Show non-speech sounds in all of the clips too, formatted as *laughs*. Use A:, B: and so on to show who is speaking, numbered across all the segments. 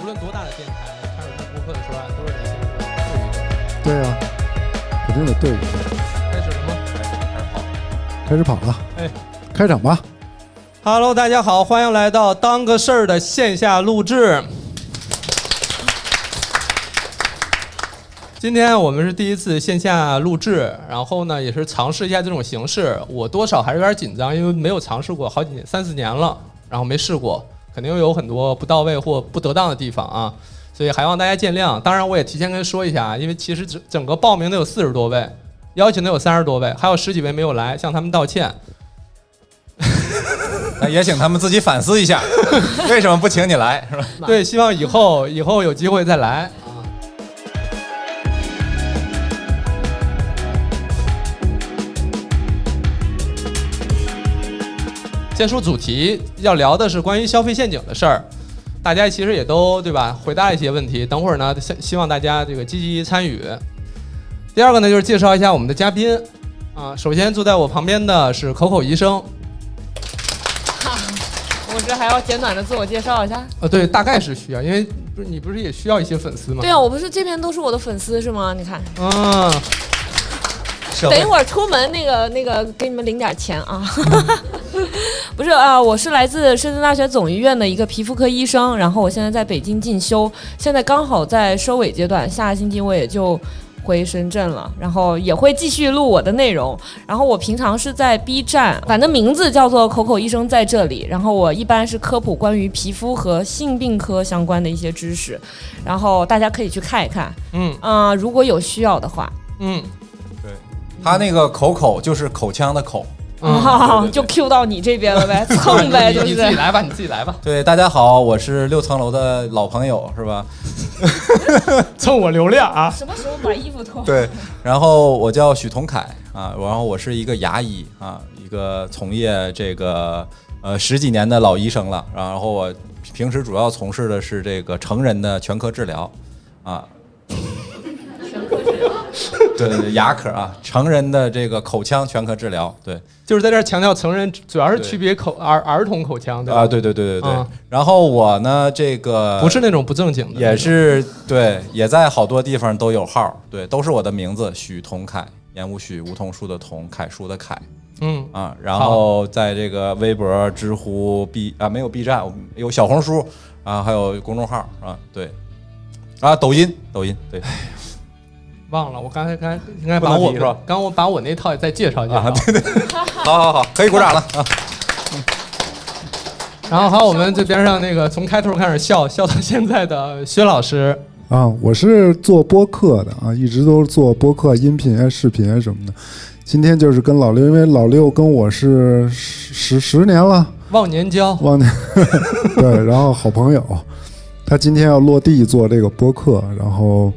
A: 无论多大的电台开始录播客的时候啊，都是得先说对一对。
B: 对啊，肯定得对一对。
A: 开始了吗
B: 开始跑了，
A: 哎，
B: 开场吧。
A: ？Hello，大家好，欢迎来到当个事儿的线下录制。今天我们是第一次线下录制，然后呢，也是尝试一下这种形式。我多少还是有点紧张，因为没有尝试过好几年，三四年了，然后没试过，肯定有很多不到位或不得当的地方啊，所以还望大家见谅。当然，我也提前跟说一下啊，因为其实整整个报名的有四十多位，邀请的有三十多位，还有十几位没有来，向他们道歉。
C: 那也请他们自己反思一下， *laughs* 为什么不请你来，是吧？
A: 对，希望以后以后有机会再来啊。先说主题，要聊的是关于消费陷阱的事儿。大家其实也都对吧，回答一些问题。等会儿呢，希希望大家这个积极参与。第二个呢，就是介绍一下我们的嘉宾啊。首先坐在我旁边的是口口医生，
D: 啊我这还要简短的自我介绍一下。
A: 呃，对，大概是需要，因为不是你不是也需要一些粉丝吗？
D: 对啊，我不是这边都是我的粉丝是吗？你看，
A: 嗯。
C: 社
D: 等一
C: 会
D: 会儿出门那个那个给你们领点钱啊。 *laughs* 不是啊、我是来自深圳大学总医院的一个皮肤科医生，然后我现在在北京进修，现在刚好在收尾阶段，下个星期我也就。回深圳了，然后也会继续录我的内容。然后我平常是在 B 站，反正名字叫做“口口医生在这里”。然后我一般是科普关于皮肤和性病科相关的一些知识，然后大家可以去看一看。
A: 嗯
D: 啊、如果有需要的话，
A: 嗯
C: 他那个口口就是口腔的口。
D: *laughs*
A: 嗯，
C: 对对对
D: 哦就 Q 到你这边
A: *laughs*
D: 了呗，蹭呗，就
A: 你你自己
D: 是。
A: 来吧，你自己来吧，
C: 对，大家好，我是六层楼的老朋友，
A: *laughs*
C: 是吧？
A: 蹭我流量啊！
D: 什么时候把衣服脱？
C: 对。然后我叫许同凯啊，然后我是一个牙医啊，一个从业这个呃十几年的老医生了。啊然后我平时主要从事的是这个成人的全科治疗啊。对 *laughs* 对对，牙科啊，成人的这个口腔全科治疗，对，
A: 就是在这儿强调成人，主要是
C: 对
A: 区别口儿儿童口腔，对吧？
C: 啊，对对对对对。
A: 啊
C: 然后我呢，这个
A: 不是那种不正经的，
C: 也是对，也在好多地方都有号儿，对，都是我的名字许同凯，言无许，梧桐树的桐，楷书的楷
A: 嗯，
C: 啊。然后在这个微博、知乎、B 啊，没有 B 站，我们有小红书啊，还有公众号啊，对。啊，抖音，抖音，对
A: 忘了，我刚才刚才应该
C: 不
A: 把
C: 能
A: 我
C: 提是吧
A: 刚我把我那套也再介绍介
C: 啊，
A: 绍，
C: 对对，好好好，可以鼓掌了啊。
A: *laughs* 然后还有我们这边上那个从开头开始笑笑到现在的薛老师，
B: 啊，我是做播客的啊，一直都是做播客、音频啊、视频啊什么的。今天就是跟老六，因为老六跟我是十十十年了，
A: 忘年交，
B: 忘记对，然后好朋友，他今天要落地做这个播客，然后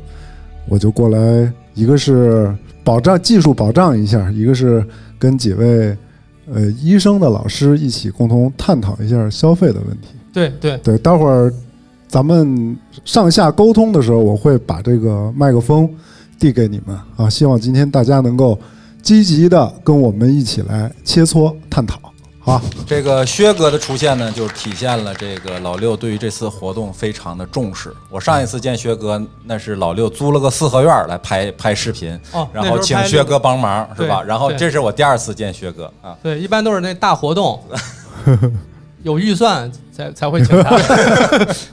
B: 我就过来，一个是保障技术保障一下，一个是跟几位呃医生的老师一起共同探讨一下消费的问题。
A: 对对，
B: 对，待会儿咱们上下沟通的时候，我会把这个麦克风递给你们啊。希望今天大家能够积极的跟我们一起来切磋探讨，好吧，
C: 这个薛哥的出现呢，就体现了这个老六对于这次活动非常的重视。我上一次见薛哥，那是老六租了个四合院儿来拍拍视频，
A: 哦
C: 然后请薛哥帮忙，是吧？
A: 对
C: 然后
A: 对
C: 这是我第二次见薛哥啊，
A: 对，一般都是那大活动，有预算才才会请他，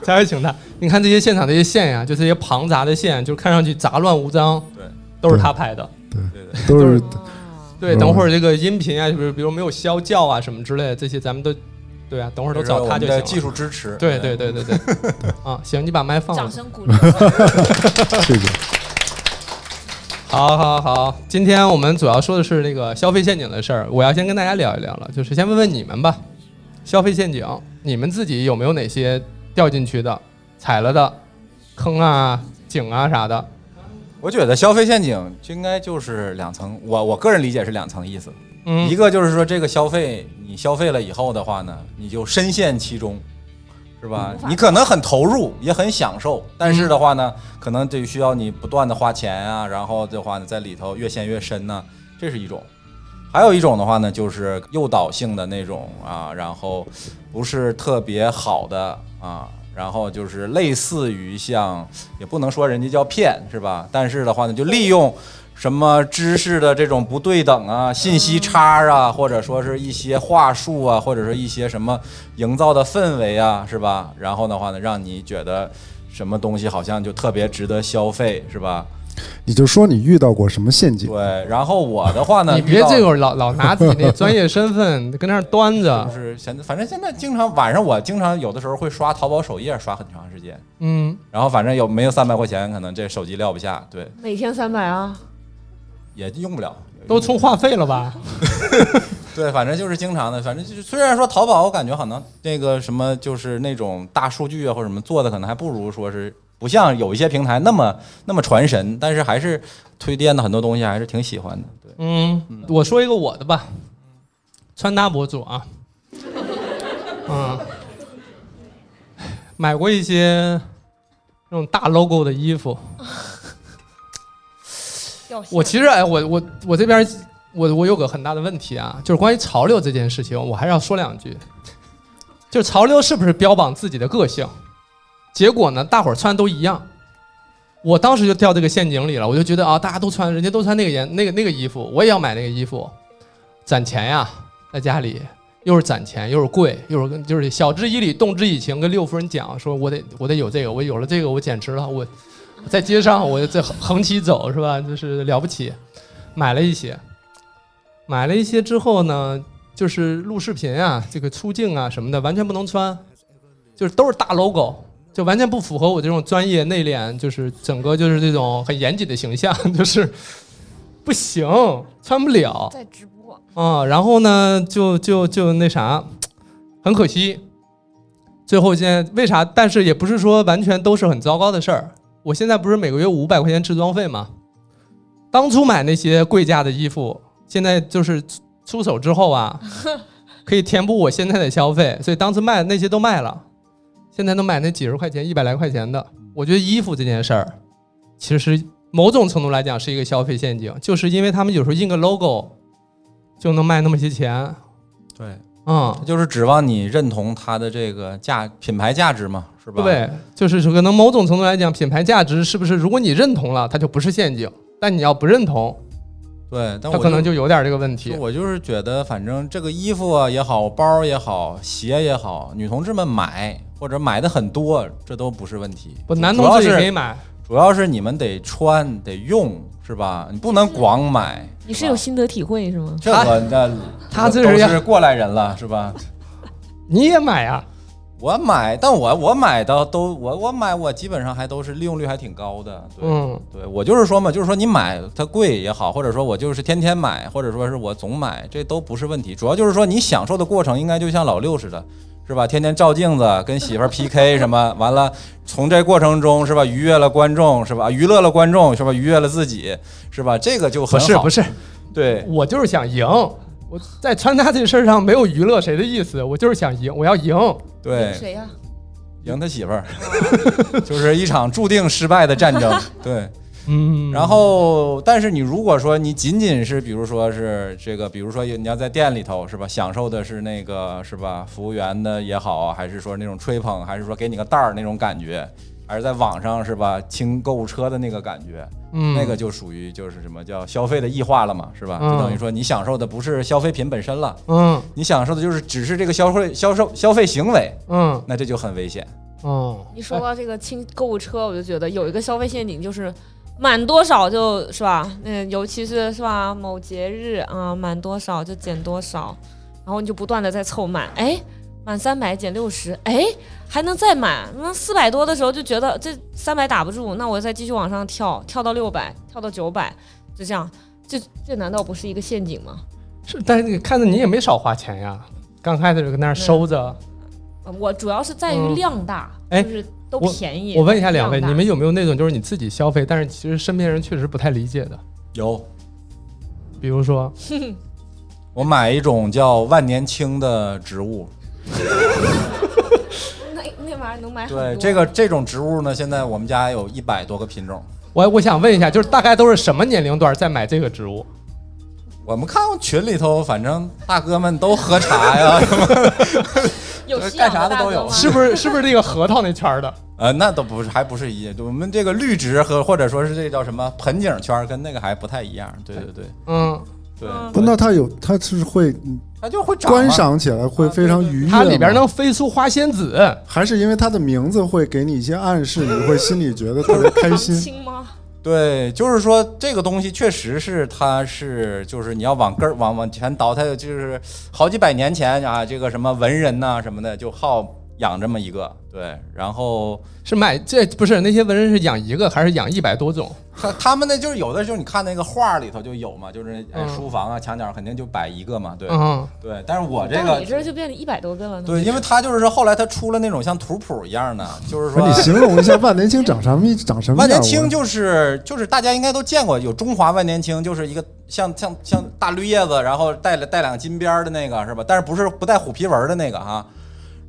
A: 才会请他。你看这些现场这些线呀、就这些庞杂的线，就看上去杂乱无章，
C: 对，
A: 都是他拍的。
C: 对对，
B: 都是
A: 对，
B: 嗯
A: 等会儿这个音频啊，就是比如没有消教啊什么之类的，这些咱们都，对啊，等会儿都
C: 这是
A: 找
C: 我
A: 他
C: 们
A: 就
C: 的
A: 行
C: 技
A: 了。
C: 术支持，
A: 对对对
C: *laughs*
A: 对对，啊，行，你把麦放了
D: 掌。声鼓励。
B: *laughs*
A: *laughs*
C: *laughs*
B: 谢谢。
A: 好，好，好，今天我们主要说的是那个消费陷阱的事儿，我要先跟大家聊一聊了，就是先问问你们吧，消费陷阱，你们自己有没有哪些掉进去的、踩了的坑啊、井啊啥的？
C: 我觉得消费陷阱就应该就是两层，我我个人理解是两层意思，
A: 嗯，
C: 一个就是说这个消费，你消费了以后的话呢，你就深陷其中，是吧？你可能很投入，也很享受，但是的话呢，可能得需要你不断的花钱啊，然后的话呢，在里头越陷越深呢、这是一种。还有一种的话呢，就是诱导性的那种啊，然后不是特别好的啊，然后就是类似于像，也不能说人家叫骗是吧？但是的话呢，就利用什么知识的这种不对等
A: 嗯
C: 啊、信息差啊，或者说是一些话术啊，或者说一些什么营造的氛围啊，是吧？然后的话呢，让你觉得什么东西好像就特别值得消费，是吧？
B: 你就说你遇到过什么陷阱？
C: 对。然后我的话呢，
A: 你
C: 遇
A: 别
C: 到
A: 这会儿老老拿自己那专业身份跟那儿端着
C: *laughs* 就，是现在，反正现在经常晚上我经常有的时候会刷淘宝首页刷很长时间，
A: 嗯，
C: 然后反正有没有三百块钱，可能这手机撂不下，对，
D: 每天三百啊，
C: 也用不了。
A: 都充话费了吧？
C: *laughs* 对，反正就是经常的，反正就是虽然说淘宝，我感觉可能那个什么就是那种大数据啊或者什么做的，可能还不如说是不像有一些平台那么那么传神，但是还是推荐的很多东西还是挺喜欢的。对，
A: 嗯，我说一个我的吧，穿搭博主啊， *laughs* 嗯，买过一些那种大 logo 的衣服。我其实哎，我我我这边我我有个很大的问题啊，就是关于潮流这件事情，我还是要说两句。就是潮流是不是标榜自己的个性？结果呢，大伙儿穿都一样。我当时就掉这个陷阱里了，我就觉得啊，大家都穿，人家都穿那个颜那个那个衣服，我也要买那个衣服，攒钱呀，在家里又是攒钱，又是贵，又是就是晓之以理，动之以情，跟六夫人讲，说我得我得有这个，我有了这个，我简直了，我我在街上我这横横起走是吧？就是了不起，买了一些，买了一些之后呢，就是录视频啊，这个出镜啊什么的，完全不能穿，就是都是大 logo，就完全不符合我这种专业内敛，就是整个就是这种很严谨的形象， *laughs* 就是不行，穿不了。
D: 在直播，
A: 啊，然后呢，就就就那啥，很可惜，最后现在为啥？但是也不是说完全都是很糟糕的事儿。我现在不是每个月五百块钱置装费吗？当初买那些贵价的衣服，现在就是出出手之后啊，可以填补我现在的消费，所以当初卖的那些都卖了，现在都买那几十块钱、一百来块钱的。
C: 嗯
A: 我觉得衣服这件事儿，其实某种程度来讲是一个消费陷阱，就是因为他们有时候印个 logo 就能卖那么些钱，
C: 对，
A: 嗯，
C: 就是指望你认同它的这个价品牌价值嘛，是吧？，
A: 对，就是可能某种程度来讲，品牌价值是不是？如果你认同了，它就不是陷阱；但你要不认同，
C: 对，但
A: 它
C: 我
A: 可能就有点这个问题
C: 就。我就是觉得，反正这个衣服啊也好，包儿也好，鞋也好，女同志们买或者买的很多，这都不是问题。
A: 不，
C: 主
A: 男
C: 主
A: 同
C: 要
A: 志也可以
C: 是
A: 买，
C: 主要是你们得穿得用，是吧？你不能光买。
D: 你是
C: 吧
D: 有心得体会是吗？
C: 这
A: 啊
C: 个那
A: 他这
C: 都
A: 是要
C: 是过来人了，是吧？
A: *laughs* 你也买啊？
C: 我买，但我我买的都我我买我基本上还都是利用率还挺高的，对。
A: 嗯，
C: 对我就是说嘛，就是说你买它贵也好，或者说我就是天天买，或者说是我总买，这都不是问题。主要就是说你享受的过程，应该就像老六似的，是吧？天天照镜子，跟媳妇儿 *laughs* PK 什么，完了从这过程中是吧，愉悦了观众是吧，娱乐了观众是吧，愉悦了自己是吧？这个就
A: 不
C: 很
A: 是
C: 好。
A: 不是，
C: 对，
A: 我就是想赢。我在穿搭这事儿上没有娱乐谁的意思，我就是想赢，我要赢。
C: 对，
D: 谁呀、哦
C: 赢他媳妇儿， *laughs* 就是一场注定失败的战
D: *laughs*
C: 争。对，
A: 嗯，
C: 然后，但是你如果说你仅仅是，比如说是这个，比如说你要在店里头是吧，享受的是那个是吧，服务员的也好，还是说那种吹捧，还是说给你个袋儿那种感觉，还是在网上是吧，清购物车的那个感觉，
A: 嗯，
C: 那个就属于就是什么叫消费的异化了嘛，是吧？就
A: 嗯
C: 等于说你享受的不是消费品本身了，
A: 嗯
C: 你享受的就是只是这个消费销售消费行为，
A: 嗯
C: 那这就很危险。
A: 嗯，
D: 你说到这个清购物车，我就觉得有一个消费陷阱，就是满多少就是吧，那尤其是是吧某节日啊、满多少就减多少，然后你就不断的在凑满，哎，满三百减六十，哎，还能再满，那四百多的时候就觉得这三百打不住，那我再继续往上跳，跳到六百，跳到九百，就这样，这这难道不是一个陷阱吗？
A: 是，但是你看着你也没少花钱呀，刚开始就跟那儿收着。
D: 呃我主要是在于
A: 嗯
D: 量大，
A: 哎
D: 就是都
A: 我
D: 便宜
A: 我问一下两位，
D: 量大
A: 你们有没有那种就是你自己消费，但是其实身边人确实不太理解的？
C: 有，
A: 比如说，
C: 我买一种叫万年青的植物，
D: *laughs* 那那玩意儿能买很多啊
C: 对，这个这种植物呢，现在我们家有一百多个品种。
A: 我我想问一下，就是大概都是什么年龄段在买这个植物？
C: 我们看群里头，反正大哥们都喝茶呀，
D: *laughs* 有吸氧
C: 干啥
D: 的
C: 的
D: 大
C: 都
D: 哥
C: 有
D: 吗？
A: 是不是是不是这个核桃那圈儿的？
C: *laughs* 呃，那都不是，还不是一，我们这个绿植和或者说是这叫什么盆景圈儿，跟那个还不太一样。对对对
A: 嗯，
C: 对
D: 嗯，
B: 不，那它有，它是会
C: 它就会长嘛
B: 观。赏起来会非常愉悦吗。
A: 它里边能飞出花仙子，
B: 还是因为它的名字会给你一些暗示，你会心里觉得特别开
D: 常
B: 心。
D: 青吗？
C: 对，就是说这个东西确实是，它是就是你要往根儿往往前倒，它就是好几百年前啊，这个什么文人呐、什么的就好养这么一个。对，然后
A: 是买这不是那些文人是养一个还是养一百多种？
C: 他他们那就是有的时候你看那个画儿里头就有嘛，就是哎
A: 嗯
C: 书房啊墙角儿肯定就摆一个嘛。对
A: 嗯，
C: 对，但是我这
D: 到
C: 个
D: 你这儿就变成一百多个了呢。
C: 对，因为他就是说后来他出了那种像图谱一样的，就是
B: 不
C: 说
B: 是你形容一下万年青长什么长什么
C: 万
B: 样？
C: 年青
B: 我
C: 就是就是大家应该都见过，有中华万年青，就是一个像像像大绿叶子，然后带了带两金边儿的那个是吧？但是不是不带虎皮纹儿的那个哈？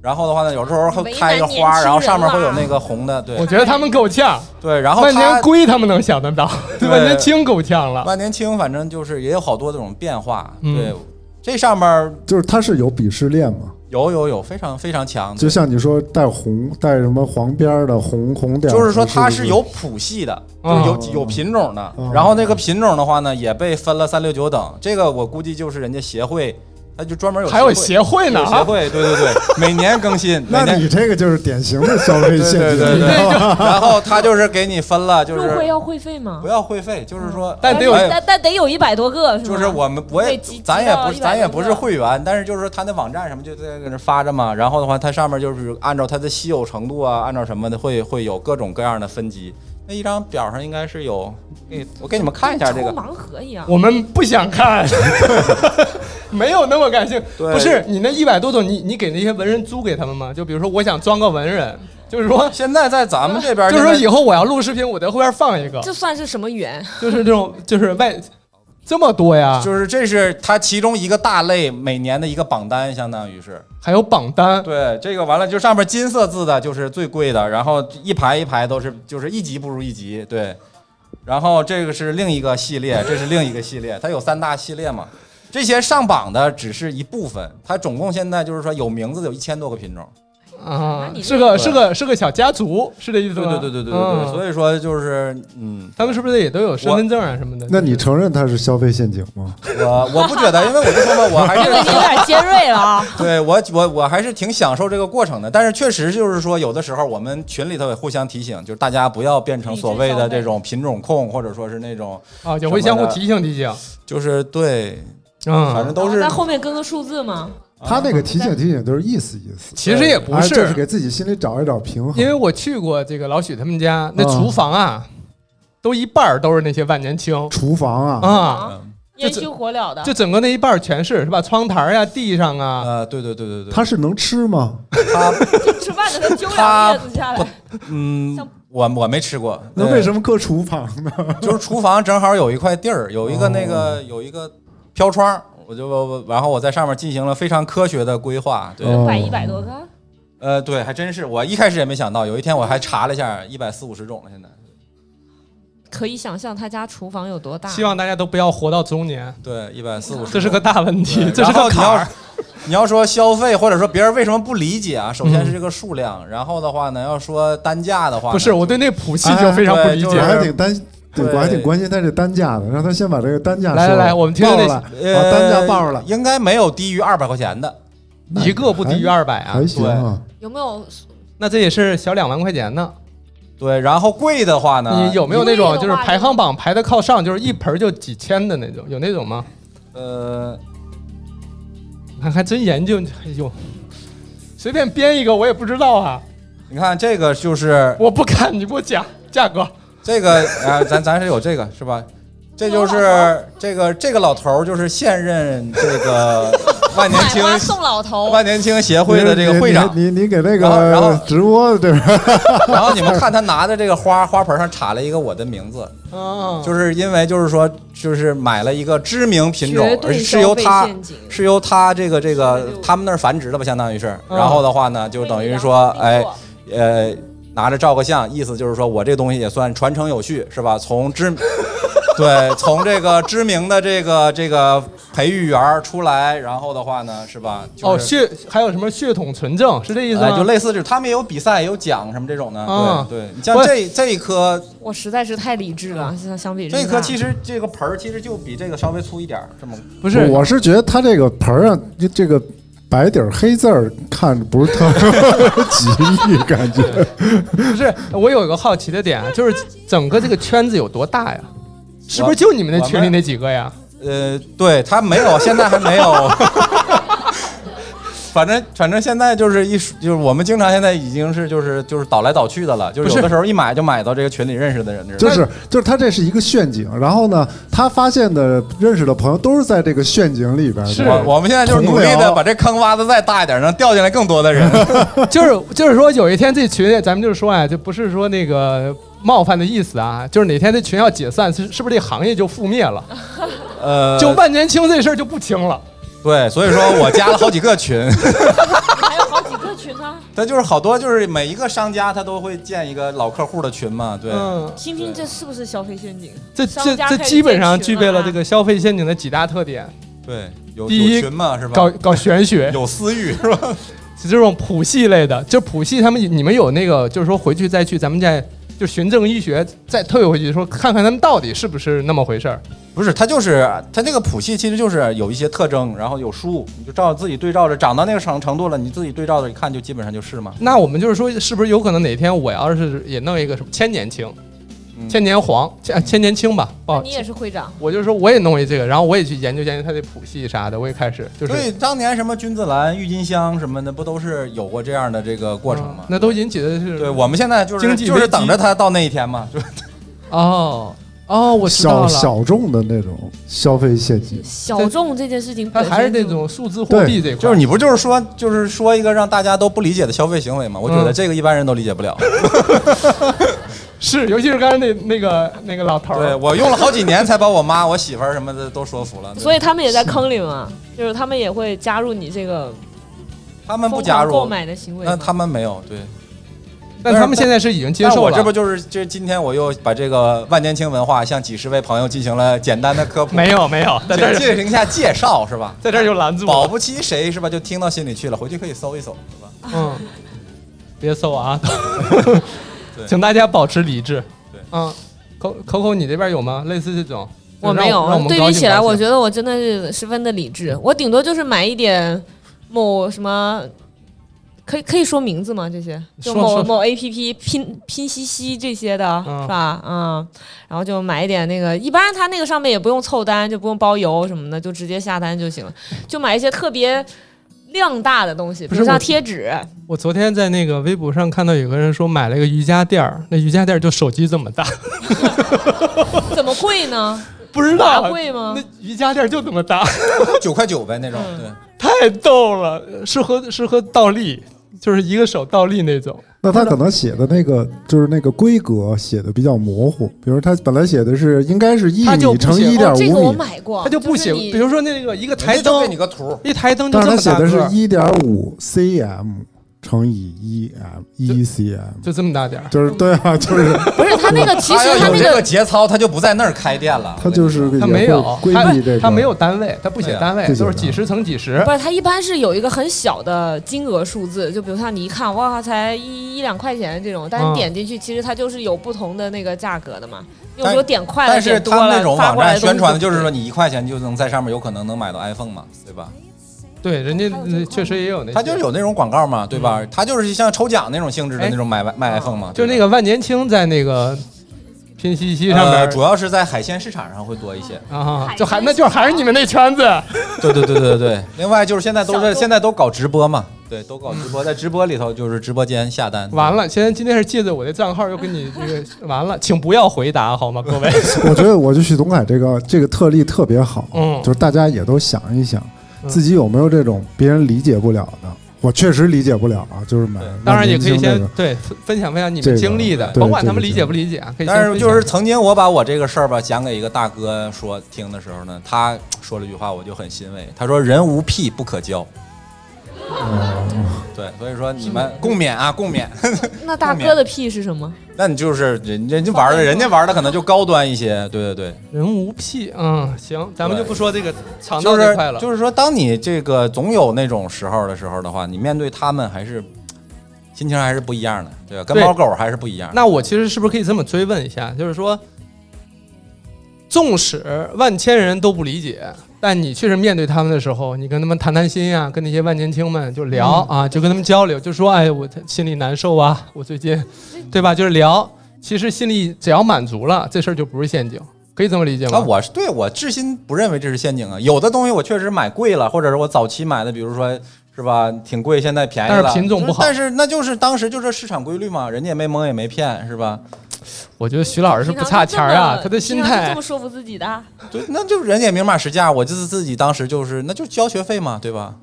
C: 然后的话呢，有时候会
D: 为难
C: 开一个
D: 年轻
C: 花儿，然后
D: 人
C: 上面会有
D: 啦
C: 那个红的，对
A: 我觉得他们够呛，
C: 对。然后
A: 万
C: 它
A: 年龟他们能想得到，
C: 对
A: 万年青够呛了。
C: 万年青反正就是也有好多这种变化，
A: 嗯
C: 对。这上面儿
B: 就是它是有鄙视链嘛？
C: 有有有非常非常强，
B: 就像你说带红带什么黄边儿的红红点儿的，
C: 就是说它
B: 啊是
C: 是有谱系的，
A: 嗯
C: 就是有有品种的
B: 嗯。
C: 然后那个品种的话呢，也被分了三六九等。这个我估计就是人家协会，它就专门有
A: 还有
C: 协
A: 协会呢
C: 有协
A: 啊！
C: 会，对对 *laughs* 对，每年更新，每
B: 那
C: 年
B: 你这个就是典型的消费
C: 对
B: 陷
C: 对
B: 阱，
C: 对
B: 你知
C: 对
B: 道吗。。
C: 然后他就是给你分了，就
D: 入会
C: 是
D: 要会费吗嗯
C: 不？要会费，就是说，
A: 但得有
C: 哎
D: 但但得有一百多个，是吗
C: 就是我们我也
D: 得集集
C: 咱也
D: 到
C: 不
D: 100
C: 咱也不
D: 多
C: 是
D: 个
C: 会员，但是就是说他那网站什么就在搁那发着嘛，然后的话它上面就是按照它的稀有程度啊，按照什么的会会有各种各样的分级。那一张表上应该是有，给我给你们看一下这
D: 抽
C: 个，
D: 盲盒一样。
A: 我们不想看， *laughs* 没有那么感兴趣。
C: 对
A: 不是你那一百多种，你你给那些文人租给他们吗？就比如说，我想装个文人，就是说，
C: 现在在咱们这边
A: *laughs* 就是说
C: 现在
A: 以后我要录视频，我在后边放一个，
D: 这算是什么缘？
A: 就是这种，就是外这么多呀，
C: 就是这是它其中一个大类每年的一个榜单，相当于是
A: 还有榜单，
C: 对这个完了就上面金色字的就是最贵的，然后一排一排都是就是一级不如一级，对。然后这个是另一个系列，这是另一个系列，它有三大系列嘛。这些上榜的只是一部分，它总共现在就是说有名字的有一千多个品种。
A: 啊
D: 那，你
A: 是个
C: 对
A: 是个是个小家族，是这意思
C: 对
A: 吗？
C: 对对对对对对，
A: 嗯
C: 所以说就是嗯，
A: 他们是不是也都有身份证啊什么的？
B: 那你承认它是消费陷阱吗？
C: 我我不觉得，因为我就说嘛，我还是
D: 这个有点尖锐了 *laughs* 啊！
C: 对我我我还是挺享受这个过程的，但是确实就是说，有的时候我们群里头也互相提醒，就是大家不要变成所谓的这种品种控，或者说是那种
A: 啊，也会相互提醒提醒，
C: 就是对，
A: 嗯，
C: 反正 *laughs* 都是
D: 在后面跟个数字吗？
B: 它那个提醒提醒都是意思意思，
A: 其实也不
B: 哎
A: 是，
B: 就是给自己心里找一找平 *laughs* 衡。
A: 因为我去过这个老许他们家，那
B: 嗯
A: 厨房啊，都一半儿都是那些万年青
B: 厨房啊，
A: 啊，
D: 烟熏火燎的，
A: 就整个那一半儿全是，是吧？窗台儿呀、地上啊，
C: 呃，对对对对对，
B: 它是能吃吗？
C: 他
D: 吃饭的
C: *laughs*
D: 他揪两叶子下 *laughs* 来，
C: 嗯
D: 像，
C: 我我没吃过，
B: 那为
C: 么？
B: 什么搁厨房呢？
C: 就是厨房正好有一块地儿，有一个那个
A: 哦
C: 有一个飘窗，我就我然后我在上面进行了非常科学的规划，对，
B: 哦
D: 摆一百多个，
C: 呃，对，还真是，我一开始也没想到，有一天我还查了一下，一百四五十种了，现在。
D: 可以想象他家厨房有多大。
A: 希望大家都不要活到中年，
C: 对，一百四五十，
A: 这是个大问题，
C: 对
A: *laughs* 这是
C: 然
A: 个
C: 后你
A: 坎
C: 要
A: 儿。
C: 你要说消费，或者说别人为什么不理解啊？首先是这个数量，然后的话呢，要说单价的话
A: 嗯
C: 呢，
A: 不是，我对那谱系就非常不理
C: 哎
A: 解。
C: 对
B: 我
C: 就是
B: 还挺担，对
C: 对
B: 我还挺关心它这单价的，让他先把这个单价
A: 来
B: 说
A: 来来
B: 了
A: 我们听听
B: 报
A: 那
B: 出来，
C: 呃
B: 把单价报出来，
C: 应该没有低于二百块钱的。
B: 那
A: 一个不低于二百啊
B: 还，行啊。
D: 有没有
A: 那这也是小两万块钱呢。
C: 对，然后贵的话呢，
A: 你有没有那
D: 贵
A: 种
D: 的
A: 就是
D: 话
A: 排行榜排的靠上，就是一盆儿就几千的那种？有那种吗？
C: 呃，
A: 还还真研究，哎呦，随便编一个我也不知道啊，
C: 你看这个就是
A: 我不敢，你给我讲价格。
C: 这个啊、咱咱是有这个是吧？这就是这个这个老头儿就是现任这个 *laughs* 万年
D: 买
C: 青
D: 花送老头？
C: 万年青协会的这个会长，
B: 你你你给那
C: 然后然后
B: 个直播这边
C: *laughs* 然后你们看他拿的这个花花盆上插了一个我的名字，
A: 嗯，
C: 就是因为就是说，就是买了一个知名品种
D: 绝，
C: 而
D: 对
C: 是由
D: 消
C: 它
D: 费陷阱
C: 是由它这个这个
D: 是的
C: 他们那儿繁殖的吧，相当于是。
A: 嗯
C: 然后的话呢，就等于说，哎，呃，拿着照个相，意思就是说我这东西也算传承有序，是吧？从知 *laughs* 对，从这个知名的这个这个培育园儿出来，然后的话呢，是吧？
A: 哦，
C: 就是、
A: 血还有什么血统纯正是这意思
C: 哎
A: 吗？
C: 就类似这种，他们也有比赛，也有奖什么这种的。
A: 嗯
C: 对对，你像
A: 不是
C: 这这一颗
D: 我实在是太理智了，相相比之
C: 这一
D: 下
C: 颗其实这个盆儿其实就比这个稍微粗一点儿，这么
A: 不是
B: 我是觉得他这个盆儿上这这个白底儿黑字儿看着不是特吉利，感觉
A: *laughs* 不是，我有一个好奇的点啊，就是整个这个圈子有多大呀？是不是就你们那群里那几个呀？
C: 呃，对，它没有，现在还没有。 *laughs* 反正反正现在就是一说就是我们经常现在已经是就是就是倒来倒去的了，就是
A: 不
C: 有
A: 是
C: 的时候一买就买到这个群里认识的人这儿，
B: 就是就是他这是一个陷阱。然后呢，他发现的认识的朋友都是在这个陷阱里边的。
A: 是
C: 我我们现在就是努力
B: 同
C: 的
B: 僚
C: 把这坑挖的再大一点，能掉进来更
A: *laughs*
C: 多的人。
A: 就是就是说，有一天这群咱们就是说啊，就不是说那个冒犯的意思啊，就是哪天这群要解散，是是不是这行业就覆灭了？*laughs*
C: 呃，
A: 就万年青这事儿就不清了。
C: 对，所以说我加了好几个群，
D: 还有好几个群
C: *laughs*
D: 呢。
C: 它就是好多就是每一个商家他都会建一个老客户的群嘛，对。
A: 嗯，
D: 听听这是不是消费陷阱？
A: 这
D: 商
A: 这
D: 家
A: 这
D: 开始
A: 基本上
D: 建群
A: 具备了
D: 啊
A: 这个消费陷阱的几大特点：
C: 对，有
A: 第一
C: 有群嘛是吧？
A: 搞搞玄学，
C: *laughs* 有私欲是吧？
A: 是这种谱系类的，就谱系他们你们有那个，就是说回去再去咱们再就循证医学再退回去说，看看他们到底是不是那么回事儿。
C: 不是，它就是它这个谱系，其实就是有一些特征，然后有书，你就照自己对照着，长到那个程程度了，你自己对照着一看，就基本上就是嘛。
A: 那我们就是说，是不是有可能哪天我要是也弄一个什么千年青、
C: 嗯
A: 千年黄、千千年青吧？
D: 那
A: 哦
D: 你，也是会长，
A: 我就说我也弄一这个，然后我也去研究研究它的谱系啥的，我也开始就是
C: 所以当年什么君子兰、郁金香什么的，不都是有过这样的这个过程吗
A: 嗯？那都引起的是
C: 对，我们现在就是
A: 经济
C: 就是
A: 危机
C: 等着它到那一天嘛，就
A: 哦哦，我知道
B: 小
A: 了，
B: 小众的那种消费陷阱。
D: 小众这件事情
A: 它
D: 本身
A: 还是那
D: 就
A: 种数字货币这块儿，
C: 就是你不就是说就是说一个让大家都不理解的消费行为吗？我觉得
A: 嗯
C: 这个一般人都理解
A: *laughs*
C: 不了。
A: 是，尤其是刚才那那个那个老头
C: 对
A: 儿，
C: 我用了好几年才把我妈、我媳妇儿什么的都说服了，
D: 所
C: 以
D: 以他们也在坑里嘛，就是他们也会加入你这个
C: 他们不
D: 疯
C: 加
D: 狂
C: 入，
D: 购买的行为嘛。
C: 那他们没有对。
A: 但他们现在是已经接
C: 但
A: 受
C: 我
A: 了，
C: 这不就是这今天我又把这个万年青文化向几十位朋友进行了简单的科普，
A: 没有没有，在这儿
C: 进行一下介绍是吧？
A: 在这儿就拦住
C: 保
A: 我，
C: 不齐谁是吧就听到心里去了，回去可以搜一搜是吧？
A: 嗯，别搜啊，
C: *laughs* 对
A: 请大家保持理智。
C: 对
A: 嗯，Coco，Coco，你这边有吗？类似这种？
D: 我没
A: 让让
D: 有
A: 们，
D: 对
A: 高
D: 比
A: 兴
D: 起来，
A: 高兴
D: 我觉得我真的是十分的理智。我顶多就是买一点某什么，可以可以说名字吗？这些就
A: 说
D: 某
A: 说
D: 某 A P P 拼拼夕夕这些的、
A: 嗯
D: 是吧？嗯，然后就买一点那个，一般它那个上面也不用凑单，就不用包邮什么的，就直接下单就行了。就买一些特别量大的东西，
A: 不
D: 比
A: 是
D: 如像
A: 我
D: 贴
A: *laughs*
D: 纸，
A: 我昨天在那个微博上看到有个人说买了一个瑜伽垫儿，那瑜伽垫儿就手机这么大，
D: 怎么贵呢？
A: *laughs* 不知
D: 华
A: 道
D: 贵吗
A: 那？瑜伽垫儿就这么大，
C: *laughs* 九块九呗那种，
D: 嗯
A: 太
C: 对，
A: 逗了，适合适合倒立，就是一个手倒立那种。
B: 那他可能写的那个就是那个规格写的比较模糊，比如他本来写的是应该是一
A: 他就
B: 米
A: 不
B: 乘
A: 写
B: 一
A: 哦
B: 点
D: 哦，这个
B: 五
D: 我
B: 米，
D: 买过，
A: 他就不
D: 是
A: 写，
D: 你
A: 比如说那个一个台
C: 人家就给
A: 灯
C: 你，个图，
A: 一台灯就
B: 但是他
A: 这么
B: 写
A: 大
B: 的
A: 个
B: 是
A: 儿，
B: 一点五 cm 乘以一 m 一 cm，
A: *laughs* 就这么大点儿。
B: 就是对啊，就是
D: 不是他那个，其
C: 他
D: 实
C: 要
D: 他
C: 有
D: 那
C: 这
D: 个
C: 个节操，他就不在那儿开店了。
B: 他就是
A: 他
B: 也
A: 没
B: 会
A: 有
B: 规避这个，
A: 他没有单位，他不
C: 对
A: 写
C: 啊
A: 单位，
B: 不写
A: 都是
B: 单
A: 几
B: 位
A: 十乘几十
D: 不。是，它一般是有一个很小的金额数字，就比如像你一看，哇，才一一两块钱这种，但是
A: 嗯
D: 你点进去，其实它就是有不同的那个价格的嘛。有
C: 但
D: 时候点快了，
C: 但是
D: 点多
C: 他们那种
D: 了，发
C: 网
D: 过来
C: 站
D: 东西
C: 宣传的就是
D: 不
C: 说，
D: 对，
C: 你一块钱就能在上面有可能能买到 iPhone 嘛，对吧？
A: 对，人家
D: 还有
A: 呃
D: 这
A: 确实也有那些，
C: 他就是有那种广告嘛，对吧？他就是像抽奖那种性质
A: 嗯
C: 的
A: 哎
C: 那种买卖 iPhone 嘛，
A: 就
C: 对吧
A: 那个万年青在那个拼夕夕上
C: 呃
A: 面
C: 主要是在海鲜市场上会多一些。
A: 啊，
D: 海
A: 就还
D: 鲜
A: 那就还是你们那圈子，
C: 对对对对
A: 嗯
C: 对。另外就是现在都
D: 小
C: 是
D: 众
C: 现在都搞直播嘛，对，都搞直播，在直播里头就是直播间下单。
A: 完了，现在今天是借着我的账号又跟你这个完了，请不要回答好吗，各
C: *laughs*
A: 位？
B: *laughs* 我觉得，我就许东海这个这个特例特别好，
A: 嗯
B: 就是大家也都想一想，
A: 嗯
B: 自己有没有这种别人理解不了的。我确实理解不了啊，就是买
C: 对
A: 当然也可以
B: 万年青这
A: 先
B: 个
A: 对分分享分享你
B: 这
A: 们
B: 个
A: 经历的，
B: 对
A: 甭管
B: 这
A: 他们
B: 个
A: 理解不理解啊，可以先
C: 但是
A: 分
C: 就
A: 享
C: 是曾经我把我这个事儿吧讲给一个大哥说听的时候呢，他说了一句话，我就很欣慰。他说：“人无癖不可交。”对，所以说你
A: 嗯
C: 们共勉啊，共勉。 *laughs*
D: 那大哥的屁是什么？
C: 那你就是人人家玩的，人家玩的可能就高端一些，对对对。
A: 人无癖，嗯，行，咱们就不说这个肠
C: 就
A: 道
C: 是
A: 这块了，
C: 就是说，当你这个总有那种时候的时候的话，你面对他们还是心情还是不一样的，对吧？跟
A: 对
C: 猫狗还是不一样。
A: 那我其实是不是可以这么追问一下，就是说，纵使万千人都不理解，但你确实面对他们的时候，你跟他们谈谈心啊，跟那些万年青们就聊、啊，就跟他们交流，就说哎，我心里难受啊，我最近，对吧？就是聊，其实心里只要满足了，这事儿就不是陷阱，可以这么理解吗？
C: 啊，我是对我至今不认为这是陷阱啊。有的东西我确实买贵了，或者是我早期买的，比如说是吧，挺贵，现在便宜了。
A: 但是品种不好
C: 但是那就是当时就是市场规律嘛，人家也没蒙也没骗，是吧？
A: 我觉得徐老师是不差钱儿啊，他的心
D: 平常是
A: 态
D: 这么说服自己
B: 啊
D: 的。
C: 对，那就人家也明码实价，我就是自己当时就是那就交学费嘛，对吧？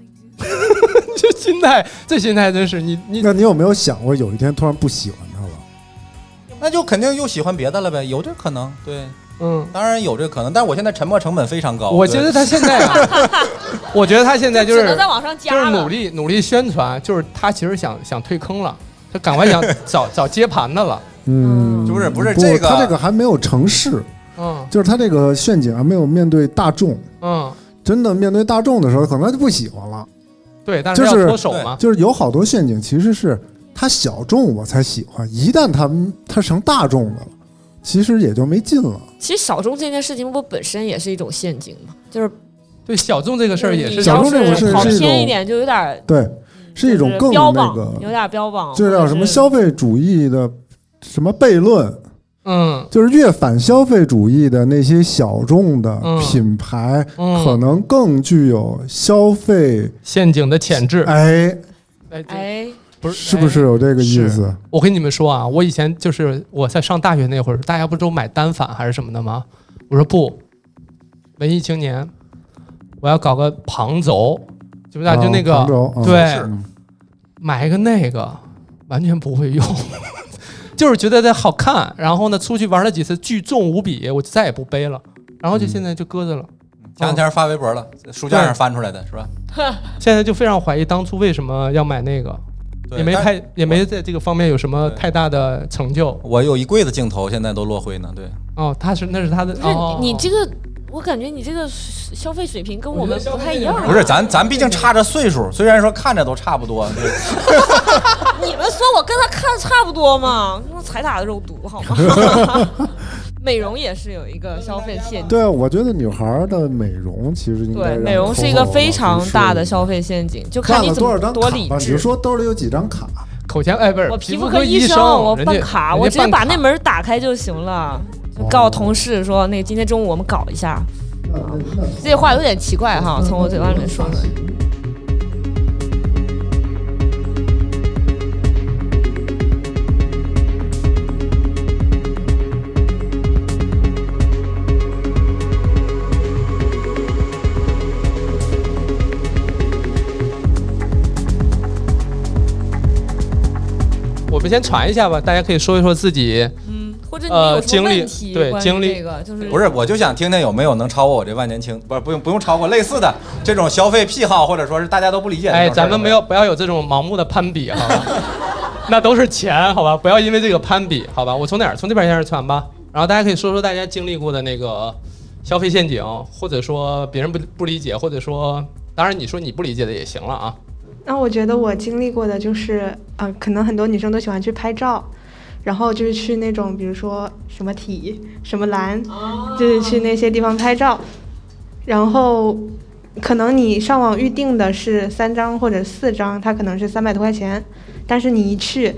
A: 这 *laughs* 心态，这心态真是你你
B: 那你有没有想过有一天突然不喜欢他了？
C: 那就肯定又喜欢别的了呗，有这可能，对，
A: 嗯。
C: 当然有这可能，但是我现在沉没成本非常高。
A: 我
C: 对
A: 觉得他现在啊，
B: *laughs*
A: 我觉得他现在就
D: 只
A: 是
D: 能在网上加
A: 就
D: 了。
A: 是努力努力宣传，就是他其实想想退坑了，他赶快想找 *laughs* 找接盘的了。
B: 嗯，
C: 不是不是
B: 不
C: 这个
B: 他这个还没有成事，
A: 嗯
B: 就是他这个陷阱还没有面对大众。
A: 嗯，
B: 真的面对大众的时候，可能他就不喜欢了。
A: 对，但是
B: 就
A: 要
B: 是
A: 脱手嘛。
B: 就是有好多陷阱其实是他小众我才喜欢，一旦他他成大众的了，其实也就没劲了。
D: 其实小众这件事情不本身也是一种陷阱吗？就是
A: 对小众这个事儿也
D: 你
A: 是，
B: 小
D: 要
B: 众这种事
D: 跑
B: 是一种
D: 偏一点，就有点儿
B: 对，是一种
D: 就是
B: 更
D: 标
B: 那
D: 榜，
B: 个，
D: 有点标榜，
B: 就是叫什么消费主义的什么悖论，
A: 嗯
B: 就是越反消费主义的那些小众的
A: 嗯
B: 品牌，可
A: 嗯，
B: 能更具有消费。
A: 陷阱的潜质。
B: 哎，
A: 哎，这
D: 哎，
A: 不是
B: 是不？是
A: 哎
B: 有这个意思？
A: 我跟你们说啊，我以前就是我在上大学那会儿，大家不都买单反还是什么的吗？我说不，文艺青年，我要搞个旁轴，就不大就那
B: 啊
A: 个
B: 杭州啊
A: 对
C: 是
B: 嗯
A: 买一个那个，完全不会用， *laughs* 就是觉得它好看，然后呢出去玩了几次，巨重无比，我就再也不背了，然后就
B: 嗯
A: 现在就搁着了，
C: 前两天发微博了，书架上翻出来的是吧？
D: *laughs*
A: 现在就非常怀疑当初为什么要买那个，
C: 对
A: 也没
C: 但
A: 太也没在这个方面有什么
C: 对
A: 太大的成就。
C: *laughs* 我有一柜子镜头，现在都落灰呢。对，
A: 哦，他是那是他的，
D: 不是
A: 哦
D: 你这个，我感觉你这个消费水平跟我们不太一样啊。
C: 不是咱咱毕竟差着岁数，虽然说看着都差不多，对，
D: *laughs* 你们说我跟他看差不多吗？那才打的肉毒好吗？ *laughs* 美容也是有一个消费陷阱。
B: 对，啊我觉得女孩儿的美容其实应该
D: 对，
B: 让
D: 美容是一
B: 口
D: 个
B: 红
D: 非
B: 老
D: 常
B: 师
D: 大的消费陷阱，就看
B: 办
D: 你
B: 了
D: 怎
B: 多少
D: 么
B: 张
D: 多
B: 卡
D: 理
B: 吧？你
D: 智
B: 就。啊说兜里有几张卡？
A: 口腔哎不是
D: 我
A: 皮
D: 肤
A: 科
D: 科
A: 医
D: 生，我
A: 人家
D: 办卡，
A: 人
D: 我
A: 家
D: 直接
A: 办哦
D: 把那门打开就行了，就告同事说，那个今天中午我们搞一下。啊这话有点奇怪
A: 嗯
D: 哈，从我嘴巴里面说
C: 嗯
D: 的。
A: 我们先传一下吧，大家可以说一说自己
D: 嗯，或者你
A: 呃
D: 有什么
A: 经历
D: 问题
A: 对
D: 关于
A: 经历
D: 这个就是
C: 不是，我就想听听有没有能超过我这万年青，不是不用不用超过类似的这种消费癖好，或者说是大家都不理解的这
A: 哎，
C: 种事儿。
A: 咱们没有不要有这种盲目的攀比，好吧？ *laughs* 那都是钱，好吧？不要因为这个攀比，好吧？我从哪儿？从这边开始传吧。然后大家可以说说大家经历过的那个消费陷阱，或者说别人不不理解，或者说，当然你说你不理解的也行了啊。
E: 那我觉得我经历过的就是，呃，可能很多女生都喜欢去拍照，然后就是去那种比如说什么体、什么蓝，就是去那些地方拍照，然后可能你上网预定的是三张或者四张，它可能是三百多块钱，但是你一去。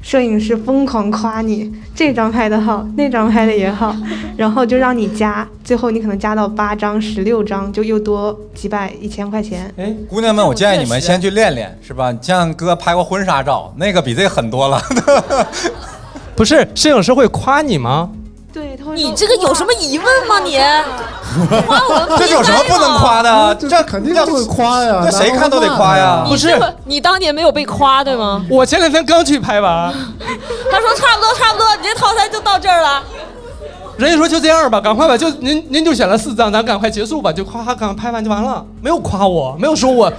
E: 摄影师疯狂夸你这张拍的好，那张拍的也好，然后就让你加，最后你可能加到八张、十六张，就又多几百、一千块钱。
C: 哎，姑娘们，我建议你们
D: 确实
C: 先去练练，是吧？像哥拍过婚纱照，那个比这狠多了。 *laughs*
A: 不是摄影师会夸你吗？
E: 对，他会
D: 你
E: 说
D: 这个有什么疑问吗？你夸啊我
C: *laughs*
D: 们
C: 这有什么不能夸
D: 的？
C: 的啊？
B: 哦这肯定会夸呀，
C: 这谁
B: 哪有
C: 看都得
B: 骂
C: 夸呀
A: 不是，
D: 你当年没有被夸对吗？
A: 我前两天刚去拍完，
D: 他说差不多差不多，你这套餐就到这儿了。
A: 人家说就这样吧，赶快吧，就您您就选了四张，咱赶快结束吧，就夸夸赶快拍完就完了，没有夸我，没有说我。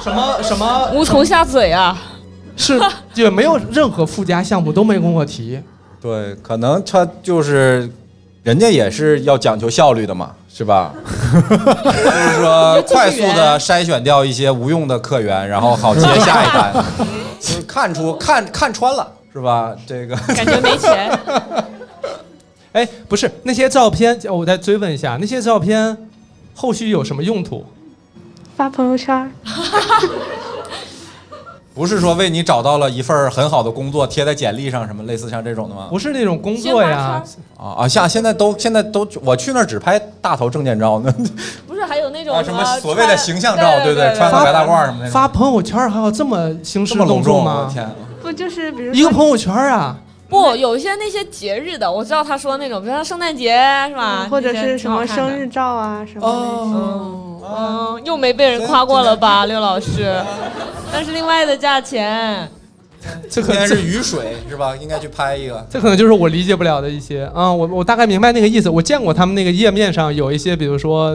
A: 什么什么
D: 无从下嘴啊！
A: 是也没有任何附加项目都没跟我提，
C: 对，可能他就是，人家也是要讲求效率的嘛，是
D: *laughs*
C: 吧？就是说快速的筛选掉一些无用的客源，然后好接下一
D: *laughs*
C: 单，就是看出看看穿了，是吧？这个，
D: 感觉没钱，
A: *laughs* 哎，不是那些照片，哦我再追问一下，那些照片后续有什么用途？
E: 发朋友圈儿，
C: 不是说为你找到了一份很好的工作，贴在简历上什么类似像这种的吗？
A: 不是那种工作呀，
C: 啊啊，像现在都现在都，我去那儿只拍大头证件照呢，
D: 不是还有那种
C: 啊什么所谓的形象照，对
D: 对
C: 不对？穿个白大褂儿什么那种，
A: 发朋友圈还要这么兴师
C: 这么隆
A: 动众
C: 重，我
A: 吗
C: 的？天！
E: 不就是比如
A: 一个
E: 说
A: 朋友圈啊，
D: 不，有一些那些节日的，我知道他说那种，比如说圣诞节是吧？
E: 嗯或者
D: 啊那些
E: 是什么
D: 挺好看的
E: 生日照啊什么的。
A: 哦，
D: 嗯，又没被人夸过了吧，刘
E: *laughs*
D: 老师？但是另外的价钱，
A: *laughs* 这
C: 今
A: 可能
C: 天是
A: 这
C: 雨水是吧？应该去拍一个。
A: 这可能就是我理解不了的一些啊，我我大概明白那个意思。我见过他们那个页面上有一些，比如说，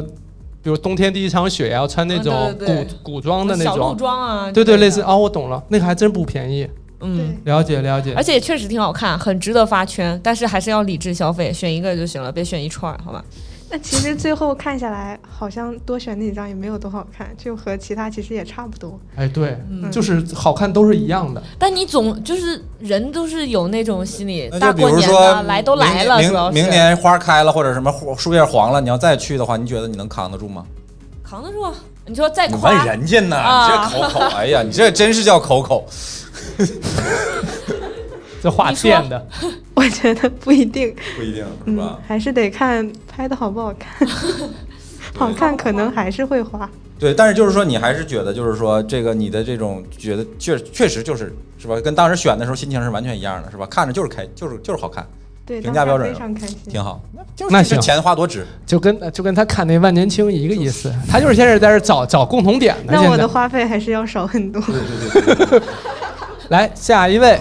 A: 比如冬天第一场雪要穿那种
D: 嗯
A: 古、
D: 对对对
A: 古装的那
D: 小鹿
A: 种，
D: 装啊，
A: 对对，
D: 之的
A: 类似，哦，我懂了，那个还真不便宜。
D: 嗯。
A: 了解了解
D: 而，且也确实挺好看，很值得发圈，但是还是要理智消费，选一个就行了，别选一串儿，好吧？
E: 那其实最后看下来，好像多选那几张也没有多好看，就和其他其实也差不多。
A: 哎对，
E: 嗯
A: 就是好看都是一样的。
D: 但你总就是人都是有那种心理，
C: 那
D: 大
C: 就比
D: 过
C: 如
D: 年
C: 说
D: 的来都来了，
C: 明
D: 主要
C: 明
D: 是
C: 明年花开了或者什么花树叶黄了，你要再去的话，你觉得你能扛得住吗？
D: 扛得住啊。你说再
C: 你问
D: 夸，
C: 人家呢，
D: 啊
C: 你这口口，哎呀，你这真是叫
F: *laughs*
C: 口口。
A: 这话
D: 你说
A: 变的，
E: *laughs* 我觉得不一定，
C: 不一定是
E: 嗯，还是得看拍的好不好
D: *laughs*
E: 看，好看可能还是会花。
C: 对，但是就是说，你还是觉得，就是说，这个你的这种觉得确确实就是是吧？跟当时选的时候心情是完全一样的，是吧？看着就是开，就是就是好看，
E: 对，
C: 评价标
E: 当
C: 准
E: 时非常开心
C: 挺。好。
F: 嗯
C: 就是
A: 那
C: 这
A: 行
C: 钱花多值，
A: 就跟就跟他看那万年青一个意思，他就是现在在这找找共同点呢。
E: 那我
A: 现
E: 的
A: 在
E: 花费还是要少很多。
A: 来下一位，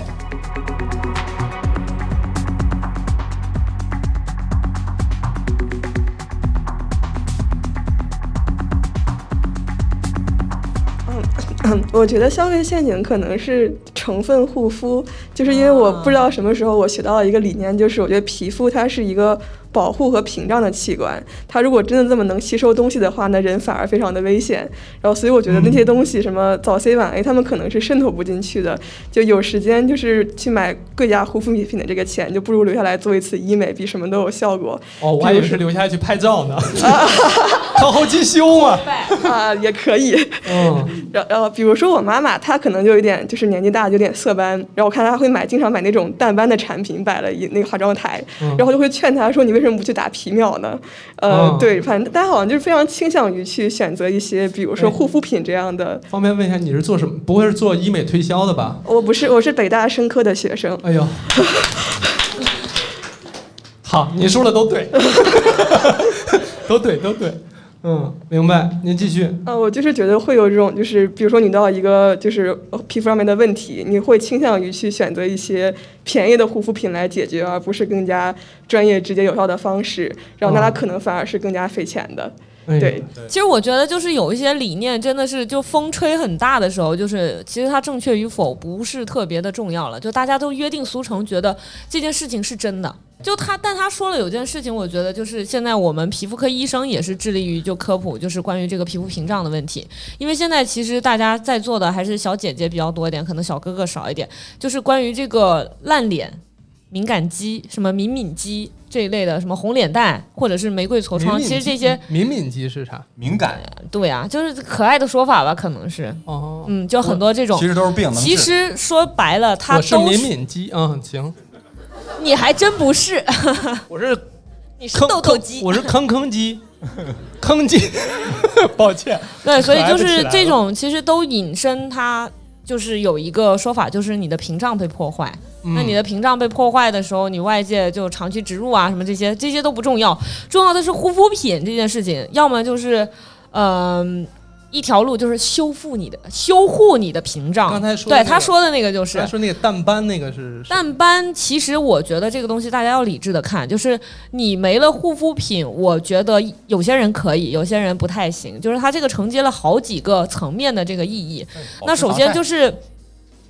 G: 嗯， *clears throat* 我觉得消费陷阱可能是成分护肤，就是因为我不知
A: 啊
G: 道什么时候我学到了一个理念，就是我觉得皮肤它是一个保护和屏障的器官，它如果真的这么能吸收东西的话，那人反而非常的危险。然后，所以我觉得那
A: 嗯
G: 些东西，什么早 C 晚 A，他们可能是渗透不进去的。就有时间就是去买贵价护肤品的这个钱，就不如留下来做一次医美，比什么都有效果。
A: 哦，我还以为
G: *laughs*
A: 是留下去拍照呢， *laughs* 靠后进修嘛。
G: 啊，也可以。
E: *laughs*
A: 嗯，
G: 然然后，比如说我妈妈，她可能就有点，就是年纪大，有点色斑。然后我看她会买，经常买那种淡斑的产品，摆了一那个化妆台，然后就会劝她说：“你为什么不去打皮秒呢？”呃，
A: 嗯
G: 对，反正大家好像就是非常倾向于去选择一些，比如说
A: 哎
G: 护肤品这样的。
A: 方便问一下你是做什么？不会是做医美推销的吧？
G: 我不是，我是北大生科的学生。
A: 哎呦， *laughs* 好，你说的都对， *laughs* 都对，都对。嗯，明白。您继续。
G: 呃，我就是觉得会有这种，就是比如说你到一个就是呃皮肤上面的问题，你会倾向于去选择一些便宜的护肤品来解决，而不是更加专业、直接、有效的方式。然后那它
A: 哦
G: 可能反而是更加费钱的。
A: 哎、
G: 对，，
D: 其实我觉得就是有一些理念真的是就风吹很大的时候，就是其实它正确与否不是特别的重要了，就大家都约定俗成，觉得这件事情是真的。就他，但他说了有件事情，我觉得就是现在我们皮肤科医生也是致力于就科普，就是关于这个皮肤屏障的问题。因为现在其实大家在座的还是小姐姐比较多一点，可能小哥哥少一点，就是关于这个烂脸、敏感肌、什么敏敏肌这一类的，什么红脸蛋或者是玫瑰痤
A: 敏
D: 疮，
A: 敏
D: 其实这
A: 肌
D: 些
A: 敏敏肌是啥？
C: 敏感
D: 对呀、就是可爱的说法吧，可能是，
A: 哦，
D: 嗯，就很多这种
C: 其。实都是病，能治
D: 其实说白了，它
A: 我是
D: 都
A: 敏
D: 是
A: 敏肌。嗯，行，
D: 你还真不是， *laughs*
A: 我是
D: 你是
A: 坑
D: 痘痘肌 *laughs*
A: 坑。我是坑坑肌，坑肌。 *laughs* 抱歉， *laughs*
D: 对，所以就
A: 可爱
D: 是
A: 不起来
D: 这
A: 了
D: 种，其实都引申它就是有一个说法，就是你的屏障被破坏。那
A: 嗯
D: 你的屏障被破坏的时候，你外界就长期植入啊，什么这些，这些都不重要，重要的是护肤品这件事情，要么就是，嗯、一条路就是修复你的、修护你的屏障。
A: 刚才说的
D: 对
A: 那个
D: 他说的那个就是
A: 他，说那个淡斑那个是，
D: 淡斑，其实我觉得这个东西大家要理智的看，就是你没了护肤品，我觉得有些人可以，有些人不太行，就是它这个承接了好几个层面的这个意义。那首先就是是，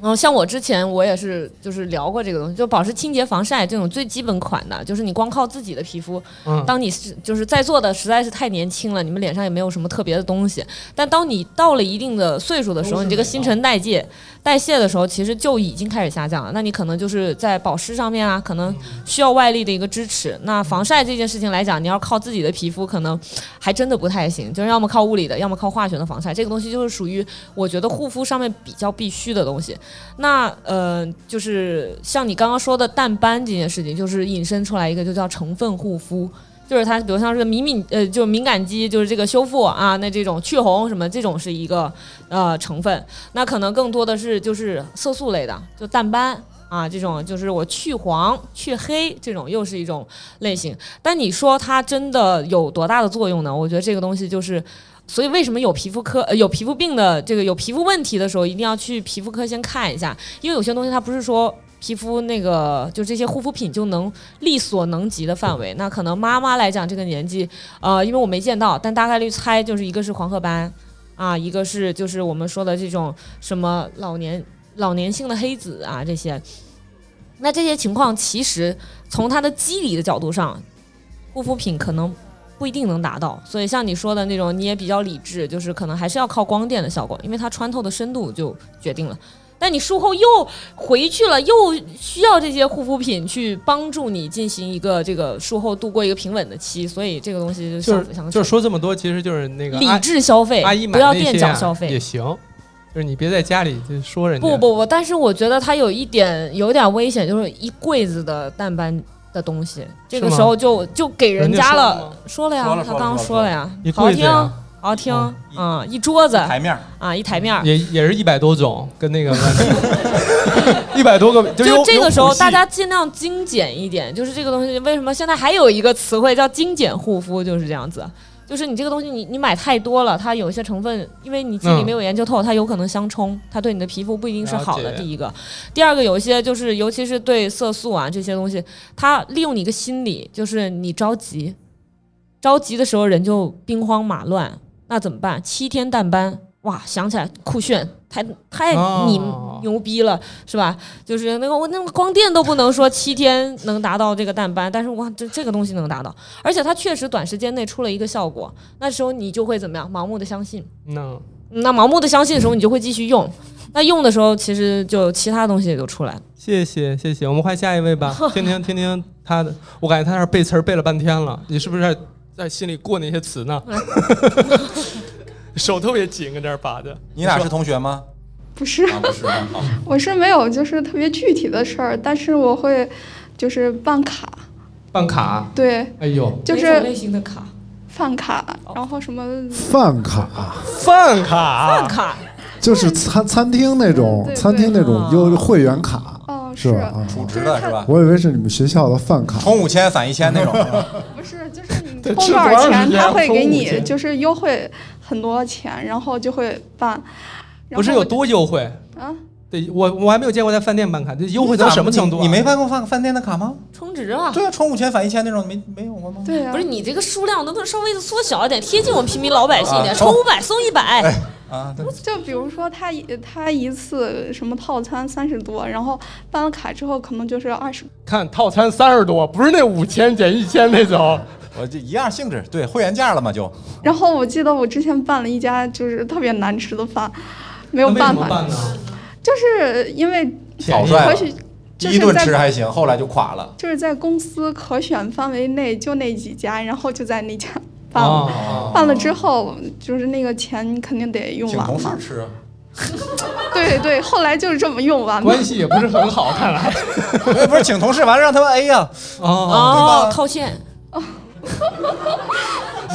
D: 嗯，像我之前我也是就是聊过这个东西，就保湿清洁防晒这种最基本款的，就是你光靠自己的皮肤，
A: 嗯，
D: 当你是就是在座的实在是太年轻了，你们脸上也没有什么特别的东西，但当你到了一定的岁数的时
A: 都
D: 候，
A: 是
D: 你这个
A: 美
D: 新
A: 貌
D: 陈代谢代谢的时候，其实就已经开始下降了。那你可能就是在保湿上面啊，可能
A: 嗯
D: 需要外力的一个支持。那防晒这件事情来讲，你要靠自己的皮肤，可能还真的不太行，就是要么靠物理的，要么靠化学的防晒。这个东西就是属于我觉得护肤上面比较必须的东西。那呃，就是像你刚刚说的淡斑这件事情，就是引申出来一个就叫成分护肤。就是它，比如像是敏敏呃，就是敏感肌，就是这个修复啊，那这种去红什么这种是一个呃成分，那可能更多的是就是色素类的，就淡斑啊这种，就是我去黄去黑这种又是一种类型。但你说它真的有多大的作用呢？我觉得这个东西就是。所以为什么有皮肤科、呃、有皮肤病的这个有皮肤问题的时候，一定要去皮肤科先看一下，因为有些东西它不是说皮肤那个就这些护肤品就能力所能及的范围。那可能妈妈来讲这个年纪，呃，因为我没见到，但大概率猜就是一个是黄褐斑，啊，一个是就是我们说的这种什么老年老年性的黑子啊这些。那这些情况其实从它的机理的角度上，护肤品可能不一定能达到。所以像你说的那种，你也比较理智，就是可能还是要靠光电的效果，因为它穿透的深度就决定了。但你术后又回去了，又需要这些护肤品去帮助你进行一个这个术后度过一个平稳的期，所以这个东西
A: 就
D: 就相
A: 是
D: 辅相成。
A: 就是说这么多，其实就是那个
D: 理
A: 阿
D: 智消费，
A: 阿姨买
D: 不要
A: 那
D: 垫
A: 些啊
D: 脚消费
A: 也。行，就是你别在家里就说人家
D: 不不不，但是我觉得它有一点有点危险，就是一柜子的淡斑的东西，这个
A: 是吗
D: 时候就就给人家了，说了呀，
C: 说了
D: 他
C: 说了
D: 刚刚
C: 说了
D: 了呀
A: 一，
D: 好好
A: 柜子
D: 听，
A: 呀
D: 好，好听，
A: 哦
D: 嗯，一桌子
C: 台面儿
D: 啊，一台面儿。
A: 也也是一百多种，跟那个一百多个，
D: 就
A: 有
D: 这个时
A: 有
D: 候，
A: 谱系
D: 大家尽量精简一点。就是这个东西，为什么现在还有一个词汇叫“精简护肤”，就是这样子。就是你这个东西你，你买太多了，它有一些成分，因为你自己
A: 嗯
D: 没有研究透，它有可能相冲，它对你的皮肤不一定是好的。
A: 了解
D: 第一个，第二个，有一些就是，尤其是对色素啊这些东西，它利用你一个心理，就是你着急，着急的时候人就兵荒马乱，那怎么办？七天淡斑，哇，想起来酷炫，太太
A: 哦
D: 你牛逼了，是吧？就是那个我那个光电都不能说七天能达到这个淡斑，但是哇，这这个东西能达到，而且它确实短时间内出了一个效果，那时候你就会怎么样？盲目的相信。
A: 那
D: 嗯那盲目的相信的时候，你就会继续用。那用的时候，其实就其他东西也就出来了。
A: 谢谢谢谢，我们换下一位吧，听听听听他的，我感觉他那儿背词儿背了半天了，你是不是在在心里过那些词呢？ *laughs* 手特别紧，跟这儿把着。
C: 你俩是同学吗？
H: 不是，
C: 啊，不是吗？啊
H: *laughs* 我是没有就是特别具体的事儿，但是我会就是办卡，
A: 办卡？
H: 对，
A: 哎呦，
H: 就
D: 哪种
H: 是
D: 类型的卡，哦
H: 饭卡，然后什么
B: 饭卡
A: 饭卡，
D: 饭卡，
B: 就是餐餐厅那种
H: 嗯对对嗯
B: 餐厅那种
D: 啊
B: 优会员卡，
H: 哦
B: 是吧？啊，
C: 储值的是吧？
B: 我以为是你们学校的饭卡。
C: 充五千返一千那种是吧？
H: 不是，就是你
A: 对
H: 充
A: 吃
H: 多
A: 多
H: 少
A: 长
H: 钱，
A: 时间啊
H: 他会
A: 充
H: 给
A: 五
H: 你
A: 千
H: 就是优惠很多钱，然后就会办。然
A: 不是
H: 后
A: 有
H: 我就
A: 多优惠？
H: 啊？
A: 对我我还没有见过在饭店办卡，这优惠到什么程度啊？
C: 你没办过饭饭店的卡吗？
D: 充值啊。
C: 对啊，充五千返一千那种，没没有过吗？
H: 对呀、
D: 不是你这个数量能不能稍微的缩小一点，贴近我们平民老百姓一点，
C: 啊
D: 充五百送一百，
C: 啊，对
H: 就比如说他一他一次什么套餐三十多，然后办了卡之后可能就是二十，
F: 看套餐三十多，不是那五千减一千那种。
C: *laughs* 我这一样性质，对会员价了嘛就。
H: 然后我记得我之前办了一家就是特别难吃的饭，没
A: 那
H: 有
A: 为什
H: 办
A: 么
H: 法，
A: 办呢？
H: 就是因为
C: 草率
H: 可
C: 了，
H: 许
C: 第
H: 就
C: 一
H: 是
C: 顿
H: 在
C: 吃还行，后来就垮了。
H: 就是在公司可选范围内就那几家，然后就在那家办了。
A: 哦，
H: 办了之后，就是那个钱肯定得用
C: 请
H: 完
C: 同事
H: 嘛。
C: 吃，啊
H: 对对，后来就是这么用完的。
F: 关系也不是很好，看来。
C: 不 *laughs* 是不是请同事，完了让他们 A 呀，啊
A: 哦，
D: 哦，套现。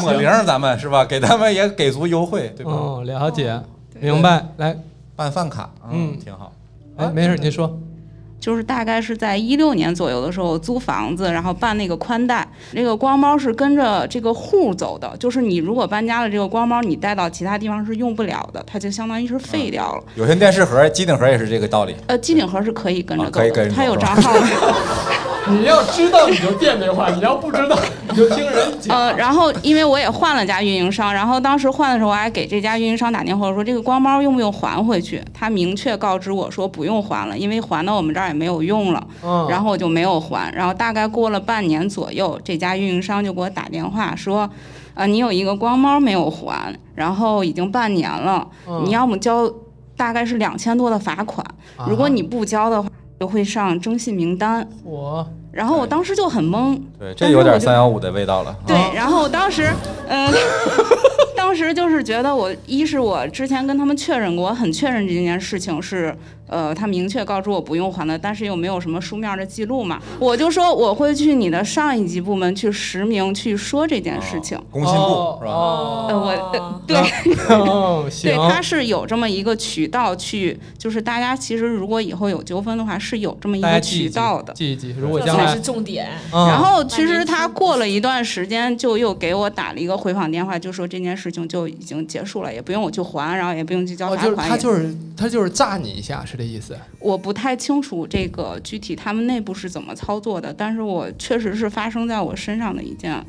C: 抹零儿咱们是吧？给他们也给足优惠，对吧？
A: 哦，了解，明白。来，
C: 办饭卡，
A: 嗯
C: 挺好。啊
A: 哎，没事，您说。
I: 就是大概是在一六年左右的时候租房子，然后办那个宽带。这个光猫是跟着这个户走的，就是你如果搬家了，这个光猫你带到其他地方是用不了的，它就相当于是
C: 嗯
I: 废掉了。
C: 有线电视盒、机顶盒也是这个道理。
I: 呃，机顶盒是可以跟着
C: 啊
I: 走
C: 可以跟
I: 的，
C: 着
I: 它有
C: 走 *laughs*
I: 账号的。
F: 你要知道你就垫这话，你要不
C: *laughs*
F: 知道你就听人讲。
I: 呃，然后因为我也换了家运营商，然后当时换的时候我还给这家运营商打电话说这个光猫用不用还回去，他明确告知我说不用还了，因为还到我们这儿也没有用了，
A: 嗯，
I: 然后我就没有还。然后大概过了半年左右，这家运营商就给我打电话说，呃，你有一个光猫没有还，然后已经半年了，
A: 嗯
I: 你要么交大概是两千多的罚款，如果你不交的话就会上征信名单。
A: 啊我
I: 然后我当时就很懵，
C: 对，这
I: 但是
C: 有点
I: 我就
C: 三幺五的味道了。 *laughs*
I: 对，
A: 哦
I: 然后当时，
A: *laughs*
I: 嗯、当时就是觉得我一是我之前跟他们确认过，我很确认这件事情是，呃，他明确告知我不用还的，但是又没有什么书面的记录嘛，我就说我会去你的上一级部门去实名去说这件事情。
C: 工信部
A: 哦
C: 是吧？
A: 哦
I: 呃，我呃对、
A: 哦，
I: 对，
A: 行，
I: 它是有这么一个渠道去，就是大家其实如果以后有纠纷的话，是有这么一
A: 大家
I: 个
A: 记
I: 渠
A: 一记
I: 道的，。
A: 记一记。如果
D: 这
A: 将
D: 才
A: 来
D: 是，重点。
A: 嗯
I: 然后其实他过了一段时间，就又给我打了一个回访电话，就说这件事情就已经结束了，也不用我去还，然后也不用去交
A: 哦，
I: 罚
A: 就是
I: 款。
A: 他
I: 也
A: 就是他就是炸你一下，是这意思？
I: 我不太清楚这个具体他们内部是怎么操作的，但是我确实是发生在我身上的一件，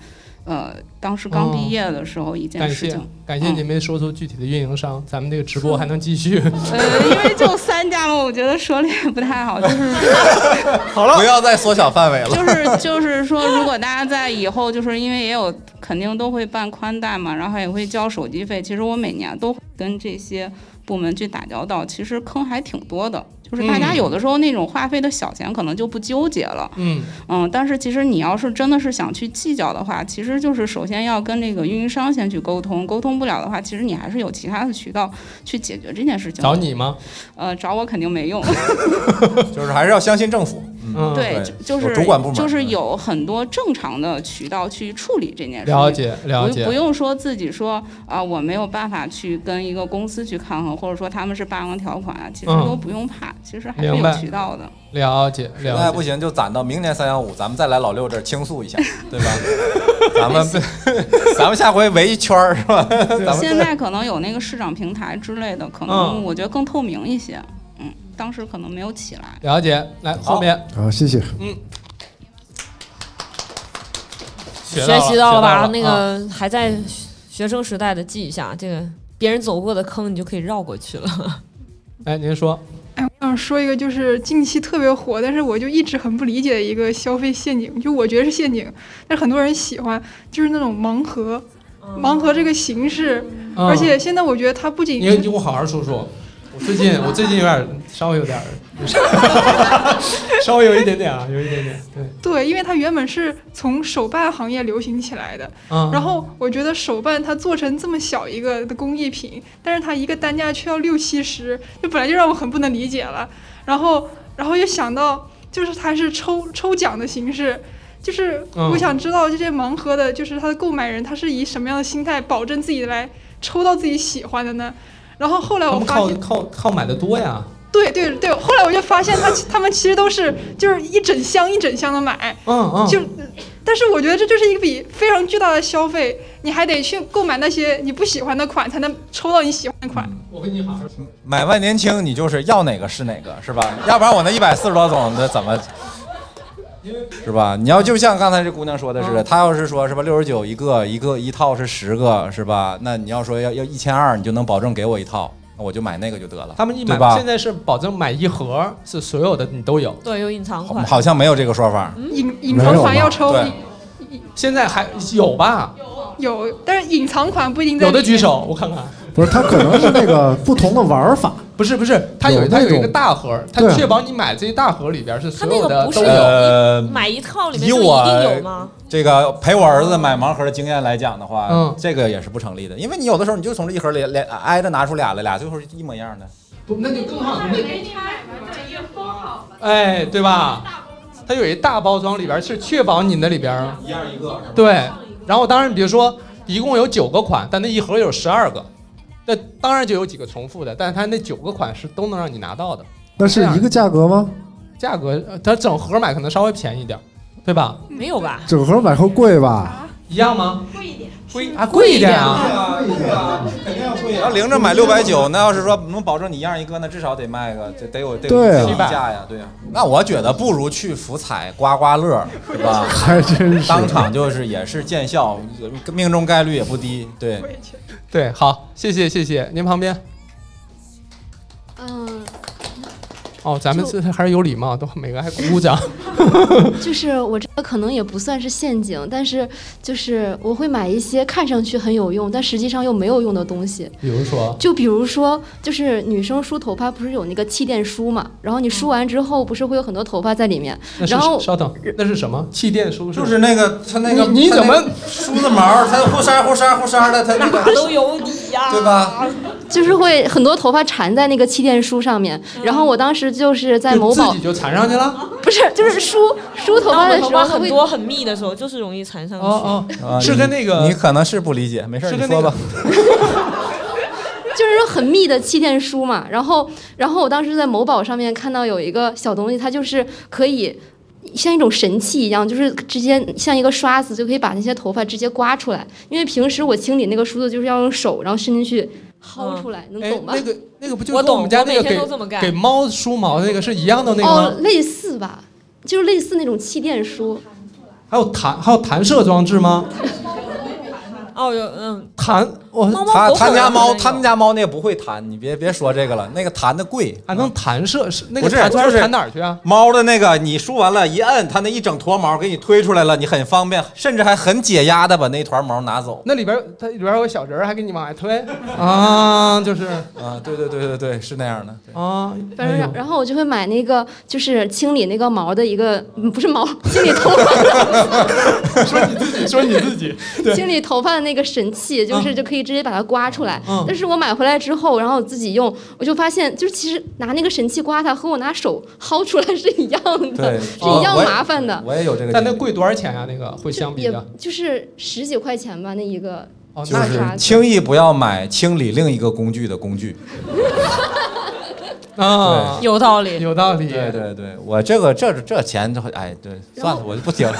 I: 呃，当时刚
A: 哦
I: 毕业的时候一件
A: 感
I: 事
A: 谢
I: 情。
A: 感
D: 嗯
A: 谢您没说出具体的运营商，咱们这个直播还能继续。
D: 嗯
A: *laughs*
I: 呃，因为就三家嘛，我觉得说的也不太好，就是
C: 好了，不要再缩小范 *laughs* 围了。
I: 就是就是说，如果大家在以后，就是因为也有肯定都会办宽带嘛，然后也会交手机费。其实我每年都会跟这些部门去打交道，其实坑还挺多的。就是大家
A: 嗯
I: 有的时候那种话费的小钱可能就不纠结了，
A: 嗯，
I: 嗯，但是其实你要是真的是想去计较的话，其实就是首先要跟这个运营商先去沟通，沟通不了的话，其实你还是有其他的渠道去解决这件事情。
A: 找，你吗？
I: 呃，找我肯定没用。
C: 就是还是要相信政府。嗯，
A: 嗯，
I: 对，
C: 对
I: 就就
C: 有
I: 是
C: 主管部门
I: 就是
C: 嗯
I: 有很多正常的渠道去处理这件事情。
A: 了解了
I: 不不
A: 解。
I: 用说自己说啊、我没有办法去跟一个公司去抗衡，或者说他们是霸王条款啊，其实
A: 嗯
I: 都不用怕，其实还是
A: 明
I: 有
A: 白
I: 渠道的。
A: 了解
C: 实在
A: 了
C: 不
A: 解，
C: 行就攒到明年三幺五，咱们再来老六这儿倾诉一下，对吧？
A: *laughs*
C: 咱们不咱们下回围一圈儿是吧？咱们
I: 现在可能有那个市场平台之类的，可能
A: 嗯
I: 我觉得更透明一些。嗯，当时可能没有起来。
A: 了解。来后面
B: 啊，谢谢。
A: 嗯学
D: 学习到
A: 了啊
D: 了吧？那
A: 学到了
C: 啊
D: 个还在学生时代的记一下，这个别人走过的坑你就可以绕过去了。 *laughs*
A: 哎，您说
J: 哎，我想说一个，就是近期特别火，但是我就一直很不理解的一个消费陷阱，就我觉得是陷阱，但是很多人喜欢，就是那种盲盒，盲盒这个形式，
A: 嗯
J: 而且现在我觉得它不仅
A: 你你给我好好说说，我最近我最近有点稍微有点， *laughs* 稍微有一点点啊，有一点点，对，
J: 对，因为它原本是从手办行业流行起来的，
A: 嗯，
J: 然后我觉得手办它做成这么小一个的工艺品，但是它一个单价却要六七十，就本来就让我很不能理解了。然后，然后又想到，就是它是抽抽奖的形式，就是
A: 嗯
J: 我想知道这些盲盒的，就是它的购买人，他是以什么样的心态保证自己来抽到自己喜欢的呢？然后后来
A: 他
J: 我
A: 们
J: 发
A: 靠
J: 现，
A: 靠靠买的多呀，
J: 对对对，后来我就发现他他们其实都是就是一整箱一整箱的买，
A: 嗯嗯，
J: 就，但是我觉得这就是一笔非常巨大的消费，你还得去购买那些你不喜欢的款，才能抽到你喜欢的款。
A: 我跟你好好说，
C: 买万年青，你就是要哪个是哪个，是吧？要不然我那一百四十多种的怎么，是吧？你要就像刚才这姑娘说的似的，
A: 嗯
C: 她要是说是吧，六十九一个，一个一套是十个，是吧？那你要说要要一千二，你就能保证给我一套，那我就买那个就得了。
A: 他们一
C: 对吧
A: 买现在是保证买一盒，是所有的你都有，
D: 对，有隐藏
C: 好
D: 款，嗯
C: 好像没有这个说法，
J: 隐隐藏款要抽
C: 对
A: 现在还有吧？
J: 有，但是隐藏款不一定在
A: 有的
J: 里
A: 举
J: 面。
A: 手，我看看。
B: 不是，它可能是那
A: *laughs*
B: 个不同的玩法，
A: 不是不是，它有
B: 有
A: 它
B: 那
A: 有一个
B: 种
A: 大盒儿，它
B: 对
A: 确保你买这一大盒儿里边儿是
D: 它
A: 所
D: 那
A: 有
D: 个
A: 的
D: 不是
A: 都
D: 有
A: 有。
C: 呃
D: 一买一套里面
C: 以
D: 就一定
C: 我
D: 有吗？
C: 这个陪我儿子买盲盒的经验来讲的话，
A: 嗯
C: 这个也是不成立的，因为你有的时候你就从这一盒里连挨着拿出俩来，俩最后是一模一样的。
A: 不，那就更好。哎，对吧？它有一大包装，里边儿是确保你那里边儿
C: 一样一个，
A: 对。然后当然，比如说一共有九个款，但那一盒有十二个，那当然就有几个重复的，但是它那九个款是都能让你拿到的。
B: 那是一个价格吗？
A: 价格呃它整盒买可能稍微便宜一点，对吧？
D: 没有吧？
B: 整盒买会贵吧？
A: 一样吗？
J: 贵一点，
A: 贵啊，贵一点啊。
C: 肯定会。要啊零着买六百九，那要是说能保证你一样一个，那至少得卖个得得有得有
B: 对啊
C: 一价呀，对呀。那我觉得不如去福彩刮刮乐，对
A: *laughs*
C: 吧？
B: 还真是。
C: 当场就是也是见效，命中概率也不低。对，
J: 贵一点。
A: 对，好，谢谢谢谢。您旁边
K: 嗯，
A: 哦，咱们这还是有礼貌，都每个还鼓鼓
D: *laughs*
A: 掌。
K: 就是我这个可能也不算是陷阱，但是就是我会买一些看上去很有用，但实际上又没有用的东西。
A: 比如说，
K: 就比如说，就是女生梳头发不是有那个气垫梳嘛，然后你梳完之后不是会有很多头发在里面，
A: 那是
K: 然后
A: 稍等，那是什么？气垫梳是吗
C: 就是那个他那个
A: 你你
C: 他
A: 怎么
C: 那个梳子毛，他呼沙呼沙呼沙的，他那个
D: 都有你呀、
C: 对吧？
K: 就是会很多头发缠在那个气垫梳上面。然后我当时就是在
A: 嗯就
K: 某
A: 自
K: 宝
A: 己，就缠上去了？
K: 不是 *laughs* 就是梳梳头发
D: 当我
K: 的
D: 头
K: 时
D: 发
K: 候它
D: 很
K: 会
D: 多很密的时候，就是容易缠上去。
A: 哦
C: 啊
A: 哦，是跟那
C: 你
A: 个
C: 可能是不理解，没事儿
A: 是
C: 你
A: 跟
C: 说
A: 那个
C: 吧。
K: 就是很密的气垫梳嘛。然后，然后我当时在某宝上面看到有一个小东西，它就是可以像一种神器一样，就是直接像一个刷子就可以把那些头发直接刮出来。因为平时我清理那个梳子就是要用手，然后伸进去薅出来，能
A: 哎
K: 懂吧
A: 那？个那个不就
D: 我
A: 跟
D: 懂，
A: 们家那
D: 每
A: 个
D: 天
A: 给
D: 都这么干
A: 给。猫梳毛的那个是一样的那个
K: 哦
A: 吗？，
K: 类似吧，就是类似那种气垫梳。
A: 还有弹还有弹射装置吗？
D: 哦，有嗯，
A: 弹我
C: 他
D: 猫猫狗狗
C: 他们家
D: 好像
C: 猫，
D: 有
C: 他们家猫那不会弹，你别别说这个了，那个弹的贵。
A: 还啊能弹射是那个
C: 不是
A: 弹出来
C: 就是
A: 弹哪儿去啊？
C: 猫的那个，你梳完了，一摁，它那一整坨毛给你推出来了，你很方便，甚至还很解压的把那一团毛拿走。
A: 那里边它里边有个小人儿，还给你往外
C: *laughs*
A: 推啊，就是
C: 啊，对对对对对，是那样的。对
A: 啊，
K: 反正
A: 哎
K: 然
A: 呦
K: 然后我就会买那个，就是清理那个毛的一个，嗯不是毛，清理头发的
A: 说你自己，说你
B: *laughs*
A: 自己，
K: 清理头发的那个神器，就是就可以直接把它刮出来。
A: 嗯
K: 但是我买回来之后，然后我自己用，我就发现，就是其实拿那个神器刮它和我拿手薅出来是一样的， *laughs*
C: 对，
K: 是
A: 哦
K: 一样
C: 我也
K: 麻烦的。
C: 我也有这个
A: 但
C: 经
A: 那
C: 历，
A: 贵多少钱
K: *laughs*
A: 呀、那个会相比
K: 也
A: 的，
K: 就是十几块钱吧，那一个。
A: 哦，
C: 就
K: 啥
A: 那
C: 是
K: 子
C: 轻易不要买清理另一个工具的工具。
A: *laughs* 啊，
D: 有道理。
A: 有道理。
C: 对对对，我这个这这钱就哎对，算了，我就不听了。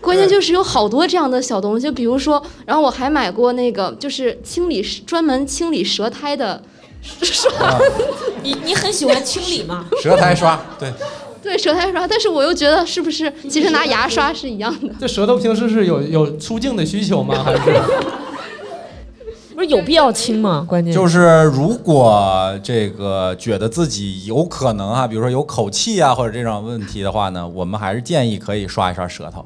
K: 关键就是有好多这样的小东西，比如说，然后我还买过那个就是清理专门清理舌苔的刷，
D: *laughs* 你你很喜欢清理吗？
C: 舌苔刷，对，
K: 对舌苔刷，但是我又觉得是不是其实拿牙刷是一样
A: *laughs*
K: 的？
A: 这舌头平时是有有出镜的需求吗？还是
D: 不是有必要清吗？关键
C: 就是是如果这个觉得自己有可能啊，比如说有口气啊或者这种问题的话呢，我们还是建议可以刷一刷舌头，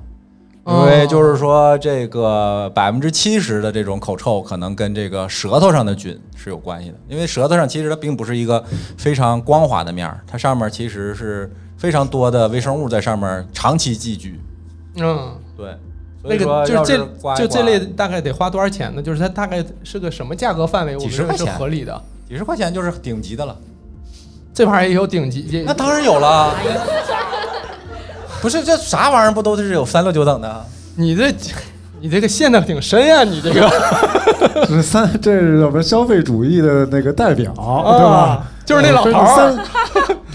C: 因为就是说这个百分之七十的这种口臭可能跟这个舌头上的菌是有关系的，因为舌头上其实它并不是一个非常光滑的面儿，它上面其实是非常多的微生物在上面长期寄居，
A: 嗯，
C: 对，所
A: 那
C: 以说
A: 个就
C: 要
A: 这
C: 刮一
A: 就这
C: 刮
A: 类大概得花多少钱呢？就是它大概是个什么价格范围？我
C: 几
A: 们
C: 十
A: 认为是
C: 块钱
A: 合理的。
C: 几十块钱就是顶级的了。
A: 这玩意儿也有顶级，也
C: 那当然有了。
K: 哎
C: 不是这啥玩意儿，不都是有三六九等的？
A: 你这你这个陷的挺深呀、你这个
B: 这
A: 啊
B: 是三， *laughs* 这是我们消费主义的那个代表， *laughs* 对吧？
A: 就是啊那老头
B: 三 *laughs*
A: 儿，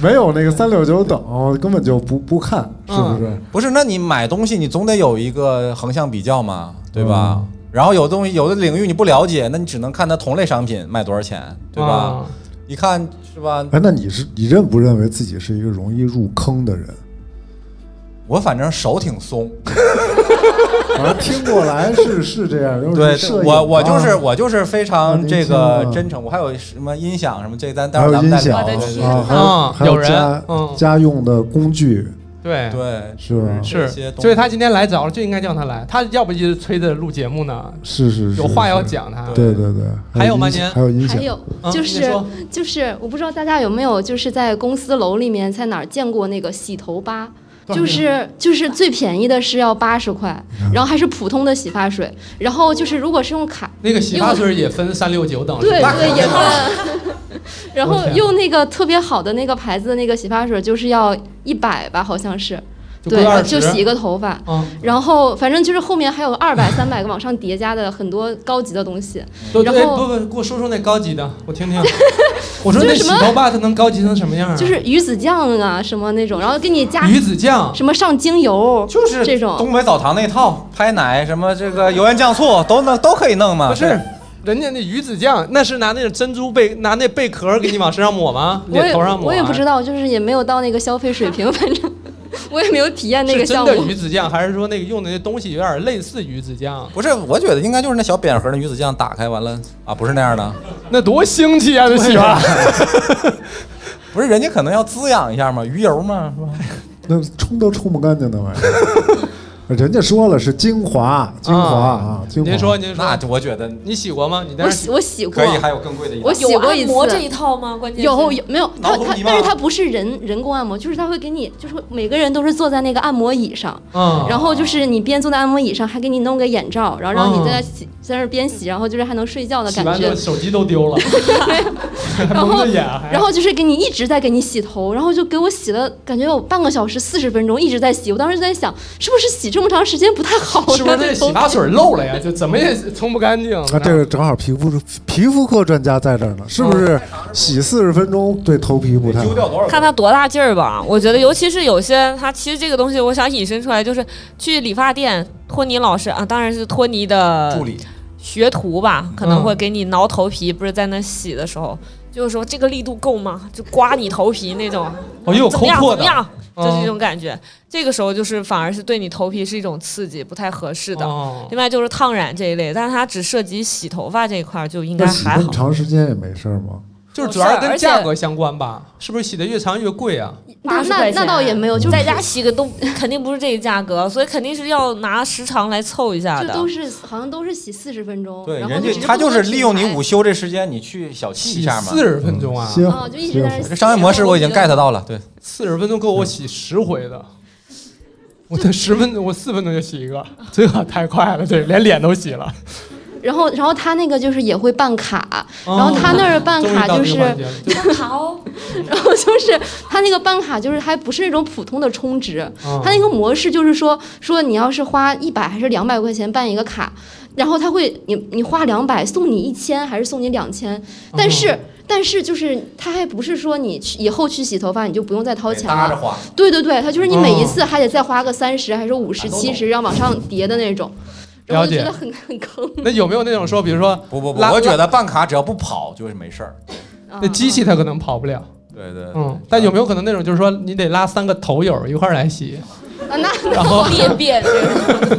B: 没有那个三六九等，根本就不不看，是不
A: 嗯
B: 是？
C: 不是，那你买东西你总得有一个横向比较嘛，对吧？
B: 嗯
C: 然后有东西，有的领域你不了解，那你只能看它同类商品卖多少钱，对吧？
A: 啊
C: 一看是吧？
B: 哎，那你是你认不认为自己是一个容易入坑的 *laughs* 人？
C: 我反正手挺松，
B: 反正听过来是是这
C: *laughs*
B: 样，就是
C: 对，
B: 摄影啊
C: 我我就是我就是非
B: 啊
C: 常
B: 您
C: 这个
B: 听啊
C: 真诚。我还有什么音响什么这，咱待
B: 还
C: 会
B: 有
C: 儿咱
B: 音
C: 们再
B: 响
C: 聊。
I: 我的
C: 对
I: 天
B: 啊，还有
A: 嗯
B: 还有
A: 有人
B: 家
A: 嗯
B: 家用的工具
A: 对
C: 对，
B: 是吧？
A: 是
C: 这些，东
A: 所以
C: 西
A: 他今天来早了，就应该叫他来。他要不一直催着录节目呢，
B: 是是是，
A: 有话要
B: 是。
A: 讲他。
B: 对对对，
A: 还有吗
B: 音响
A: 您
B: 还有音
K: 还
B: 响，
K: 有
A: 嗯
K: 就
A: 你
K: 是
A: 说
K: 就是，我不知道大家有没有就是在公司楼里面在哪儿见过那个洗头吧。
A: 对
K: 就是就是最便宜的是要八十块，然后还是普通的洗发水，然后就是如果是用卡，
A: 那个洗发水也分三六九等，
K: 对
A: 是吧
K: 对也分，然
A: 我
K: 后
A: 天
K: 用那个特别好的那个牌子的那个洗发水就是要一百吧，好像是，
A: 就
K: 对
A: 归20，
K: 就洗一个头发。
A: 嗯
K: 然后反正就是后面还有二百、三百个往上叠加的很多高级的东西
A: 都。
K: 然
A: 哎不
K: 后
A: 不，给我说说那高级的，我
K: *laughs*
A: 听听。我说
K: 就
A: 那
K: 是
A: 洗
K: 什么
A: 头发它能高级成什么样啊？
K: 就是鱼子酱啊什么那种，然后给你加
A: 鱼子酱
K: 什么上精油，
C: 啊就是
K: 这种
C: 东北澡堂那套，拍奶什么这个油盐酱醋都能都可以弄嘛。
A: 不是，人家那鱼子酱，那是拿那个珍珠贝拿那贝壳给你往身上抹吗？
K: 我
A: 脸
K: 也
A: 头上抹？啊
K: 我也不知。道，就是也没有到那个消费水
A: *laughs*
K: 平，反正我也没有体验那个
A: 是真
K: 项
A: 的
K: 目
A: 鱼。子酱，还是说那个用的那东西有点类似鱼子酱？
C: 不是，我觉得应该就是那小扁盒的鱼子酱打开完了啊，不是那样的，
A: 那多腥气啊！
C: 这
A: 洗完，
C: *laughs* 不是人家可能要滋养一下嘛，鱼油嘛，是吧？
B: 那冲都冲不干净那玩意儿。 *laughs* 人家说了是精华，精华
A: 嗯
B: 啊，精华。
A: 您说，您说，
C: 那我觉得
A: 你洗过吗？你在
K: 我
A: 那
K: 洗我洗过，
C: 可以，还有更贵的一
K: 我
C: 档。
K: 洗过一次。
D: 有按摩这一套吗啊关键是
K: 有有没有？
C: 挠
K: 它
C: 头
K: 它
C: 皮，吗
A: 啊
K: 但是它不是人人工按摩，就是它会给你，就是每个人都是坐在那个按摩椅上，
A: 嗯
K: 然后就是你边坐在按摩椅上，还给你弄个眼罩，然后让你在那
A: 嗯
K: 洗，在那儿边洗，然后就是还能睡觉的
A: 洗
K: 感
A: 完
K: 觉
A: 就。手机都丢
K: *laughs*
A: 了，还
K: 然
A: 蒙
K: 后
A: 着眼，啊还
K: 然后就是给你一直在给你洗头，然后就给我洗了，感觉有半个小时四十分钟一直在洗。我当时就在想，是不是洗这么长时间不太好呀？
A: 是不是那
K: 头
A: 洗发水
K: *laughs*
A: 漏了呀？就怎么也冲不干净。
B: 啊，这个正好皮肤皮肤科专家在这儿呢，是不
A: 嗯
B: 是洗四十分钟对头皮不太好？
D: 看他多大劲儿吧。我觉得，尤其是有些他其实这个东西，我想引申出来，就是去理发店，托尼老师啊，当然是托尼的
C: 助理
D: 学徒吧，可能
A: 嗯
D: 会给你挠头皮，不是在那洗的时候，就是说这个力度够吗？就刮你头皮那种。
A: 哦又有
D: 怎么样？
A: 抠破的
D: 怎么样？
A: 嗯
D: 就是这种感觉。这个时候就是反而是对你头皮是一种刺激，不太合适的。
A: 哦
D: 另外就是烫染这一类，但是它只涉及洗头发这一块儿，就应该
B: 那洗
D: 还
B: 那
D: 好
B: 么。长时间也没事儿吗？
A: 就是主要哦是啊
D: 不是
A: 跟
D: 而且
A: 价格相关吧？是不是洗的越长越贵啊？
K: 那那那倒也没有，就是
D: 在家洗
K: *laughs*
D: 个都肯定不是这个价格，所以肯定是要拿时长来凑一下
K: 就
D: 的。
K: 都是好像都是洗四十分钟，
C: 对，
K: 然后
C: 人家
K: 只
C: 他
K: 不
C: 就
K: 同
C: 是
K: 的
C: 利用你
K: 品牌
C: 午休这时间，你去小憩一下嘛。
A: 四十分钟啊，
B: 歇会
K: 啊，就一直在那儿洗
C: 这商业模式我已经 get 到了，对，
A: 四十分钟够我洗十回的。嗯我这十分钟，我四分钟就洗一个，这太快了，这连脸都洗了。
K: 然后，然后他那个就是也会办卡，
A: 哦
K: 然后他那儿办
A: 终于
K: 卡
A: 到
K: 就
A: 这
K: 是
A: 个环节了，
D: 好，
K: *laughs* 然后就是他那个办卡就是还不是那种普通的充值，
A: 哦
K: 他那个模式就是说说你要是花一百还是两百块钱办一个卡，然后他会你你花两百送你一千还是送你两千，
A: 哦
K: 但是、但是就是他还不是说你去以后去洗头发你就不用再掏钱
A: 哎
C: 搭着
K: 了，
C: 花。
K: 对对对，他就是你每一
A: 哦哎
K: 次还得再花个三十还是五十七十，然后往上叠的那种，然后
A: 了
K: 就觉
A: 解
K: 得很很坑。
A: 那有没有那种说，比如说
C: 不不不，
A: 拉啊
C: 我觉得办卡只要不跑就是没事儿。
A: 那机器它可能跑不了，
C: 对对，
A: 嗯，但有没有可能那种就是说你得拉三个头友一块儿来洗，
K: 啊，那
A: 然后
D: 裂变这个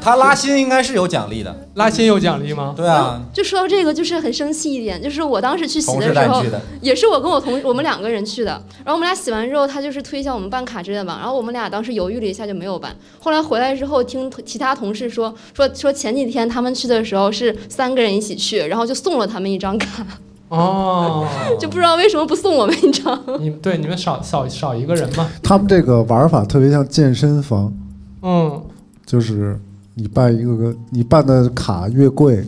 C: 他拉新应该是有奖励的。
A: 拉新有奖励吗？
C: 对啊，
K: *laughs* 就说到这个，就是很生气一点，就是我当时去洗
C: 同
K: 的
C: 事
K: 时
C: 带
K: 候
C: 你去，的，
K: 也是我跟我同我们两个人去的，然后我们俩洗完之后，他就是推销我们办卡之类的嘛，然后我们俩当时犹豫了一下就没有办。后来回来之后，听其他同事说说说前几天他们去的时候是三个人一起去，然后就送了他们一张卡，
A: 哦，
K: *laughs* 就不知道为什么不送我们一张。
A: 你对你们少少少一个人嘛，
B: 他们这个玩法特别像健身房，
A: 嗯，
B: 就是你办一个个，你办的卡越贵，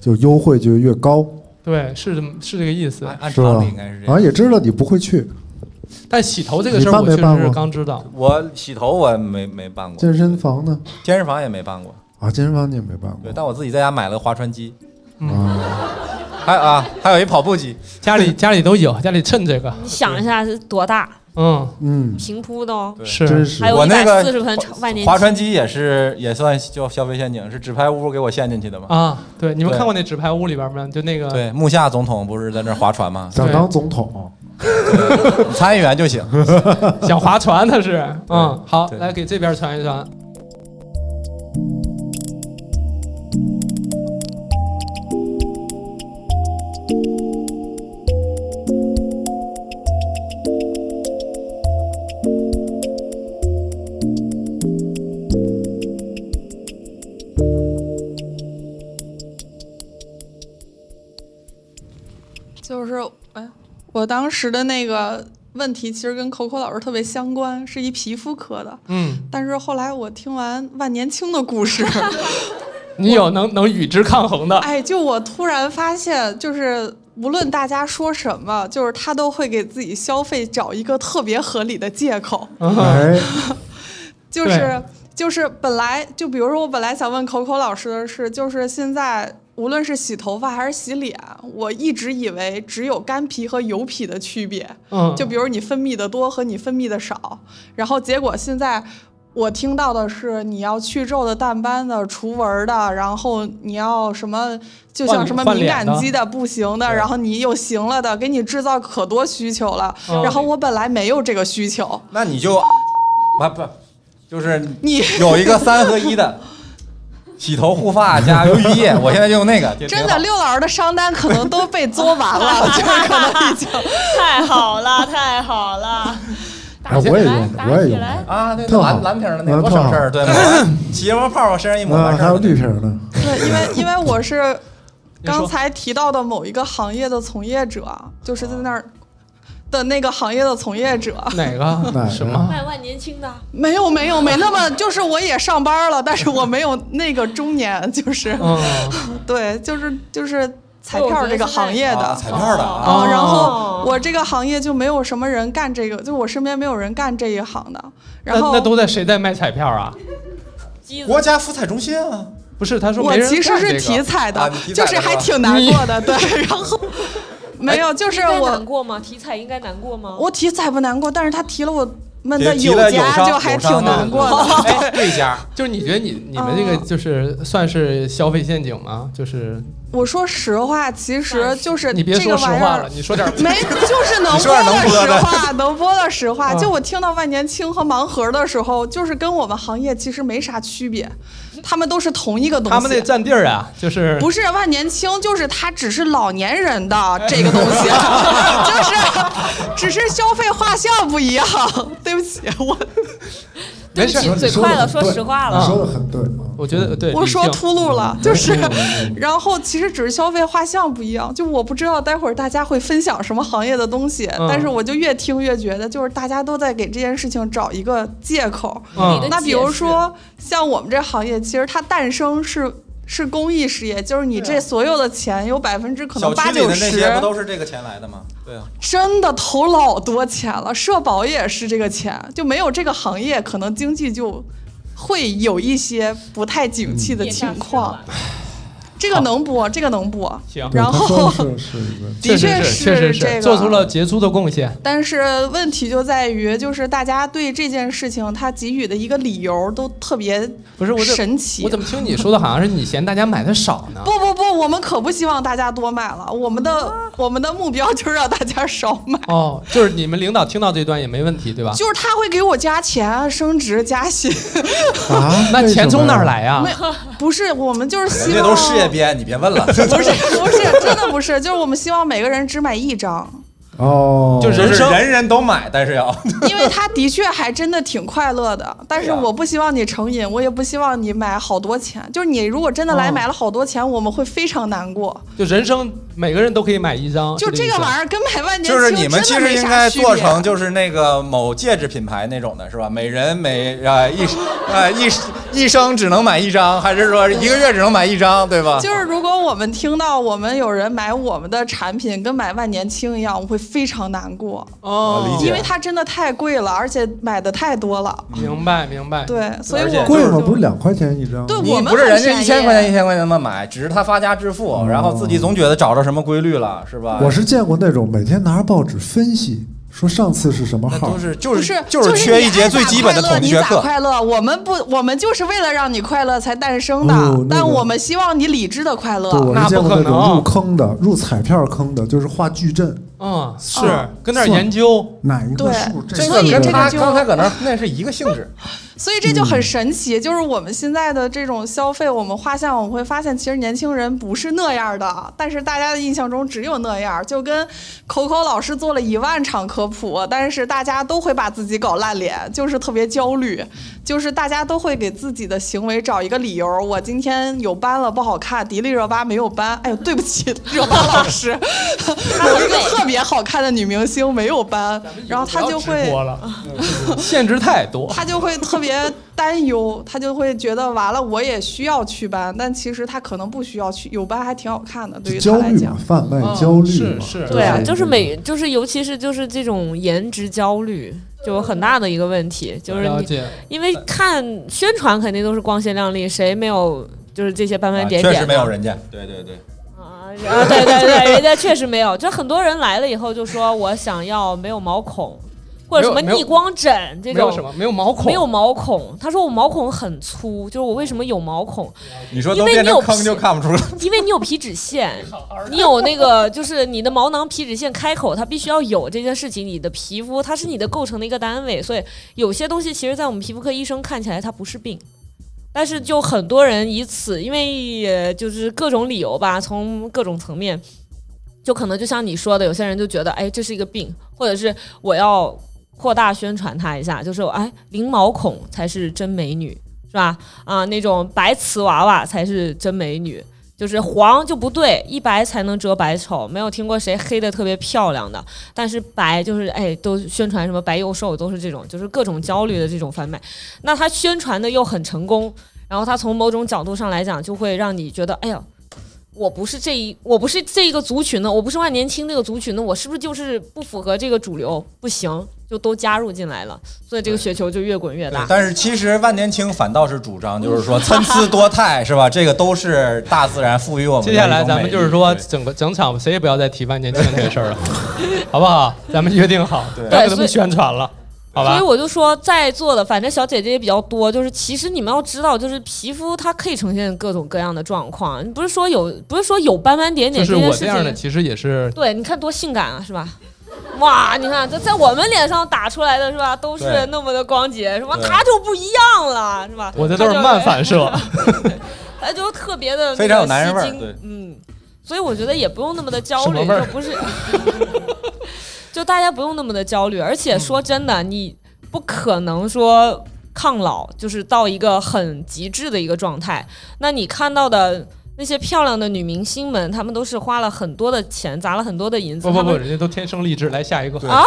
B: 就优惠就越高，
A: 对，是这么是这个意思
C: 按。啊按
B: 是吧
C: 常理应该是？这
B: 好
C: 样。
B: 像也知道你不会去
A: 但洗头这个
B: 你
A: 事儿，
B: 办
A: 我
B: 没
A: 确
B: 办
A: 实是
B: 过
A: 刚知道。
C: 我洗头我没没办过，
B: 健身房呢。
C: 健身房也没办过。
B: 啊，健身房你也没办
C: 对，
B: 过
C: 但我自己在家买了划船机，
B: 啊？
C: 还有啊，还有一跑步机。
A: 嗯家里家里都有，家里趁这个，
D: 你想一下是多大，
A: 嗯，
B: 嗯，
D: 平铺的哦，
C: 对
B: 真
A: 是
B: 是？
D: 还有
C: 我
D: 一
C: 那
D: 百
C: 个
D: 四十盆万年
C: 划
D: 计。
C: 船机也是也算叫消费陷阱，是纸牌屋给我陷进去的嘛。
A: 啊，对，你们
C: 对
A: 看过那《纸牌屋》里边吗？就那个，
C: 对，木下总统不是在那儿划船吗
B: 想当总统，
C: 参议员
A: *laughs*
C: 就行。
A: 想划船他是，嗯，好，
C: 对
A: 来给这边传一传。
J: 就是哎，我当时的那个问题其实跟口口老师特别相关，是一皮肤科的。
A: 嗯，
J: 但是后来我听完万年青的故
A: *laughs*
J: 事，
A: 你有
C: 哎
A: 能能与之抗衡的，
J: 哎，就我突然发现，就是无论大家说什么，就是
L: 哎
J: 他都会给自己消费找一个特别合理的借口。
A: 嗯
B: 哎，
M: 就
F: 对
M: 是就是本来就比如说我本来想问口口老师的是，就是现在无论是洗头发还是洗脸，我一直以为只有干皮和油皮的区别，
N: 嗯
M: 就比如你分泌的多和你分泌的少，然后结果现在。我听到的是你要去皱的、淡斑的、除纹的，然后你要什么，就像
N: 换
M: 什么
N: 换
M: 敏
N: 脸
M: 感
N: 的
M: 肌的、不行的，然后你又行了的，给你制造可多需求了。
C: 嗯
M: 然后我本来没有这个需求，
C: 那你就不不，就是
M: 你
C: 有一
B: *laughs*
C: 个三合一的洗头护发加浴
A: *laughs*
C: 液，我现在就用那个，也挺
M: 真的，
C: 好
M: 六老师的商单可能都被作完了，就是可能已经
D: 太好了，太好了。
B: 哎，我也用，我也用
C: 啊，对，
B: 特好
C: 蓝蓝瓶儿的那
B: 嗯
C: 多
B: 特好
C: 省事儿，对吗？
A: 嗯
C: 起泡泡往身上一抹，
B: 啊，
C: 完事
B: 还
C: 儿
B: 有
C: 了。
B: 绿瓶儿呢。
M: 对，
C: *laughs*
M: 因为因为我是
C: 说
M: 刚才提到的某一个行业的从业者，就是在那儿的那个行业的从业者。
A: 哪个？什么？
D: 哎万万年轻的，
M: 没有没有没那么，就是我也上班了，但是我没有那个中年，就是，
A: 嗯
M: *laughs* 对，就是就是彩票这个行业的，
C: 啊彩票的
A: 哦
M: 啊，
C: 啊，
M: 然后我这个行业就没有什么人干这个，就我身边没有人干这一行的。
A: 那
M: 然后
A: 那都在谁在卖彩票啊？
C: 国家福彩中心啊，
A: 不是，他说
M: 我
A: 没人
M: 其实
A: 干这
M: 是
A: 个
M: 体彩的，
A: 啊你体彩
M: 就
A: 的
M: 是还
A: 吧
M: 挺难过
A: *laughs*
M: 的，对。然后没有，就是
D: 哎应该
M: 我
D: 难过吗？体彩应该难过吗？
M: 我体彩不难过，但是他提了我们
A: 别
M: 的
A: 提了友
M: 家，
A: 商
M: 就还
A: 友
M: 挺
A: 商啊
M: 难
A: *laughs*
M: 过的。 *laughs* 哦
C: 哎，对家，
A: 就是你觉得你你们这个就是算是消费陷阱吗？就是
M: 我说实话，其实就是
A: 你别
M: 这
A: 说
M: 个
A: 实
M: 玩意
A: 话
M: 儿
A: 了，，你说点儿
M: 没就是能播
A: 你说点能
M: 的
A: 播
M: 实
A: 的
M: 话，能播的实话。
A: 啊
M: 就我听到万年青和盲盒的时候，就是跟我们行业其实没啥区别，他们都是同一个东西。
A: 他们那占地儿啊，就是
M: 不是万年青，就是它只是老年人的这个东
A: *laughs*
M: 西，就是只是消费画像不一样。对不起，我
A: 没事
M: 对不起嘴快了说实话了你说得
A: 很对，我觉得对，嗯
M: 我说
A: 理性
M: 秃噜
C: 嗯
M: 了，就是， *laughs* 然后其实只是消费画像不一样，就我不知道待会儿大家会分享什么行业的东西，
A: 嗯
M: 但是我就越听越觉得，就是大家都在给这件事情找一个借口。
N: 嗯
M: 那比如说像我们这行业，其实它诞生是。是公益事业，就是你这所有的钱有百分之可能
C: 啊小
M: 八
C: 区里
M: 九
C: 的那
M: 十，
C: 些不都是这个钱来的吗？对啊，
M: 真的投老多钱了，社保也是这个钱，就没有这个行业，可能经济就会有一些不太景气
A: 嗯
M: 的情况。这个能播，这个能播。
A: 行
M: 然后
B: 是是
M: 的确
A: 确
M: 是
A: 实确实
M: 这
A: 是
M: 个
A: 做出了杰出的贡献。
M: *laughs* 但是问题就在于，就是大家对这件事情他给予的一个理由都特别
A: 不是我这
M: 神奇。
A: 我怎么听你说的好像是你嫌大家买的少呢？
M: 不不不，我们可不希望大家多买了，我们的我们的目标就是让大家少买。
A: 哦，啊就是你们领导听到这段也没问题，对吧？
M: 就是他会给我加钱、升职、加薪。
A: 啊那钱从哪儿来啊呀、
M: 没不是，我们就是
C: 人
M: 希
C: 家
M: 望
C: 都是事业编，你别问了。
M: 不是不是，真的不是，就是我们希望每个人只买一张，
B: *laughs* 哦，
C: 就
A: 人
C: 是
A: 生
C: 人人都买，但是要
M: 因为它的确还真的挺快乐的。但
C: 啊
M: 是我不希望你成瘾，我也不希望你买好多钱。就是你如果真的来买了好多钱，我们会非常难过。
C: 哦
A: 就人生每个人都可以买一张，
M: 就这个玩意儿跟买万年青
C: *laughs* 就是你们其
M: 真的
C: 实
M: 没
C: 应
M: 啥
C: 该
M: 区
C: 做
M: 别。啊
C: 成就是那个某戒指品牌那种的，是吧？每人每啊一啊一一生只能买一张，还是说一个月只能买一张，对吧？
M: 就是如果我们听到我们有人买我们的产品跟买万年青一样，我会非常难过
A: 哦理解
M: 因为它真的太贵了，而且买的太多了。
A: 是明白明白。
M: 对所以
C: 而且
M: 我
B: 贵吗？不是两块钱一张？
C: 你不是人家一千块钱一千块钱的买，只是他发家致
B: 哦
C: 富，然后自己总觉得找着什么规律了，是吧？
B: 我
C: *laughs*
B: 是见过那种每天拿着报纸分析，说上次是什么号，
C: 是就
M: 不是
C: 就是缺一节最基本的统计学
M: 你咋
C: 课
M: 快乐，我们不，我们就是为了让你快乐才诞生的，
B: 哦那个
M: 但我们希望你理智的快乐
B: 对，。我是见过那种入坑的、入彩票坑的，就是画矩阵，
A: 嗯，
D: 哦
A: 是
B: 啊
A: 跟那儿研究
B: 哪一个
M: 对
B: 数，
M: 这所以
B: 个
M: 这个
B: 他
M: 就
C: 刚才搁那儿那是一个性质。
M: *laughs* 所以这就很神奇，就是我们现在的这种消费，我们画像，我们会发现，其实年轻人不是那样的，但是大家的印象中只有那样，就跟口口老师做了一万场科普，但是大家都会把自己搞烂脸，就是特别焦虑，就是大家都会给自己的行为找一个理由，我今天有斑了不好看，迪丽热巴没有斑，哎呦对不起，热巴老师，有一个特别好看的女明星没有 *laughs* 斑，然后她就会
A: 直播了，
D: 啊
A: *laughs* 限制太多。
M: 他就会特别担忧，他就会觉得完了，我也需要祛斑，但其实他可能不需要去，有斑还挺好看的，对于他
B: 焦
M: 来
B: 虑
M: 讲
B: 嘛，。贩
C: 嗯
B: 卖焦虑嘛，
A: 是
B: 就
D: 啊对啊，就是每就是尤其是就是这种颜值焦虑，就有很大的一个问题，就是
A: 了
D: 你
A: 解
D: 因为看宣传肯定都是光鲜亮丽，谁没有就是这些斑斑点点、
C: 啊确实没有人家，对对对，
A: *laughs*
D: 啊，对对对，人家确实没有。就很多人来了以后就说我想要没有毛孔，或者什么
A: 没有
D: 逆光枕这种，
A: 没有什么没有毛孔
D: 没有毛孔。他说我毛孔很粗，就是我为什么有毛孔？
C: 你说
D: 因
C: 都
D: 为
C: 变
D: 你有
C: 成坑就看不出来。
D: *laughs* 因为你有皮脂腺，你有那个就是你的毛囊皮脂腺开口，它必须要有这件事情。你的皮肤它是你的构成的一个单位，所以有些东西其实，在我们皮肤科医生看起来它不是病。但是就很多人以此，因为呃就是各种理由吧，从各种层面，就可能就像你说的，有些人就觉得，哎，这是一个病，或者是我要扩大宣传它一下，就是哎，零毛孔才是真美女，是吧？啊，那种白瓷娃娃才是真美女，就是黄就不对，一白才能遮百丑，没有听过谁黑的特别漂亮的，但是白就是哎，都宣传什么白幼瘦都是这种，就是各种焦虑的这种贩卖，那他宣传的又很成功，然后他从某种角度上来讲，就会让你觉得，哎呀。我不是这一，我不是这一个族群的，我不是万年青这个族群的，我是不是就是不符合这个主流？不行，就都加入进来了，所以这个雪球就越滚越大。
C: 但是其实万年青反倒是主张，就是说参差多态，是吧？这个都是大自然赋予我们的
A: *laughs* 接
C: 一种
A: 下
C: 美丽。
A: 来咱们就是说，整个整场谁也不要再提万年青这个事儿了，好不好？咱们约定好，不要给他
D: 所以
A: 们宣传了，好吧
D: 所以？我就说，在座的反正小姐姐也比较多，就是其实你们要知道，就是皮肤它可以呈现各种各样的状况，不是说有不是说有斑斑点
A: 就
D: 点
A: 是
D: 这件
A: 我
D: 事
A: 这
D: 情。
A: 样的，其实也是
D: 对，你看多性感啊，是吧？哇，你看这在我们脸上打出来的是吧，都是
A: 对
D: 那么的光洁，是吧？
A: 对
D: 它就不一样了，是吧？哎
A: 我这都是慢反
D: *laughs*
A: 射，
D: 它哎就特别的
A: 非常有男人味儿对
D: 对，嗯，所以我觉得也不用那么的焦虑，
A: 什么味儿
D: 就
A: *laughs*
D: 不是，就大家不用那么的焦虑。而且
A: 嗯
D: 说真的，你不可能说抗老，就是到一个很极致的一个状态。那你看到的。那些漂亮的女明星们，她们都是花了很多的钱，砸了很多的银子。
A: 不不
D: 她
A: 不，
D: 们
A: 人家都天生丽质。来下一个
D: 啊，